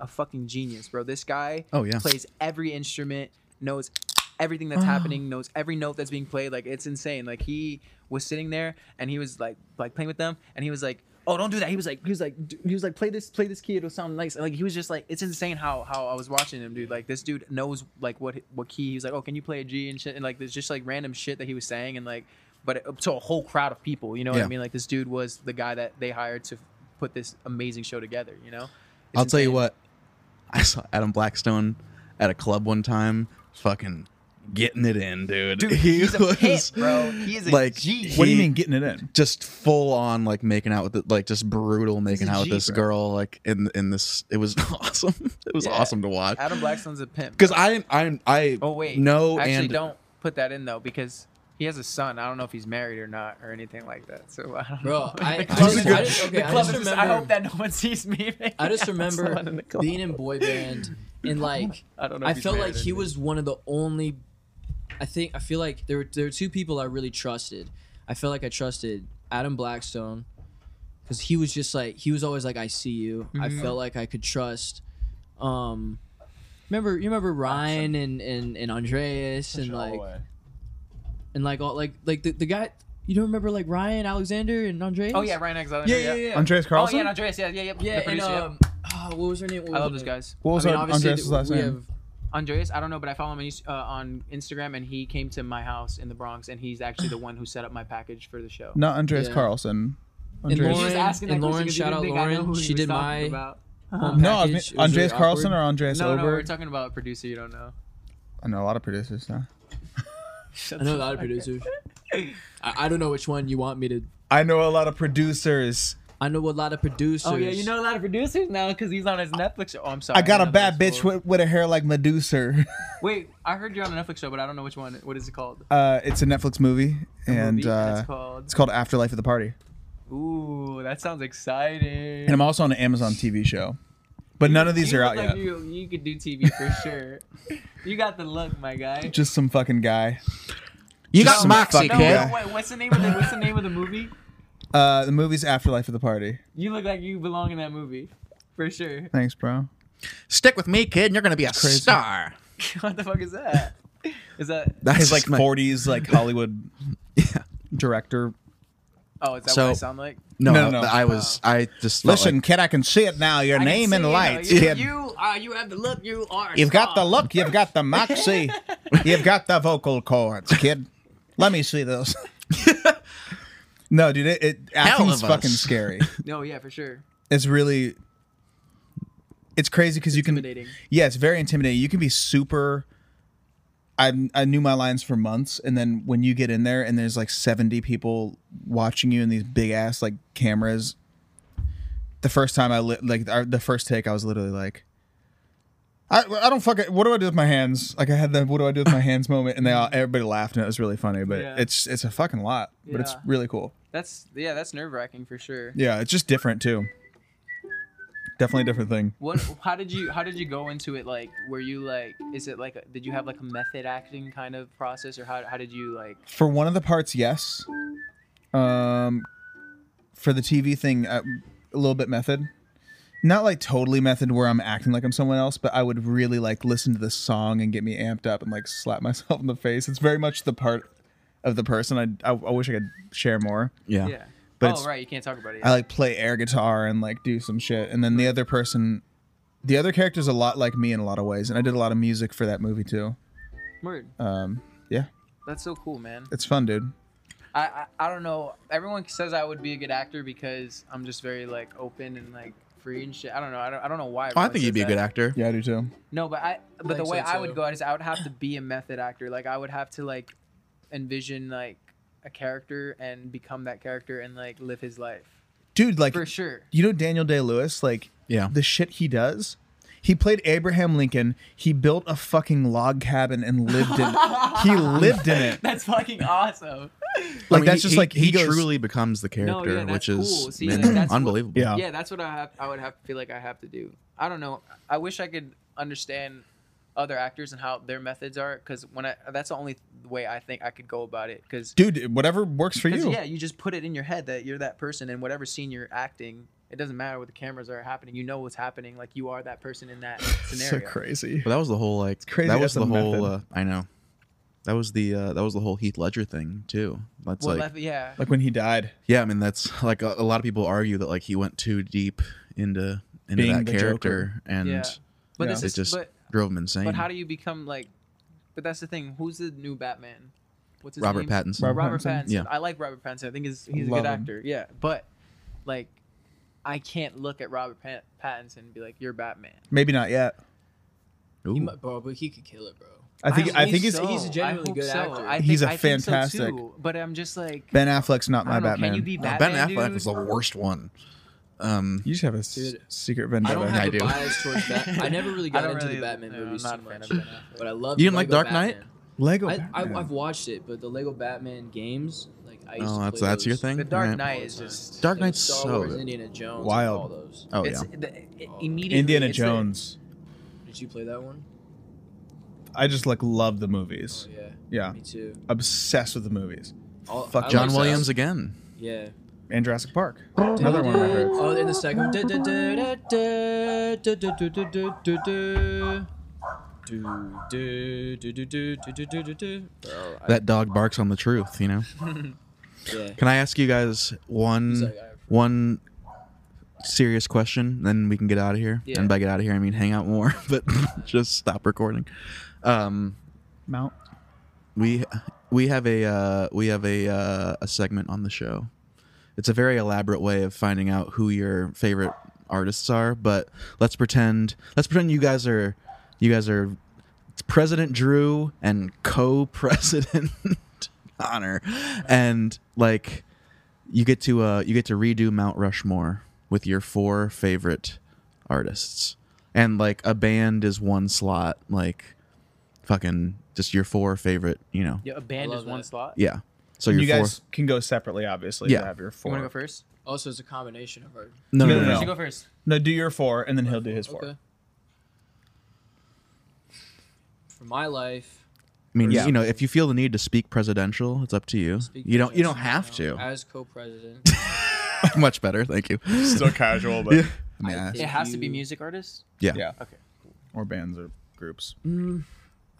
Speaker 7: a fucking genius, bro. This guy.
Speaker 3: Oh, yeah.
Speaker 7: Plays every instrument. Knows. Everything that's happening knows every note that's being played. Like it's insane. Like he was sitting there and he was like like playing with them and he was like, "Oh, don't do that." He was like, he was like, d- he was like, "Play this, play this key. It'll sound nice." And, like he was just like, it's insane how how I was watching him, dude. Like this dude knows like what what key. He was like, "Oh, can you play a G and shit?" And like there's just like random shit that he was saying and like, but it, to a whole crowd of people, you know what
Speaker 3: Yeah.
Speaker 7: I mean? Like this dude was the guy that they hired to put this amazing show together. You know. It's
Speaker 3: I'll tell you
Speaker 7: insane.
Speaker 3: what. I saw Adam Blackstone at a club one time, fucking getting it in, dude.
Speaker 7: Dude, he's a pit, bro. He is a
Speaker 3: like,
Speaker 7: G.
Speaker 3: he
Speaker 2: What do you mean getting it in?
Speaker 3: Just full on, like making out with it, like just brutal making
Speaker 7: a
Speaker 3: out
Speaker 7: G,
Speaker 3: with this
Speaker 7: bro.
Speaker 3: girl, like in in this. It was awesome. It was
Speaker 7: Yeah.
Speaker 3: awesome to watch.
Speaker 7: Adam Blackstone's a pimp.
Speaker 3: Because I I I
Speaker 7: Oh wait,
Speaker 3: no
Speaker 7: actually
Speaker 3: and
Speaker 7: don't put that in though because he has a son. I don't know if he's married or not or anything like that. So I don't know.
Speaker 4: Bro, I, I,
Speaker 7: The club
Speaker 4: just,
Speaker 7: is-
Speaker 4: I, just, okay,
Speaker 7: the
Speaker 4: I
Speaker 7: club
Speaker 4: just
Speaker 7: is-
Speaker 4: remember.
Speaker 7: I hope that no one sees me.
Speaker 4: I just
Speaker 7: making out with
Speaker 4: remember
Speaker 7: someone in the club.
Speaker 4: being in boy band and like
Speaker 7: I don't know. if
Speaker 4: I
Speaker 7: he's
Speaker 4: felt
Speaker 7: married
Speaker 4: like
Speaker 7: or
Speaker 4: he
Speaker 7: anything.
Speaker 4: was one of the only. I think I feel like there were there were two people I really trusted. I felt like I trusted Adam Blackstone because he was just like he was always like I see you. I
Speaker 7: Mm-hmm.
Speaker 4: felt like I could trust. Um, remember you remember Ryan and and and Andreas and like and like all like like the the guy you don't remember like Ryan Alexander and Andreas.
Speaker 7: Oh yeah, Ryan Alexander.
Speaker 4: yeah, yeah, yeah.
Speaker 2: Andreas
Speaker 7: Oh
Speaker 2: Carlson.
Speaker 7: yeah, and Andreas. Yeah, yeah, yeah.
Speaker 4: Yeah,
Speaker 7: the
Speaker 4: and
Speaker 7: producer, yeah.
Speaker 4: um, ah, what was her name? What
Speaker 7: I
Speaker 4: was
Speaker 7: love
Speaker 4: her
Speaker 7: those
Speaker 4: name?
Speaker 7: guys.
Speaker 2: what was
Speaker 4: I mean,
Speaker 2: our-
Speaker 4: obviously,
Speaker 2: Andreas' last
Speaker 4: we
Speaker 2: name?
Speaker 4: have
Speaker 7: Andreas, I don't know, but I follow him on Inst- uh, on Instagram, and he came to my house in the Bronx, and he's actually the one who set up my package for the show.
Speaker 2: Not Andreas
Speaker 4: Yeah.
Speaker 2: Carlson.
Speaker 4: And
Speaker 2: Andreas.
Speaker 7: He was
Speaker 4: Lauren-
Speaker 7: asking that
Speaker 4: and
Speaker 7: question
Speaker 4: Lauren,
Speaker 7: 'cause he
Speaker 4: shout
Speaker 7: didn't
Speaker 4: out
Speaker 7: think I knew
Speaker 4: Lauren,
Speaker 7: who he
Speaker 4: she
Speaker 7: was
Speaker 4: did
Speaker 7: talking
Speaker 4: my-
Speaker 7: about.
Speaker 4: home
Speaker 2: Ah. no, I
Speaker 4: package.
Speaker 2: was
Speaker 4: It
Speaker 2: mean,
Speaker 4: was
Speaker 2: Andreas
Speaker 4: really
Speaker 2: Carlson
Speaker 4: awkward.
Speaker 2: or Andreas
Speaker 7: No,
Speaker 2: Oberg.
Speaker 7: no, we're talking about a producer you don't know.
Speaker 2: I know a lot of producers now.
Speaker 4: I know a lot of producers. I, I don't know which one you want me to.
Speaker 2: I know a lot of producers.
Speaker 4: I know a lot of producers.
Speaker 7: Oh yeah, you know a lot of producers now because he's on his Netflix show. Oh, I'm sorry.
Speaker 2: I got a
Speaker 7: Netflix
Speaker 2: bad bitch
Speaker 7: show.
Speaker 2: with, with a hair like Medusa.
Speaker 7: Wait, I heard you're on a Netflix show, but I don't know which one. What is it called?
Speaker 2: Uh, it's a Netflix movie, and,
Speaker 7: Movie?
Speaker 2: uh,
Speaker 7: it's called.
Speaker 2: it's called Afterlife of the Party.
Speaker 7: Ooh, that sounds exciting.
Speaker 2: And I'm also on an Amazon TV show, but none of these
Speaker 7: You
Speaker 2: are
Speaker 7: look
Speaker 2: out
Speaker 7: like
Speaker 2: yet.
Speaker 7: You, you could do TV for sure. You got the look, my guy.
Speaker 2: Just some fucking guy.
Speaker 8: You
Speaker 3: Just
Speaker 8: got
Speaker 3: some
Speaker 8: moxie,
Speaker 3: fucking
Speaker 8: kid.
Speaker 3: guy.
Speaker 7: Wait, what's the name of the What's the name of the movie?
Speaker 2: Uh, the movie's Afterlife of the Party.
Speaker 7: You look like you belong in that movie, for sure.
Speaker 2: Thanks, bro.
Speaker 8: Stick with me, kid, and you're gonna be a star.
Speaker 7: what the fuck is that? Is that?
Speaker 3: That's
Speaker 2: His like
Speaker 3: my-
Speaker 2: 40s like Hollywood director.
Speaker 7: Oh, is that
Speaker 3: So-
Speaker 7: what I sound like?
Speaker 3: No,
Speaker 2: No, no, no.
Speaker 3: I was. I just felt
Speaker 2: Listen,
Speaker 3: like-
Speaker 2: kid, I can see it now. Your
Speaker 7: I can
Speaker 2: name
Speaker 7: see
Speaker 2: in
Speaker 7: you.
Speaker 2: lights,
Speaker 7: You,
Speaker 2: kid.
Speaker 7: you are. You have the look. You are.
Speaker 2: You've got the
Speaker 7: soft.
Speaker 2: look. You've got the moxie. you've got the vocal cords, kid. Let me see those. no, dude, it, it acting's
Speaker 8: of us.
Speaker 2: fucking scary.
Speaker 7: No, yeah, for sure.
Speaker 2: It's really, it's crazy because you can.
Speaker 7: Intimidating.
Speaker 2: Yeah, it's very intimidating. You can be super. I I knew my lines for months, and then when you get in there and there's like seventy people watching you and these big ass like cameras. The first time I li- like our, the first take, I was literally like. I, I don't fucking. What do I do with my hands? Like I had the what do I do with my hands moment, and they all everybody laughed, and it was really funny. But
Speaker 7: Yeah.
Speaker 2: it's it's a fucking lot, but it's
Speaker 7: Yeah.
Speaker 2: really cool.
Speaker 7: That's yeah. That's nerve wracking for sure.
Speaker 2: Yeah, it's just different too. Definitely a different thing.
Speaker 7: What? How did you? How did you go into it? Like, were you like? Is it like? a- Did you have like a method acting kind of process, or how? How did you like?
Speaker 2: for one of the parts, yes. Um, for the TV thing, uh, a little bit method. Not like totally method where I'm acting like I'm someone else, but I would really like listen to the song and get me amped up and like slap myself in the face. It's very much the part of the person. I, I, I wish I could share more.
Speaker 3: yeah.
Speaker 7: Yeah.
Speaker 2: But
Speaker 7: oh
Speaker 2: it's-
Speaker 7: right, you can't talk about it.
Speaker 2: I like play air guitar and like do some shit. And then the other person, the other character's a lot like me in a lot of ways. And I did a lot of music for that movie too.
Speaker 7: Word.
Speaker 2: Um, yeah,
Speaker 7: That's so cool, man.
Speaker 2: it's fun, dude.
Speaker 7: I, I I don't know. Everyone says I would be a good actor because I'm just very like open and like free and shit. I don't know. I don't, I don't know why.
Speaker 3: Oh, I
Speaker 7: everyone
Speaker 3: think you'd
Speaker 7: says
Speaker 3: be a
Speaker 7: that.
Speaker 3: good actor.
Speaker 2: Yeah, I do too.
Speaker 7: No, but I but the
Speaker 4: think
Speaker 7: way
Speaker 4: so,
Speaker 7: I
Speaker 4: too.
Speaker 7: would go out is I would have to be a method actor. Like I would have to like envision like a character and become that character and like live his life
Speaker 2: Dude, like
Speaker 7: for sure.
Speaker 2: you know Daniel Day Lewis, like
Speaker 3: Yeah.
Speaker 2: the shit he does. He played Abraham Lincoln. He built a fucking log cabin and lived in. he lived in it.
Speaker 7: That's fucking awesome.
Speaker 2: Like
Speaker 3: I mean,
Speaker 2: that's
Speaker 3: he-
Speaker 2: just like
Speaker 3: he,
Speaker 2: he, goes,
Speaker 3: truly becomes the
Speaker 7: No,
Speaker 3: character,
Speaker 7: yeah,
Speaker 3: which
Speaker 7: that's
Speaker 3: is
Speaker 7: cool. See,
Speaker 3: man,
Speaker 7: like, that's what-
Speaker 3: unbelievable.
Speaker 2: Yeah.
Speaker 7: Yeah, that's what I have. I would have feel like I have to do. I don't know. I wish I could understand other actors and how their methods are because when I that's the only way I think I could go about it because
Speaker 2: dude. Whatever works for you.
Speaker 7: yeah you just put it in your head that you're that person and whatever scene you're acting it doesn't matter what the cameras are happening you know what's happening like you are that person in that
Speaker 2: so
Speaker 7: scenario
Speaker 2: crazy.
Speaker 3: But that was the whole like
Speaker 2: crazy
Speaker 3: that was the
Speaker 2: that's a
Speaker 3: whole uh,
Speaker 2: method.
Speaker 3: I know. That was the uh, that was the whole Heath Ledger thing too. That's
Speaker 7: well
Speaker 3: like
Speaker 7: that- yeah
Speaker 2: Like when he died,
Speaker 3: yeah, I mean that's like a, a lot of people argue that like he went too deep into into
Speaker 2: Being
Speaker 3: that
Speaker 2: the
Speaker 3: character and
Speaker 7: Yeah. but
Speaker 2: yeah,
Speaker 7: this
Speaker 3: it
Speaker 7: is
Speaker 3: just
Speaker 7: but,
Speaker 3: drove him insane.
Speaker 7: but how do you become like but that's the thing who's the new batman what's his
Speaker 3: Robert
Speaker 7: name?
Speaker 3: Pattinson.
Speaker 2: Robert
Speaker 7: Robert
Speaker 2: Pattinson.
Speaker 7: Pattinson.
Speaker 3: Yeah.
Speaker 7: I like Robert Pattinson. I think he's he's a
Speaker 2: Love
Speaker 7: good
Speaker 2: him.
Speaker 7: actor. Yeah, but like, I can't look at Robert Pat- Pattinson and be like, "You're Batman."
Speaker 2: maybe not yet.
Speaker 3: Ooh.
Speaker 4: He might, bro, but he could kill it, bro.
Speaker 2: I think. I,
Speaker 7: hope
Speaker 2: think he's
Speaker 7: so.
Speaker 4: he's a genuinely
Speaker 7: I hope
Speaker 4: good
Speaker 7: so.
Speaker 4: actor.
Speaker 7: I
Speaker 2: He's
Speaker 7: think-
Speaker 2: a
Speaker 7: I think so,
Speaker 2: fantastic-
Speaker 7: too, but I'm just like,
Speaker 2: Ben Affleck's not
Speaker 7: I
Speaker 2: my
Speaker 7: don't know,
Speaker 2: Batman.
Speaker 7: Can you be
Speaker 3: Uh,
Speaker 7: Batman?
Speaker 3: ben Affleck
Speaker 7: dude?
Speaker 3: was the worst one.
Speaker 2: You just have a s-
Speaker 4: Dude,
Speaker 2: secret
Speaker 4: I don't
Speaker 2: vendetta.
Speaker 4: have
Speaker 3: I
Speaker 4: a
Speaker 3: do.
Speaker 4: bias towards Batman. I never really
Speaker 7: I
Speaker 4: got
Speaker 7: don't
Speaker 4: into
Speaker 7: really-
Speaker 4: the Batman
Speaker 7: no, I'm
Speaker 4: movies
Speaker 7: not
Speaker 4: too
Speaker 7: a fan
Speaker 4: much,
Speaker 7: of Ben Affleck.
Speaker 4: but I love.
Speaker 3: You didn't like
Speaker 4: Lego
Speaker 3: Dark Knight?
Speaker 4: Batman.
Speaker 2: Lego.
Speaker 4: I, I,
Speaker 2: Batman.
Speaker 4: I've watched it, but the Lego Batman games, like I used
Speaker 3: Oh,
Speaker 4: to
Speaker 3: that's
Speaker 4: play
Speaker 3: that's your
Speaker 4: those
Speaker 3: thing.
Speaker 7: The Dark
Speaker 3: Alright.
Speaker 7: Knight is just.
Speaker 3: Dark
Speaker 4: Like
Speaker 3: Knight's
Speaker 4: Star
Speaker 3: so
Speaker 4: Wars,
Speaker 3: good.
Speaker 4: Indiana
Speaker 2: Wild.
Speaker 4: Jones, Wild. all those.
Speaker 3: Oh yeah.
Speaker 7: it's the, it- immediately.
Speaker 2: Indiana
Speaker 7: it's the-
Speaker 2: Jones.
Speaker 4: Did you play that one?
Speaker 2: I just like love the
Speaker 4: Oh,
Speaker 2: movies.
Speaker 4: yeah,
Speaker 2: Yeah,
Speaker 4: me too.
Speaker 2: obsessed with the movies.
Speaker 4: All,
Speaker 2: Fuck
Speaker 4: I
Speaker 3: John
Speaker 4: like
Speaker 3: Williams
Speaker 4: That.
Speaker 3: again.
Speaker 4: Yeah.
Speaker 2: And Jurassic Park. Another one of my favorites.
Speaker 4: Oh, in the second. one. Bro, I-
Speaker 3: That dog barks on the truth, you know.
Speaker 4: yeah.
Speaker 3: Can I ask you guys one
Speaker 4: like, I-
Speaker 3: one serious question? Then we can get out of here.
Speaker 7: Yeah.
Speaker 3: And by get out of here, I mean hang out more, but just stop recording. Um,
Speaker 2: Mount.
Speaker 3: we we have a uh, we have a uh, a segment on the show. It's a very elaborate way of finding out who your favorite artists are. But let's pretend let's pretend you guys are you guys are President Drew and co-president Connor, and like you get to uh, you get to redo Mount Rushmore with your four favorite artists, and like a band is one slot, like fucking just your four favorite, you know,
Speaker 7: Yeah, a band
Speaker 4: I
Speaker 7: is
Speaker 4: love
Speaker 7: one
Speaker 4: that.
Speaker 7: slot.
Speaker 3: yeah. So
Speaker 2: You
Speaker 3: your four.
Speaker 2: guys can go separately, obviously.
Speaker 3: Yeah.
Speaker 2: to have your
Speaker 7: You
Speaker 2: four.
Speaker 7: want to go first?
Speaker 4: Also, it's a combination of our.
Speaker 3: no, no,
Speaker 2: No,
Speaker 3: no,
Speaker 2: no,
Speaker 7: You
Speaker 3: no.
Speaker 7: go first.
Speaker 2: No, do your four, and then he'll do his four.
Speaker 4: Okay. For my life,
Speaker 3: I mean,
Speaker 9: Yeah.
Speaker 3: you know, if you feel the need to speak presidential, it's up to you. you don't. You don't have to.
Speaker 4: um, As co-president,
Speaker 3: Much better, thank you.
Speaker 2: Still casual, but
Speaker 3: I mean, I-
Speaker 7: It has to be
Speaker 4: you-
Speaker 7: music artists.
Speaker 3: yeah.
Speaker 2: yeah.
Speaker 7: Okay. Mm-hmm.
Speaker 2: Or bands or groups.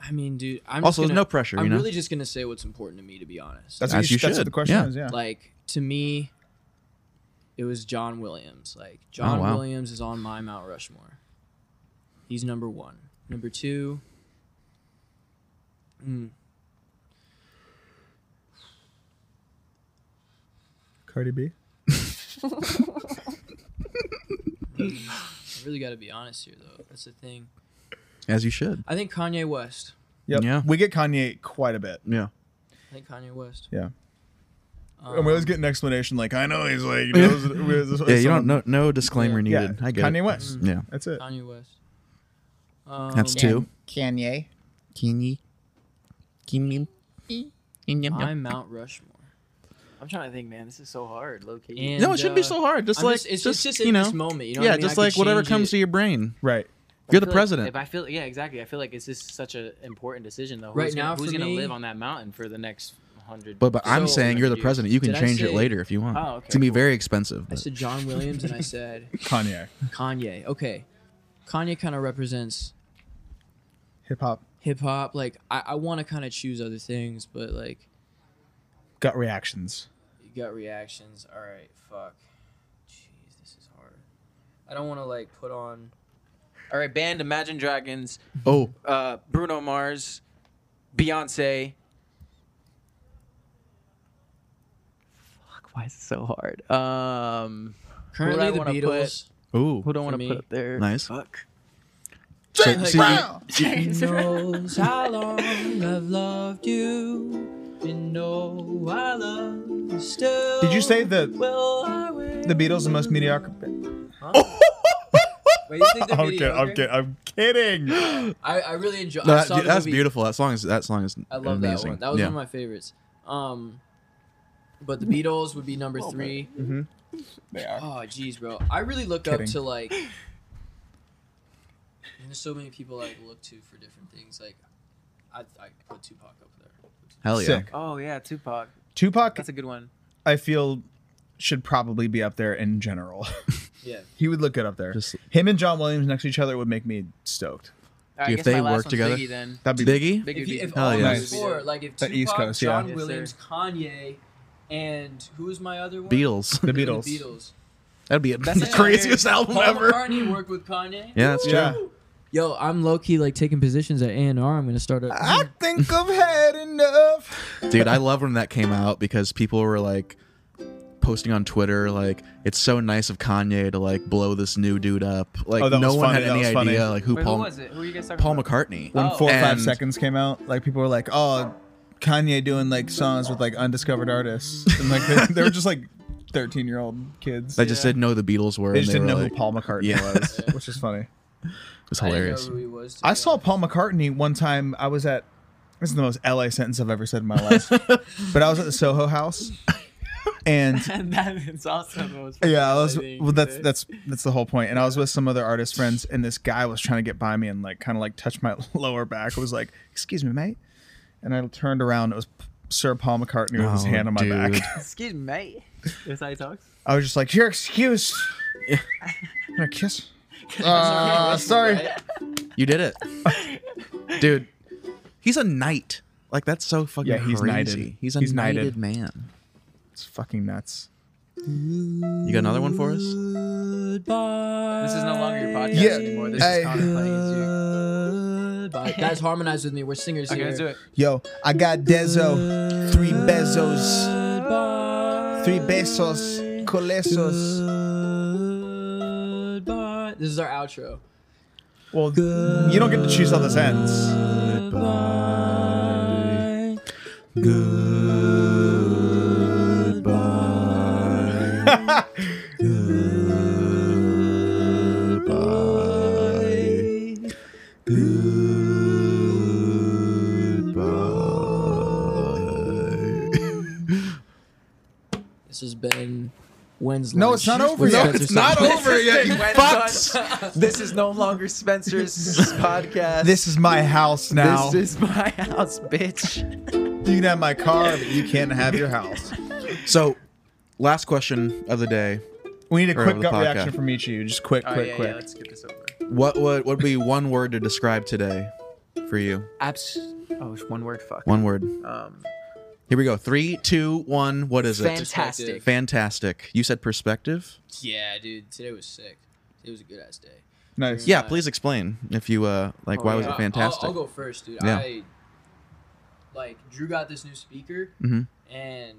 Speaker 4: I mean, dude. I'm just
Speaker 3: Also, there's
Speaker 4: gonna-
Speaker 3: no pressure,
Speaker 4: I'm
Speaker 3: you know?
Speaker 4: really just gonna say what's important to me, to be honest.
Speaker 2: That's
Speaker 3: As
Speaker 2: what, you,
Speaker 3: you
Speaker 2: that's what
Speaker 3: should.
Speaker 2: the question
Speaker 3: Yeah.
Speaker 2: is. Yeah.
Speaker 4: like to me, it was John Williams. Like John
Speaker 3: Oh, wow.
Speaker 4: Williams is on my Mount Rushmore. He's number one. Number two. mm,
Speaker 2: Cardi B.
Speaker 4: I really got to be honest here, though. That's the thing.
Speaker 3: As you should.
Speaker 4: I think Kanye West.
Speaker 2: Yep.
Speaker 3: Yeah.
Speaker 2: We get Kanye quite a bit.
Speaker 3: Yeah.
Speaker 4: I think Kanye West.
Speaker 2: Yeah.
Speaker 4: Um,
Speaker 2: and we always get an explanation like, I know he's like, you know, this- this- this-
Speaker 3: Yeah. You don't.
Speaker 2: someone-
Speaker 3: No. No disclaimer
Speaker 2: Yeah.
Speaker 3: needed. I get
Speaker 2: Kanye
Speaker 3: it. Mm-hmm.
Speaker 2: West.
Speaker 3: Yeah.
Speaker 2: That's it.
Speaker 4: Kanye West. Um,
Speaker 3: That's two.
Speaker 10: Kanye.
Speaker 11: Kini. Kini.
Speaker 4: I'm Mount Rushmore.
Speaker 7: I'm trying to think, man. This is so hard. Low key.
Speaker 4: And,
Speaker 3: No, it shouldn't be
Speaker 4: uh,
Speaker 3: so hard. Just
Speaker 4: I'm
Speaker 3: like
Speaker 4: just- it's
Speaker 3: just,
Speaker 4: just, in
Speaker 3: you know.
Speaker 4: this moment. You know
Speaker 3: yeah.
Speaker 4: what I mean? I
Speaker 3: Just
Speaker 4: could
Speaker 3: like whatever
Speaker 4: change
Speaker 3: comes
Speaker 4: it.
Speaker 3: to your brain.
Speaker 2: Right.
Speaker 3: You're the
Speaker 7: feel like-
Speaker 3: president.
Speaker 7: if I feel, yeah, exactly. I feel like it's just such an important decision, though. Who's
Speaker 4: Right
Speaker 7: gonna-
Speaker 4: now,
Speaker 7: who's
Speaker 4: for
Speaker 7: gonna
Speaker 4: me-
Speaker 7: live on that mountain for the next hundred?
Speaker 3: But but I'm
Speaker 4: So-
Speaker 3: saying you're the president. You can
Speaker 4: Did I
Speaker 3: change it
Speaker 4: say-
Speaker 3: later if you want.
Speaker 7: Oh, okay,
Speaker 3: It's gonna be
Speaker 7: cool.
Speaker 3: very expensive.
Speaker 4: I
Speaker 3: but-
Speaker 4: said John Williams, and I said
Speaker 2: Kanye.
Speaker 4: Kanye. Okay, Kanye kind of represents
Speaker 2: Hip hop.
Speaker 4: hip hop. Like I, I want to kind of choose other things, but like
Speaker 2: Gut reactions.
Speaker 4: you got reactions. All right, fuck. Jeez, this is hard. I don't want to like put on.
Speaker 7: all right, band Imagine Dragons,
Speaker 3: Oh.
Speaker 7: uh, Bruno Mars, Beyonce. Fuck, why is it so hard? Um,
Speaker 4: Currently,
Speaker 7: I
Speaker 4: the
Speaker 7: wanna put-
Speaker 4: Beatles.
Speaker 3: Ooh.
Speaker 7: who do I want to
Speaker 4: me.
Speaker 7: put up there?
Speaker 3: Nice.
Speaker 7: Fuck.
Speaker 3: So-
Speaker 4: Like,
Speaker 3: see,
Speaker 4: It knows how long I've loved you. You know I love you still.
Speaker 12: Did you say the-
Speaker 4: Will I wait?
Speaker 12: The Beatles, the most mediocre.
Speaker 3: Oh.
Speaker 4: Wait, you think they're
Speaker 2: I'm, kidding, I'm,
Speaker 4: mediocre?
Speaker 2: kidding, I'm kidding.
Speaker 4: I, I really enjoy.
Speaker 3: No,
Speaker 4: I
Speaker 3: that,
Speaker 4: saw the
Speaker 3: that's
Speaker 4: movie.
Speaker 3: beautiful. That song is that song is
Speaker 4: I love
Speaker 3: amazing.
Speaker 4: that one. That was
Speaker 3: yeah.
Speaker 4: one of my favorites. Um, but the Beatles would be number three.
Speaker 3: Mm-hmm.
Speaker 2: They are.
Speaker 4: Oh, jeez, bro. I really look up to like. And there's so many people I look to for different things. Like, I I put Tupac up there.
Speaker 3: Hell yeah.
Speaker 2: Sick.
Speaker 7: Oh yeah, Tupac.
Speaker 2: Tupac,
Speaker 7: That's a good one.
Speaker 2: I feel, should probably be up there in general.
Speaker 4: Yeah.
Speaker 2: he would look good up there.
Speaker 3: Just-
Speaker 2: Him and John Williams next to each other would make me stoked.
Speaker 7: All right, I
Speaker 3: If
Speaker 7: guess
Speaker 3: they
Speaker 7: my last
Speaker 3: work
Speaker 7: one's
Speaker 3: together-
Speaker 7: Biggie, then.
Speaker 2: That'd be
Speaker 3: Biggie.
Speaker 7: Biggie
Speaker 4: If,
Speaker 7: would
Speaker 4: you,
Speaker 7: be-
Speaker 4: if
Speaker 3: Hell
Speaker 4: all
Speaker 3: Oh, yeah.
Speaker 4: those
Speaker 7: Nice.
Speaker 4: four, like if
Speaker 2: The
Speaker 4: Tupac,
Speaker 2: East Coast, yeah.
Speaker 4: John
Speaker 7: Yes, sir.
Speaker 4: Williams, Kanye, and who was my other one?
Speaker 3: Beatles.
Speaker 2: the Beatles.
Speaker 4: The Beatles.
Speaker 3: That'd be a, that's the
Speaker 4: Yeah.
Speaker 3: craziest album
Speaker 4: Paul
Speaker 3: ever.
Speaker 4: McCartney worked with Kanye.
Speaker 3: Yeah, that's true.
Speaker 2: Yeah.
Speaker 4: Yo, I'm low key like taking positions at A and R. I'm gonna start
Speaker 3: Ah,
Speaker 4: a.
Speaker 2: I think I've had enough.
Speaker 3: Dude, I love when that came out because people were like posting on Twitter like it's so nice of Kanye to like blow this new dude up. Like
Speaker 2: Oh, that
Speaker 3: no
Speaker 2: was
Speaker 3: one
Speaker 2: funny,
Speaker 3: had
Speaker 2: that
Speaker 3: any
Speaker 2: was
Speaker 3: idea
Speaker 2: funny.
Speaker 3: like who
Speaker 7: Wait,
Speaker 3: Paul
Speaker 7: who was it? Who are you guys talking
Speaker 3: Paul
Speaker 7: about?
Speaker 3: McCartney.
Speaker 2: When
Speaker 7: Oh.
Speaker 2: four or five
Speaker 3: And-
Speaker 2: seconds came out, like people were like, "Oh, Kanye doing like songs with like undiscovered artists," and like they, they were just like thirteen-year-old kids.
Speaker 3: They just didn't know the Beatles were.
Speaker 2: They
Speaker 3: and
Speaker 2: just
Speaker 3: they
Speaker 2: didn't
Speaker 3: were
Speaker 2: know
Speaker 3: like-
Speaker 2: who Paul McCartney
Speaker 3: Yeah.
Speaker 2: was, which is funny.
Speaker 3: It was
Speaker 4: I didn't know
Speaker 3: hilarious.
Speaker 4: who he was, to
Speaker 2: I
Speaker 4: be
Speaker 2: saw
Speaker 4: honest.
Speaker 2: Paul McCartney one time. I was at this is the most LA sentence I've ever said in my life, but I was at the Soho House, and
Speaker 7: that is awesome. That was
Speaker 2: yeah, I was.
Speaker 7: fucking
Speaker 2: Well, that's
Speaker 7: amazing.
Speaker 2: that's that's the whole point. And I was with some other artist friends, and this guy was trying to get by me and like kind of like touch my lower back. I was like, "Excuse me, mate," and I turned around. It was Sir Paul McCartney with his
Speaker 3: Oh,
Speaker 2: hand on my
Speaker 3: dude.
Speaker 2: back.
Speaker 7: Excuse me. That's how he talks.
Speaker 2: I was just like, "You're excused." Can I kiss? Uh, sorry.
Speaker 3: You did it, dude. He's a knight. Like that's so fucking
Speaker 2: Yeah, he's
Speaker 3: crazy.
Speaker 2: knighted.
Speaker 3: He's a
Speaker 2: He's
Speaker 3: knighted.
Speaker 2: knighted.
Speaker 3: man.
Speaker 2: It's fucking nuts.
Speaker 3: You got another one for us?
Speaker 7: This is no longer your podcast
Speaker 2: Yeah,
Speaker 7: anymore. This
Speaker 2: I-
Speaker 7: is contemplating.
Speaker 4: Goodbye. Guys, harmonize with me. We're singers
Speaker 7: Okay,
Speaker 4: here.
Speaker 7: let's do it.
Speaker 2: Yo, I got Dezo, three Bezos, three Besos, Colesos.
Speaker 4: Goodbye. This is our outro.
Speaker 2: Well, you don't get to choose how this ends.
Speaker 4: This has been When's
Speaker 2: No,
Speaker 4: lunch
Speaker 2: it's not
Speaker 4: with
Speaker 2: over yet.
Speaker 4: Spencer
Speaker 3: It's not
Speaker 4: Sanders?
Speaker 3: over yet, you fucks.
Speaker 7: this is no longer Spencer's podcast.
Speaker 2: This is my house now.
Speaker 7: This is my house, bitch.
Speaker 2: you can have my car, but you can't have your house.
Speaker 3: So, last question of the day:
Speaker 2: We need a
Speaker 3: Or
Speaker 2: quick
Speaker 3: the
Speaker 2: gut
Speaker 3: podcast.
Speaker 2: reaction from each of you. Just quick,
Speaker 4: Oh,
Speaker 2: quick, quick.
Speaker 7: let's get this over.
Speaker 3: What would would be one word to describe today for you?
Speaker 7: Abs. Oh, it's one word. Fuck.
Speaker 3: One word.
Speaker 7: Um,
Speaker 3: Here we go. Three, two, one. What is it?
Speaker 7: fantastic.
Speaker 3: Fantastic. You said perspective.
Speaker 4: Yeah, dude. Today was sick. It was a good ass day.
Speaker 2: Nice.
Speaker 3: Yeah. Please explain if you uh like why was
Speaker 4: Oh, Yeah,
Speaker 3: it
Speaker 4: I'll-
Speaker 3: fantastic?
Speaker 4: I'll, go first, dude.
Speaker 3: Yeah.
Speaker 4: I like Drew got this new speaker,
Speaker 3: Mhm.
Speaker 4: and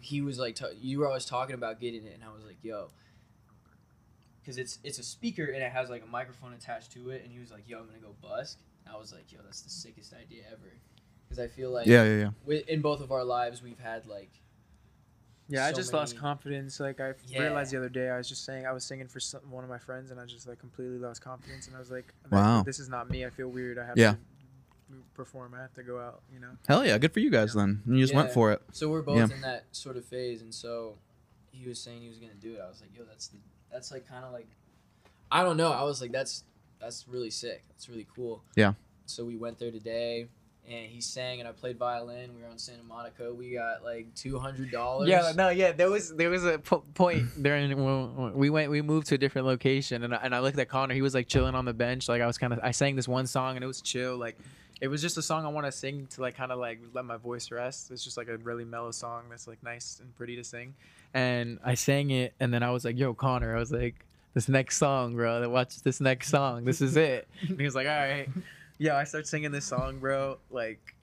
Speaker 4: he was like, t- "You were always talking about getting it," and I was like, "Yo," because it's it's a speaker and it has like a microphone attached to it, and he was like, "Yo, I'm gonna go busk." And I was like, "Yo, that's the sickest idea ever," because I feel like
Speaker 3: yeah, yeah, yeah.
Speaker 4: wi- in both of our lives we've had like
Speaker 7: Yeah, I
Speaker 4: so
Speaker 7: just lost
Speaker 4: many-
Speaker 7: confidence. Like I
Speaker 4: Yeah.
Speaker 7: realized the other day, I was just saying I was singing for some, one of my friends, and I just like completely lost confidence, and I was like,
Speaker 3: Wow.
Speaker 7: this is not me. I feel weird. I have
Speaker 3: Yeah.
Speaker 7: to perform. I have to go out. You know.
Speaker 3: Hell yeah. Good for you guys then. You just went
Speaker 4: Yeah.
Speaker 3: for it.
Speaker 4: So we're both
Speaker 3: Yeah.
Speaker 4: in that sort of phase, and so he was saying he was gonna do it. I was like, yo, that's the, that's like kind of like, I don't know. I was like, that's that's really sick. That's really cool.
Speaker 3: Yeah.
Speaker 4: So we went there today, and he sang, and I played violin. We were on Santa Monica. We got like two hundred dollars.
Speaker 7: Yeah, no, yeah. There was there was a po- point during when when we went we moved to a different location, and I, and I looked at Connor. He was like chilling on the bench. Like I was kind of I sang this one song, and it was chill. Like it was just a song I want to sing to like kind of like let my voice rest. It's just like a really mellow song that's like nice and pretty to sing. And I sang it, and then I was like, "Yo, Connor," I was like. This next song, bro. Watch this next song. This is it. And he was like, "All right, yeah." I start singing this song, bro. Like,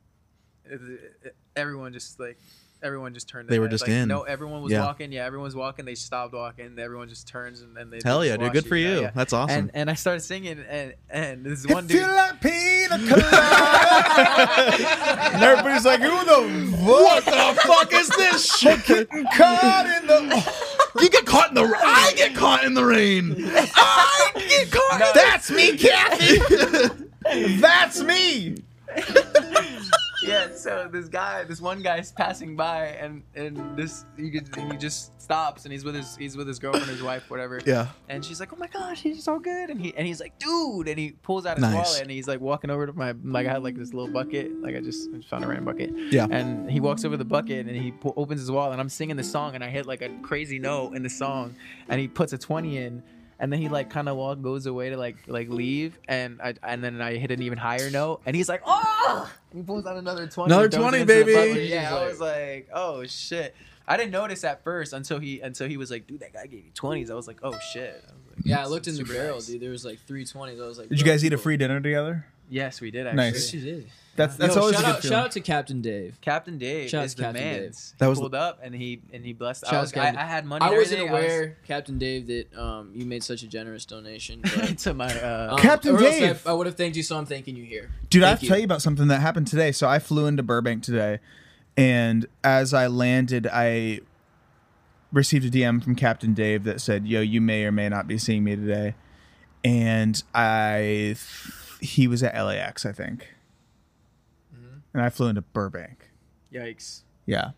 Speaker 7: it- it- everyone just like, everyone just turned. their
Speaker 3: They were
Speaker 7: heads.
Speaker 3: just
Speaker 7: like,
Speaker 3: in.
Speaker 7: No, everyone was
Speaker 3: Yeah.
Speaker 7: walking. Yeah, everyone's walking. They stopped walking. Everyone just turns and, and they.
Speaker 3: Hell
Speaker 7: just
Speaker 3: yeah, dude.
Speaker 7: watch
Speaker 3: Good for
Speaker 7: Yeah,
Speaker 3: you.
Speaker 7: yeah.
Speaker 3: That's awesome.
Speaker 7: And and I started singing and and this one
Speaker 2: If you
Speaker 7: dude.
Speaker 2: like pina colada. and everybody's like, who the fuck?
Speaker 3: the fuck is this shit?
Speaker 2: Caught in the.
Speaker 3: You get caught in the rain. I get caught in the rain. I get caught. That's me, Kathy.
Speaker 2: That's me.
Speaker 7: yeah. So this guy, this one guy's passing by and and this he could, he just stops and he's with his he's with his girlfriend, his wife, whatever.
Speaker 3: yeah.
Speaker 7: And she's like, "Oh my gosh, he's so good!" And he and he's like, "Dude!" And he pulls out his
Speaker 3: Nice.
Speaker 7: wallet and he's like walking over to my like I had like this little bucket, like I just I just found a random bucket.
Speaker 3: Yeah.
Speaker 7: And he walks over the bucket and he pu- opens his wallet and I'm singing the song and I hit like a crazy note in the song and he puts a twenty in and then he like kind of walk goes away to like like leave and I and then I hit an even higher note and he's like, "Oh!" And he pulls out another twenty.
Speaker 3: Another
Speaker 7: and throws it
Speaker 3: 20,
Speaker 7: into the
Speaker 3: baby.
Speaker 7: bucket. Yeah. I was like, "Oh shit." I didn't notice at first until he until he was like, dude, that guy gave you twenties. I was like, oh shit. I was like,
Speaker 4: Yeah, I
Speaker 7: "That's
Speaker 4: looked in the
Speaker 7: super
Speaker 4: barrel,
Speaker 7: nice."
Speaker 4: dude. There was like three twenties. I was like,
Speaker 2: Did you
Speaker 4: bro,
Speaker 2: guys eat a
Speaker 4: cool.
Speaker 2: free dinner together?
Speaker 7: Yes, we did actually.
Speaker 2: Nice.
Speaker 4: Yes, you did.
Speaker 2: That's that's
Speaker 7: Yo,
Speaker 2: always
Speaker 4: shout
Speaker 2: a good
Speaker 4: out,
Speaker 2: feeling.
Speaker 4: shout out to Captain Dave.
Speaker 7: Captain Dave
Speaker 4: Shout out
Speaker 7: is
Speaker 4: to
Speaker 7: the
Speaker 4: Captain Dave.
Speaker 7: man's.
Speaker 3: That
Speaker 7: He
Speaker 3: was the-
Speaker 7: pulled up and he and he blessed.
Speaker 4: Shout
Speaker 7: I
Speaker 4: out
Speaker 7: was
Speaker 4: to
Speaker 7: I,
Speaker 4: Captain-
Speaker 7: I had money.
Speaker 4: I
Speaker 7: and
Speaker 4: wasn't
Speaker 7: everything. I was-
Speaker 4: aware, Captain Dave, that um, you made such a generous donation. but,
Speaker 7: to my. Uh,
Speaker 4: um,
Speaker 2: Captain
Speaker 4: or else
Speaker 2: Dave!
Speaker 4: I, I would have thanked you, so I'm thanking you here.
Speaker 2: Dude, I
Speaker 4: Thank
Speaker 2: have to tell you about something that happened today. So I flew into Burbank today, and as I landed, I received a DM from Captain Dave that said, "Yo, you may or may not be seeing me today." And I, he was at LAX, I think, and I flew into Burbank.
Speaker 7: yikes,
Speaker 2: Yeah,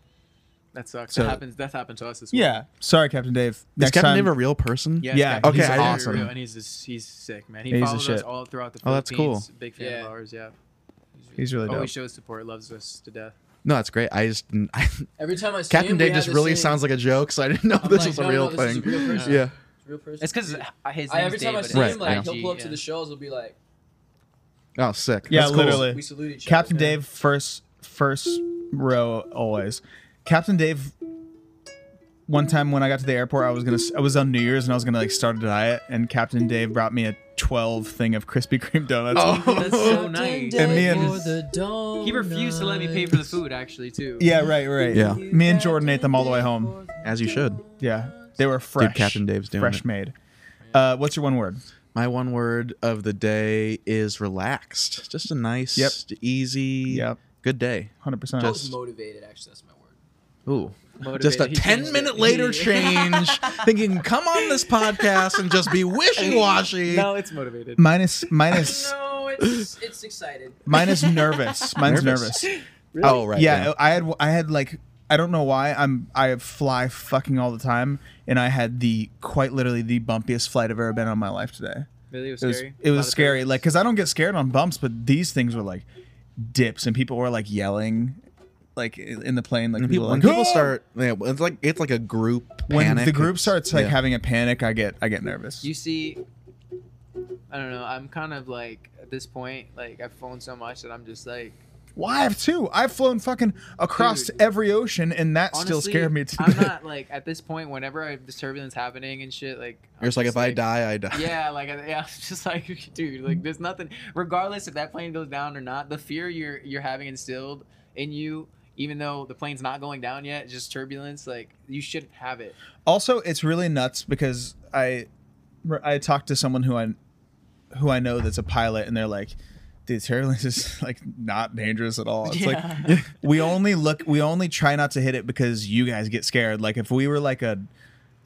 Speaker 7: that sucks.
Speaker 2: So-
Speaker 7: that happens. That happened to us as well.
Speaker 2: yeah. Sorry, Captain Dave.
Speaker 3: Is
Speaker 2: Next
Speaker 3: Captain
Speaker 2: time,
Speaker 3: Dave a real person?
Speaker 7: Yeah,
Speaker 2: Yeah,
Speaker 7: Captain
Speaker 3: okay,
Speaker 7: Dave's
Speaker 3: I
Speaker 7: very
Speaker 3: didn't-
Speaker 7: real,
Speaker 2: awesome.
Speaker 7: And he's just, he's sick, man. He
Speaker 2: He's the
Speaker 7: follows us
Speaker 2: shit.
Speaker 7: all throughout the
Speaker 3: Oh, that's
Speaker 7: Philippines.
Speaker 3: cool.
Speaker 7: Big fan
Speaker 4: Yeah.
Speaker 7: of ours. Yeah,
Speaker 2: he's really dope.
Speaker 7: always shows support. Loves us to death.
Speaker 3: No, that's great. I just didn't- I,
Speaker 4: Every time I see
Speaker 3: Captain
Speaker 4: him, we
Speaker 3: Dave
Speaker 4: have
Speaker 3: just
Speaker 4: the
Speaker 3: really
Speaker 4: same-
Speaker 3: sounds like a joke, so I didn't know if
Speaker 4: I'm
Speaker 3: this
Speaker 4: like,
Speaker 3: was
Speaker 4: no,
Speaker 3: a
Speaker 4: no,
Speaker 3: real
Speaker 4: this is
Speaker 3: thing.
Speaker 4: a real person.
Speaker 3: yeah.
Speaker 4: It's a real person.
Speaker 7: It's because his
Speaker 4: I, every
Speaker 7: name's
Speaker 4: time
Speaker 7: Dave,
Speaker 4: I
Speaker 7: but
Speaker 4: see
Speaker 3: Right,
Speaker 4: him, like
Speaker 3: yeah.
Speaker 4: he'll pull up
Speaker 7: yeah.
Speaker 4: to the shows. He'll be like,
Speaker 3: Oh, sick.
Speaker 2: yeah,
Speaker 3: That's cool.
Speaker 2: literally.
Speaker 4: "We salute each
Speaker 2: Captain
Speaker 4: other."
Speaker 2: Dave first first row always. Captain Dave. One time when I got to the airport, I was gonna I was on New Year's and I was gonna like start a diet, and Captain Dave brought me a twelve thing of Krispy Kreme donuts.
Speaker 3: Oh.
Speaker 7: That's so nice.
Speaker 2: And me and-
Speaker 7: He refused to let me pay for the food actually too.
Speaker 2: Yeah, right, right.
Speaker 3: Yeah.
Speaker 2: Me and Jordan ate them all the way home.
Speaker 3: As you should.
Speaker 2: Yeah, they were fresh.
Speaker 3: Captain Dave's doing
Speaker 2: fresh
Speaker 3: it.
Speaker 2: made. Uh, what's your one word?
Speaker 3: My one word of the day is relaxed. Just a nice,
Speaker 2: Yep.
Speaker 3: easy,
Speaker 2: Yep.
Speaker 3: good day.
Speaker 2: Hundred
Speaker 4: I
Speaker 2: percent.
Speaker 4: was motivated. Actually, that's my word.
Speaker 3: Ooh.
Speaker 7: Motivated.
Speaker 3: Just a
Speaker 7: He
Speaker 3: 10
Speaker 7: changed
Speaker 3: minute
Speaker 7: it.
Speaker 3: later
Speaker 7: He-
Speaker 3: change, thinking, come on this podcast and just be wishy washy.
Speaker 7: No, it's motivated.
Speaker 2: Minus minus
Speaker 4: No, it's it's excited.
Speaker 2: minus nervous. Mine's nervous.
Speaker 3: Oh, right.
Speaker 2: yeah, uh,
Speaker 3: yeah.
Speaker 2: I had I had like I don't know why I'm I fly fucking all the time, and I had the quite literally the bumpiest flight I've ever been on in my life today.
Speaker 7: Really, it was
Speaker 2: It was
Speaker 7: scary.
Speaker 2: it
Speaker 7: A lot
Speaker 2: was
Speaker 7: of
Speaker 2: scary,
Speaker 7: things.
Speaker 2: like because I don't get scared on bumps, but these things were like dips, and people were like yelling, like in in the plane, like
Speaker 3: When
Speaker 2: people,
Speaker 3: people,
Speaker 2: were
Speaker 3: when
Speaker 2: like,
Speaker 3: people
Speaker 2: "Ah!"
Speaker 3: start, yeah, it's like it's like a group
Speaker 2: when
Speaker 3: panic.
Speaker 2: the group
Speaker 3: It's-
Speaker 2: starts like
Speaker 3: yeah.
Speaker 2: having a panic, I get I get nervous.
Speaker 7: You see, I don't know. I'm kind of like at this point, like I've flown so much that I'm just like.
Speaker 2: Well, I have too. I've flown fucking across
Speaker 7: Dude.
Speaker 2: every ocean, and that still
Speaker 7: honestly,
Speaker 2: scared me. To
Speaker 7: I'm not like at this point. Whenever I, this turbulence happening and shit, like I'm
Speaker 3: You're just like if
Speaker 7: just
Speaker 3: I die, I die.
Speaker 7: Yeah, like I- yeah, it's just like dude, like there's nothing. Regardless if that plane goes down or not, the fear you're you're having instilled in you, even though the plane's not going down yet, just turbulence. Like you shouldn't have it.
Speaker 2: also it's really nuts because i i talked to someone who i who i know that's a pilot and they're like dude turbulence is like not dangerous at all it's like we only look we only try not to hit it because you guys get scared like if we were like a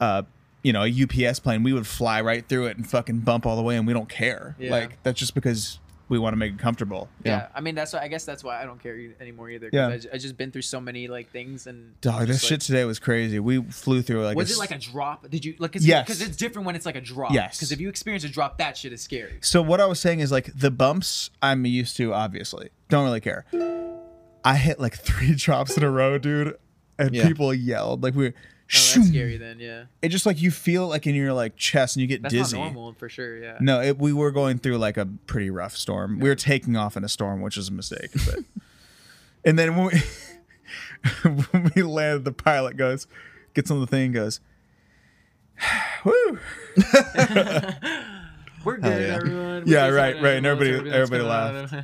Speaker 2: uh you know a ups plane we would fly right through it and fucking bump all the way and we don't care
Speaker 7: Yeah.
Speaker 2: like that's just because we want to make it comfortable
Speaker 7: Yeah. I mean that's why I guess that's why I don't care e- anymore either. 'cause
Speaker 2: Yeah.
Speaker 7: I, j- I just been through so many like things and
Speaker 2: dog
Speaker 7: I'm
Speaker 2: this
Speaker 7: just,
Speaker 2: shit today was crazy we flew through like
Speaker 7: Like, was
Speaker 2: a
Speaker 7: it
Speaker 2: s-
Speaker 7: like a drop? Did you like? Cause,
Speaker 2: Yes.
Speaker 7: Because it's different when it's like a drop.
Speaker 2: Yes.
Speaker 7: Because if you experience a drop, that shit is scary.
Speaker 2: So what I was saying is like the bumps I'm used to, obviously. Don't really care. I hit like three drops in a row, dude, and
Speaker 3: Yeah.
Speaker 2: people yelled like we. Were,
Speaker 7: Oh,
Speaker 2: "Shoom."
Speaker 7: that's scary then. Yeah.
Speaker 2: It just like you feel like in your like chest and you get
Speaker 7: That's
Speaker 2: dizzy.
Speaker 7: not normal for sure. Yeah.
Speaker 2: No, it, we were going through like a pretty rough storm. We were taking off in a storm, which is a mistake. But and then when we, when we landed, the pilot goes, gets on the thing, and goes, "Woo!"
Speaker 7: We're good,
Speaker 3: yeah.
Speaker 7: everyone.
Speaker 2: Yeah,
Speaker 7: just
Speaker 2: right,
Speaker 7: having
Speaker 2: right,
Speaker 7: a
Speaker 2: and
Speaker 7: little
Speaker 2: everybody-
Speaker 7: turbulence
Speaker 2: everybody
Speaker 7: going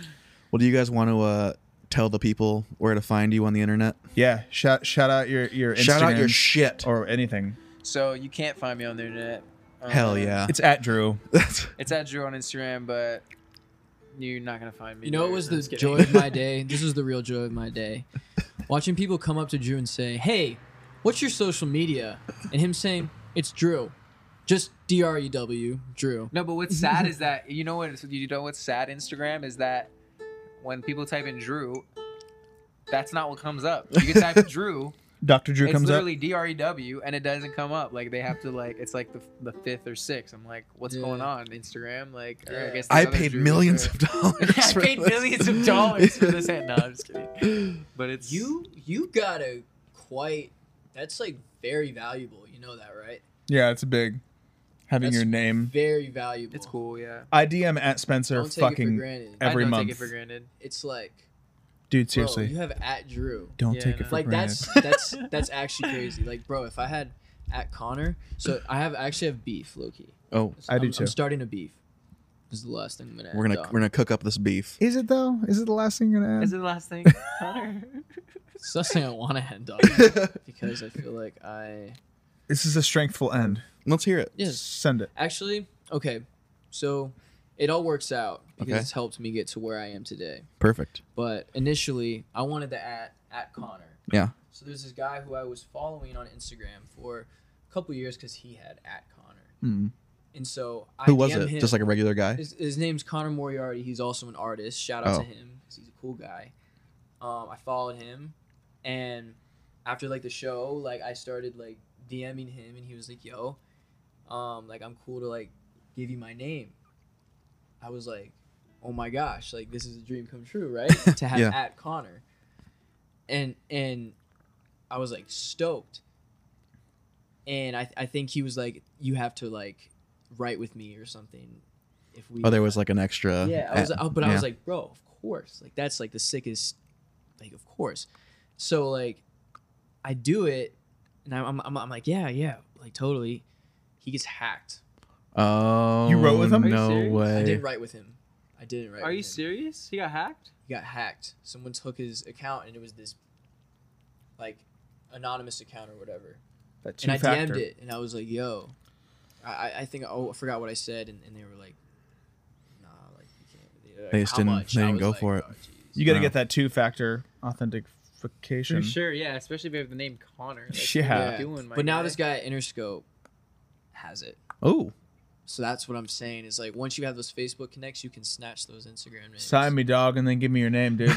Speaker 7: on.
Speaker 3: Well, do you guys want to uh, tell the people where to find you on the internet?
Speaker 2: Yeah, shout shout out your your Instagram
Speaker 3: Shout out your shit.
Speaker 2: or anything.
Speaker 7: so you can't find me on the internet. Um,
Speaker 3: Hell yeah.
Speaker 2: It's at Drew.
Speaker 3: That's
Speaker 7: It's at Drew on Instagram, but you're not gonna find me.
Speaker 4: You know, it
Speaker 7: there.
Speaker 4: was
Speaker 7: I'm
Speaker 4: the
Speaker 7: just
Speaker 4: joy
Speaker 7: kidding.
Speaker 4: of my day. This is the real joy of my day. Watching people come up to Drew and say, "Hey, what's your social media?" and him saying, "It's Drew, just D R E W, Drew."
Speaker 7: No, but what's sad is that you know what you know what's sad Instagram is that when people type in Drew, that's not what comes up. You can type Drew,
Speaker 2: Dr. Drew
Speaker 7: it's
Speaker 2: comes up.
Speaker 7: literally D R E W, and it doesn't come up. Like they have to like it's like the, the fifth or sixth. I'm like, what's
Speaker 4: Yeah.
Speaker 7: going on Instagram? Like all right, I
Speaker 4: Yeah.
Speaker 7: guess
Speaker 3: I
Speaker 7: there's other
Speaker 3: paid
Speaker 7: Drews
Speaker 3: millions
Speaker 7: there.
Speaker 3: of dollars.
Speaker 7: I
Speaker 3: for
Speaker 7: paid
Speaker 3: this.
Speaker 7: millions of dollars for this hat. No, I'm just kidding. But it's
Speaker 4: You you gotta quite. That's like very valuable. You know that, right?
Speaker 2: Yeah, it's big. Having
Speaker 4: That's
Speaker 2: your name.
Speaker 4: Very valuable.
Speaker 7: It's cool, yeah.
Speaker 2: I DM at Spencer
Speaker 4: Don't take it for
Speaker 2: fucking
Speaker 4: granted.
Speaker 2: every
Speaker 7: I don't
Speaker 2: month.
Speaker 7: take it for granted.
Speaker 4: It's like,
Speaker 2: Dude,
Speaker 4: bro,
Speaker 2: seriously.
Speaker 4: you have at Drew.
Speaker 2: don't
Speaker 7: Yeah,
Speaker 2: take it
Speaker 7: no.
Speaker 2: for
Speaker 4: like
Speaker 2: granted.
Speaker 4: that's that's that's actually crazy. Like, bro, if I had at Connor, so I have I actually have beef, Loki.
Speaker 3: Oh,
Speaker 2: I do
Speaker 4: I'm,
Speaker 2: too.
Speaker 4: I'm starting a beef. This is the last thing I'm gonna.
Speaker 3: we're gonna
Speaker 4: add,
Speaker 3: we're gonna cook up this beef.
Speaker 2: Is it though? Is it the last thing you're gonna add?
Speaker 7: Is it the last thing, Connor?
Speaker 4: It's the last thing I want to end on because I feel like I
Speaker 2: this is a strengthful end.
Speaker 3: Let's hear it.
Speaker 4: yes.
Speaker 2: Send it.
Speaker 4: Actually, okay, so it all works out because
Speaker 3: Okay.
Speaker 4: it's helped me get to where I am today.
Speaker 3: Perfect.
Speaker 4: But initially, I wanted to at at Connor.
Speaker 3: Yeah.
Speaker 4: So there's this guy who I was following on Instagram for a couple years because he had at Connor, and so I
Speaker 3: Hmm. Who was
Speaker 4: DM
Speaker 3: it?
Speaker 4: Him.
Speaker 3: Just like a regular guy.
Speaker 4: His, his name's Connor Moriarty. He's also an artist. Shout out
Speaker 3: Oh.
Speaker 4: to him because he's a cool guy. Um, I followed him, and after like the show, like I started like DMing him, and he was like, "Yo, um, like I'm cool to like give you my name." I was like, "Oh my gosh, like this is a dream come true, right?" to have
Speaker 3: Yeah.
Speaker 4: at Connor, and and I was like stoked, and I I think he was like, "You have to like write with me or something." If we
Speaker 3: Oh, there was like an extra.
Speaker 4: yeah, I was,
Speaker 3: ad-
Speaker 4: oh, but I
Speaker 3: Eh, yeah.
Speaker 4: was like, bro, of course, like that's like the sickest, like of course. So like, I do it, and I'm, I'm, I'm, I'm like, yeah, yeah, like totally. He gets hacked.
Speaker 3: oh,
Speaker 2: You wrote with him? Are you
Speaker 3: No
Speaker 7: serious?
Speaker 4: I
Speaker 3: way.
Speaker 4: didn't write with him. I didn't write.
Speaker 7: Are
Speaker 4: with
Speaker 7: you
Speaker 4: him.
Speaker 7: serious? He got hacked?
Speaker 4: He got hacked. Someone took his account, and it was this, like, anonymous account or whatever.
Speaker 2: That
Speaker 4: and I
Speaker 2: two-factor.
Speaker 4: DM'd it, and I was like, "Yo, I- I, I think oh, I forgot what I said," and, and they were like, "Nah, like you can't." like,
Speaker 3: They just
Speaker 4: "How
Speaker 3: didn't-
Speaker 4: much?"
Speaker 3: they
Speaker 4: I
Speaker 3: didn't
Speaker 4: was
Speaker 3: go
Speaker 4: like,
Speaker 3: for it.
Speaker 4: "Oh, jeez."
Speaker 2: You gotta
Speaker 3: No.
Speaker 2: get that two factor authentication.
Speaker 7: For sure, yeah. Especially if you have the name Connor. Like, what are you
Speaker 2: Yeah.
Speaker 7: doing, my
Speaker 4: but now this guy at Interscope has it.
Speaker 3: Oh,
Speaker 4: So that's what I'm saying is like once you have those Facebook connects, you can snatch those Instagram names.
Speaker 2: Sign me, dog, and then give me your name, dude.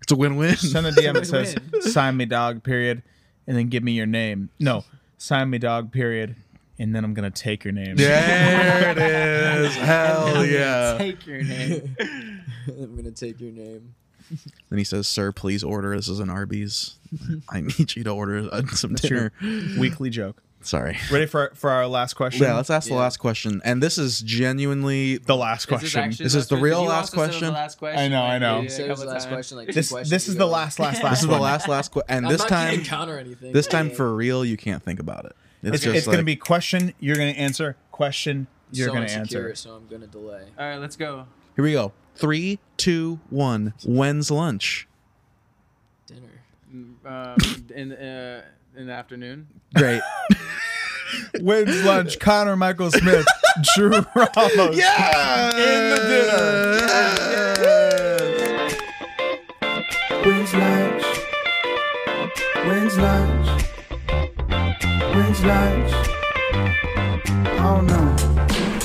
Speaker 3: It's a win-win.
Speaker 2: Send a DM that says "Sign me, dog." Period, and then give me your name. No, sign me, dog. Period, and then I'm gonna take your name.
Speaker 3: there it is. Hell yeah.
Speaker 7: Take your name.
Speaker 4: I'm gonna take your name.
Speaker 3: Then he says, "Sir, please order. This is an Arby's. I need you to order uh, some dinner."
Speaker 2: Weekly joke.
Speaker 3: Sorry.
Speaker 2: Ready for for our last question?
Speaker 3: Yeah, let's ask the last question. And this is genuinely
Speaker 2: the last question.
Speaker 3: This is the real last question.
Speaker 2: I know, I know.
Speaker 4: You said it was the last question, like two
Speaker 2: This
Speaker 4: questions
Speaker 2: this is
Speaker 4: ago.
Speaker 2: the last last last.
Speaker 3: This is the
Speaker 2: one.
Speaker 3: last last question. And
Speaker 4: I'm
Speaker 3: this
Speaker 4: not
Speaker 3: time,
Speaker 4: gonna counter anything.
Speaker 3: this time for real, you can't think about it. It's,
Speaker 2: It's,
Speaker 3: just
Speaker 2: it's
Speaker 3: like,
Speaker 2: gonna be question. You're gonna answer. Question.
Speaker 4: I'm
Speaker 2: You're
Speaker 4: so
Speaker 2: gonna
Speaker 4: insecure,
Speaker 2: answer.
Speaker 4: So I'm gonna delay.
Speaker 7: All right, let's go.
Speaker 3: Here we go. Three, two, one. When's lunch?
Speaker 4: Dinner.
Speaker 7: Um, in uh, in the afternoon.
Speaker 3: Great.
Speaker 2: When's lunch? Connor Michael Smith, Drew Ramos.
Speaker 3: yeah.
Speaker 2: In the dinner.
Speaker 13: When's lunch? When's lunch? When's lunch? I don't know.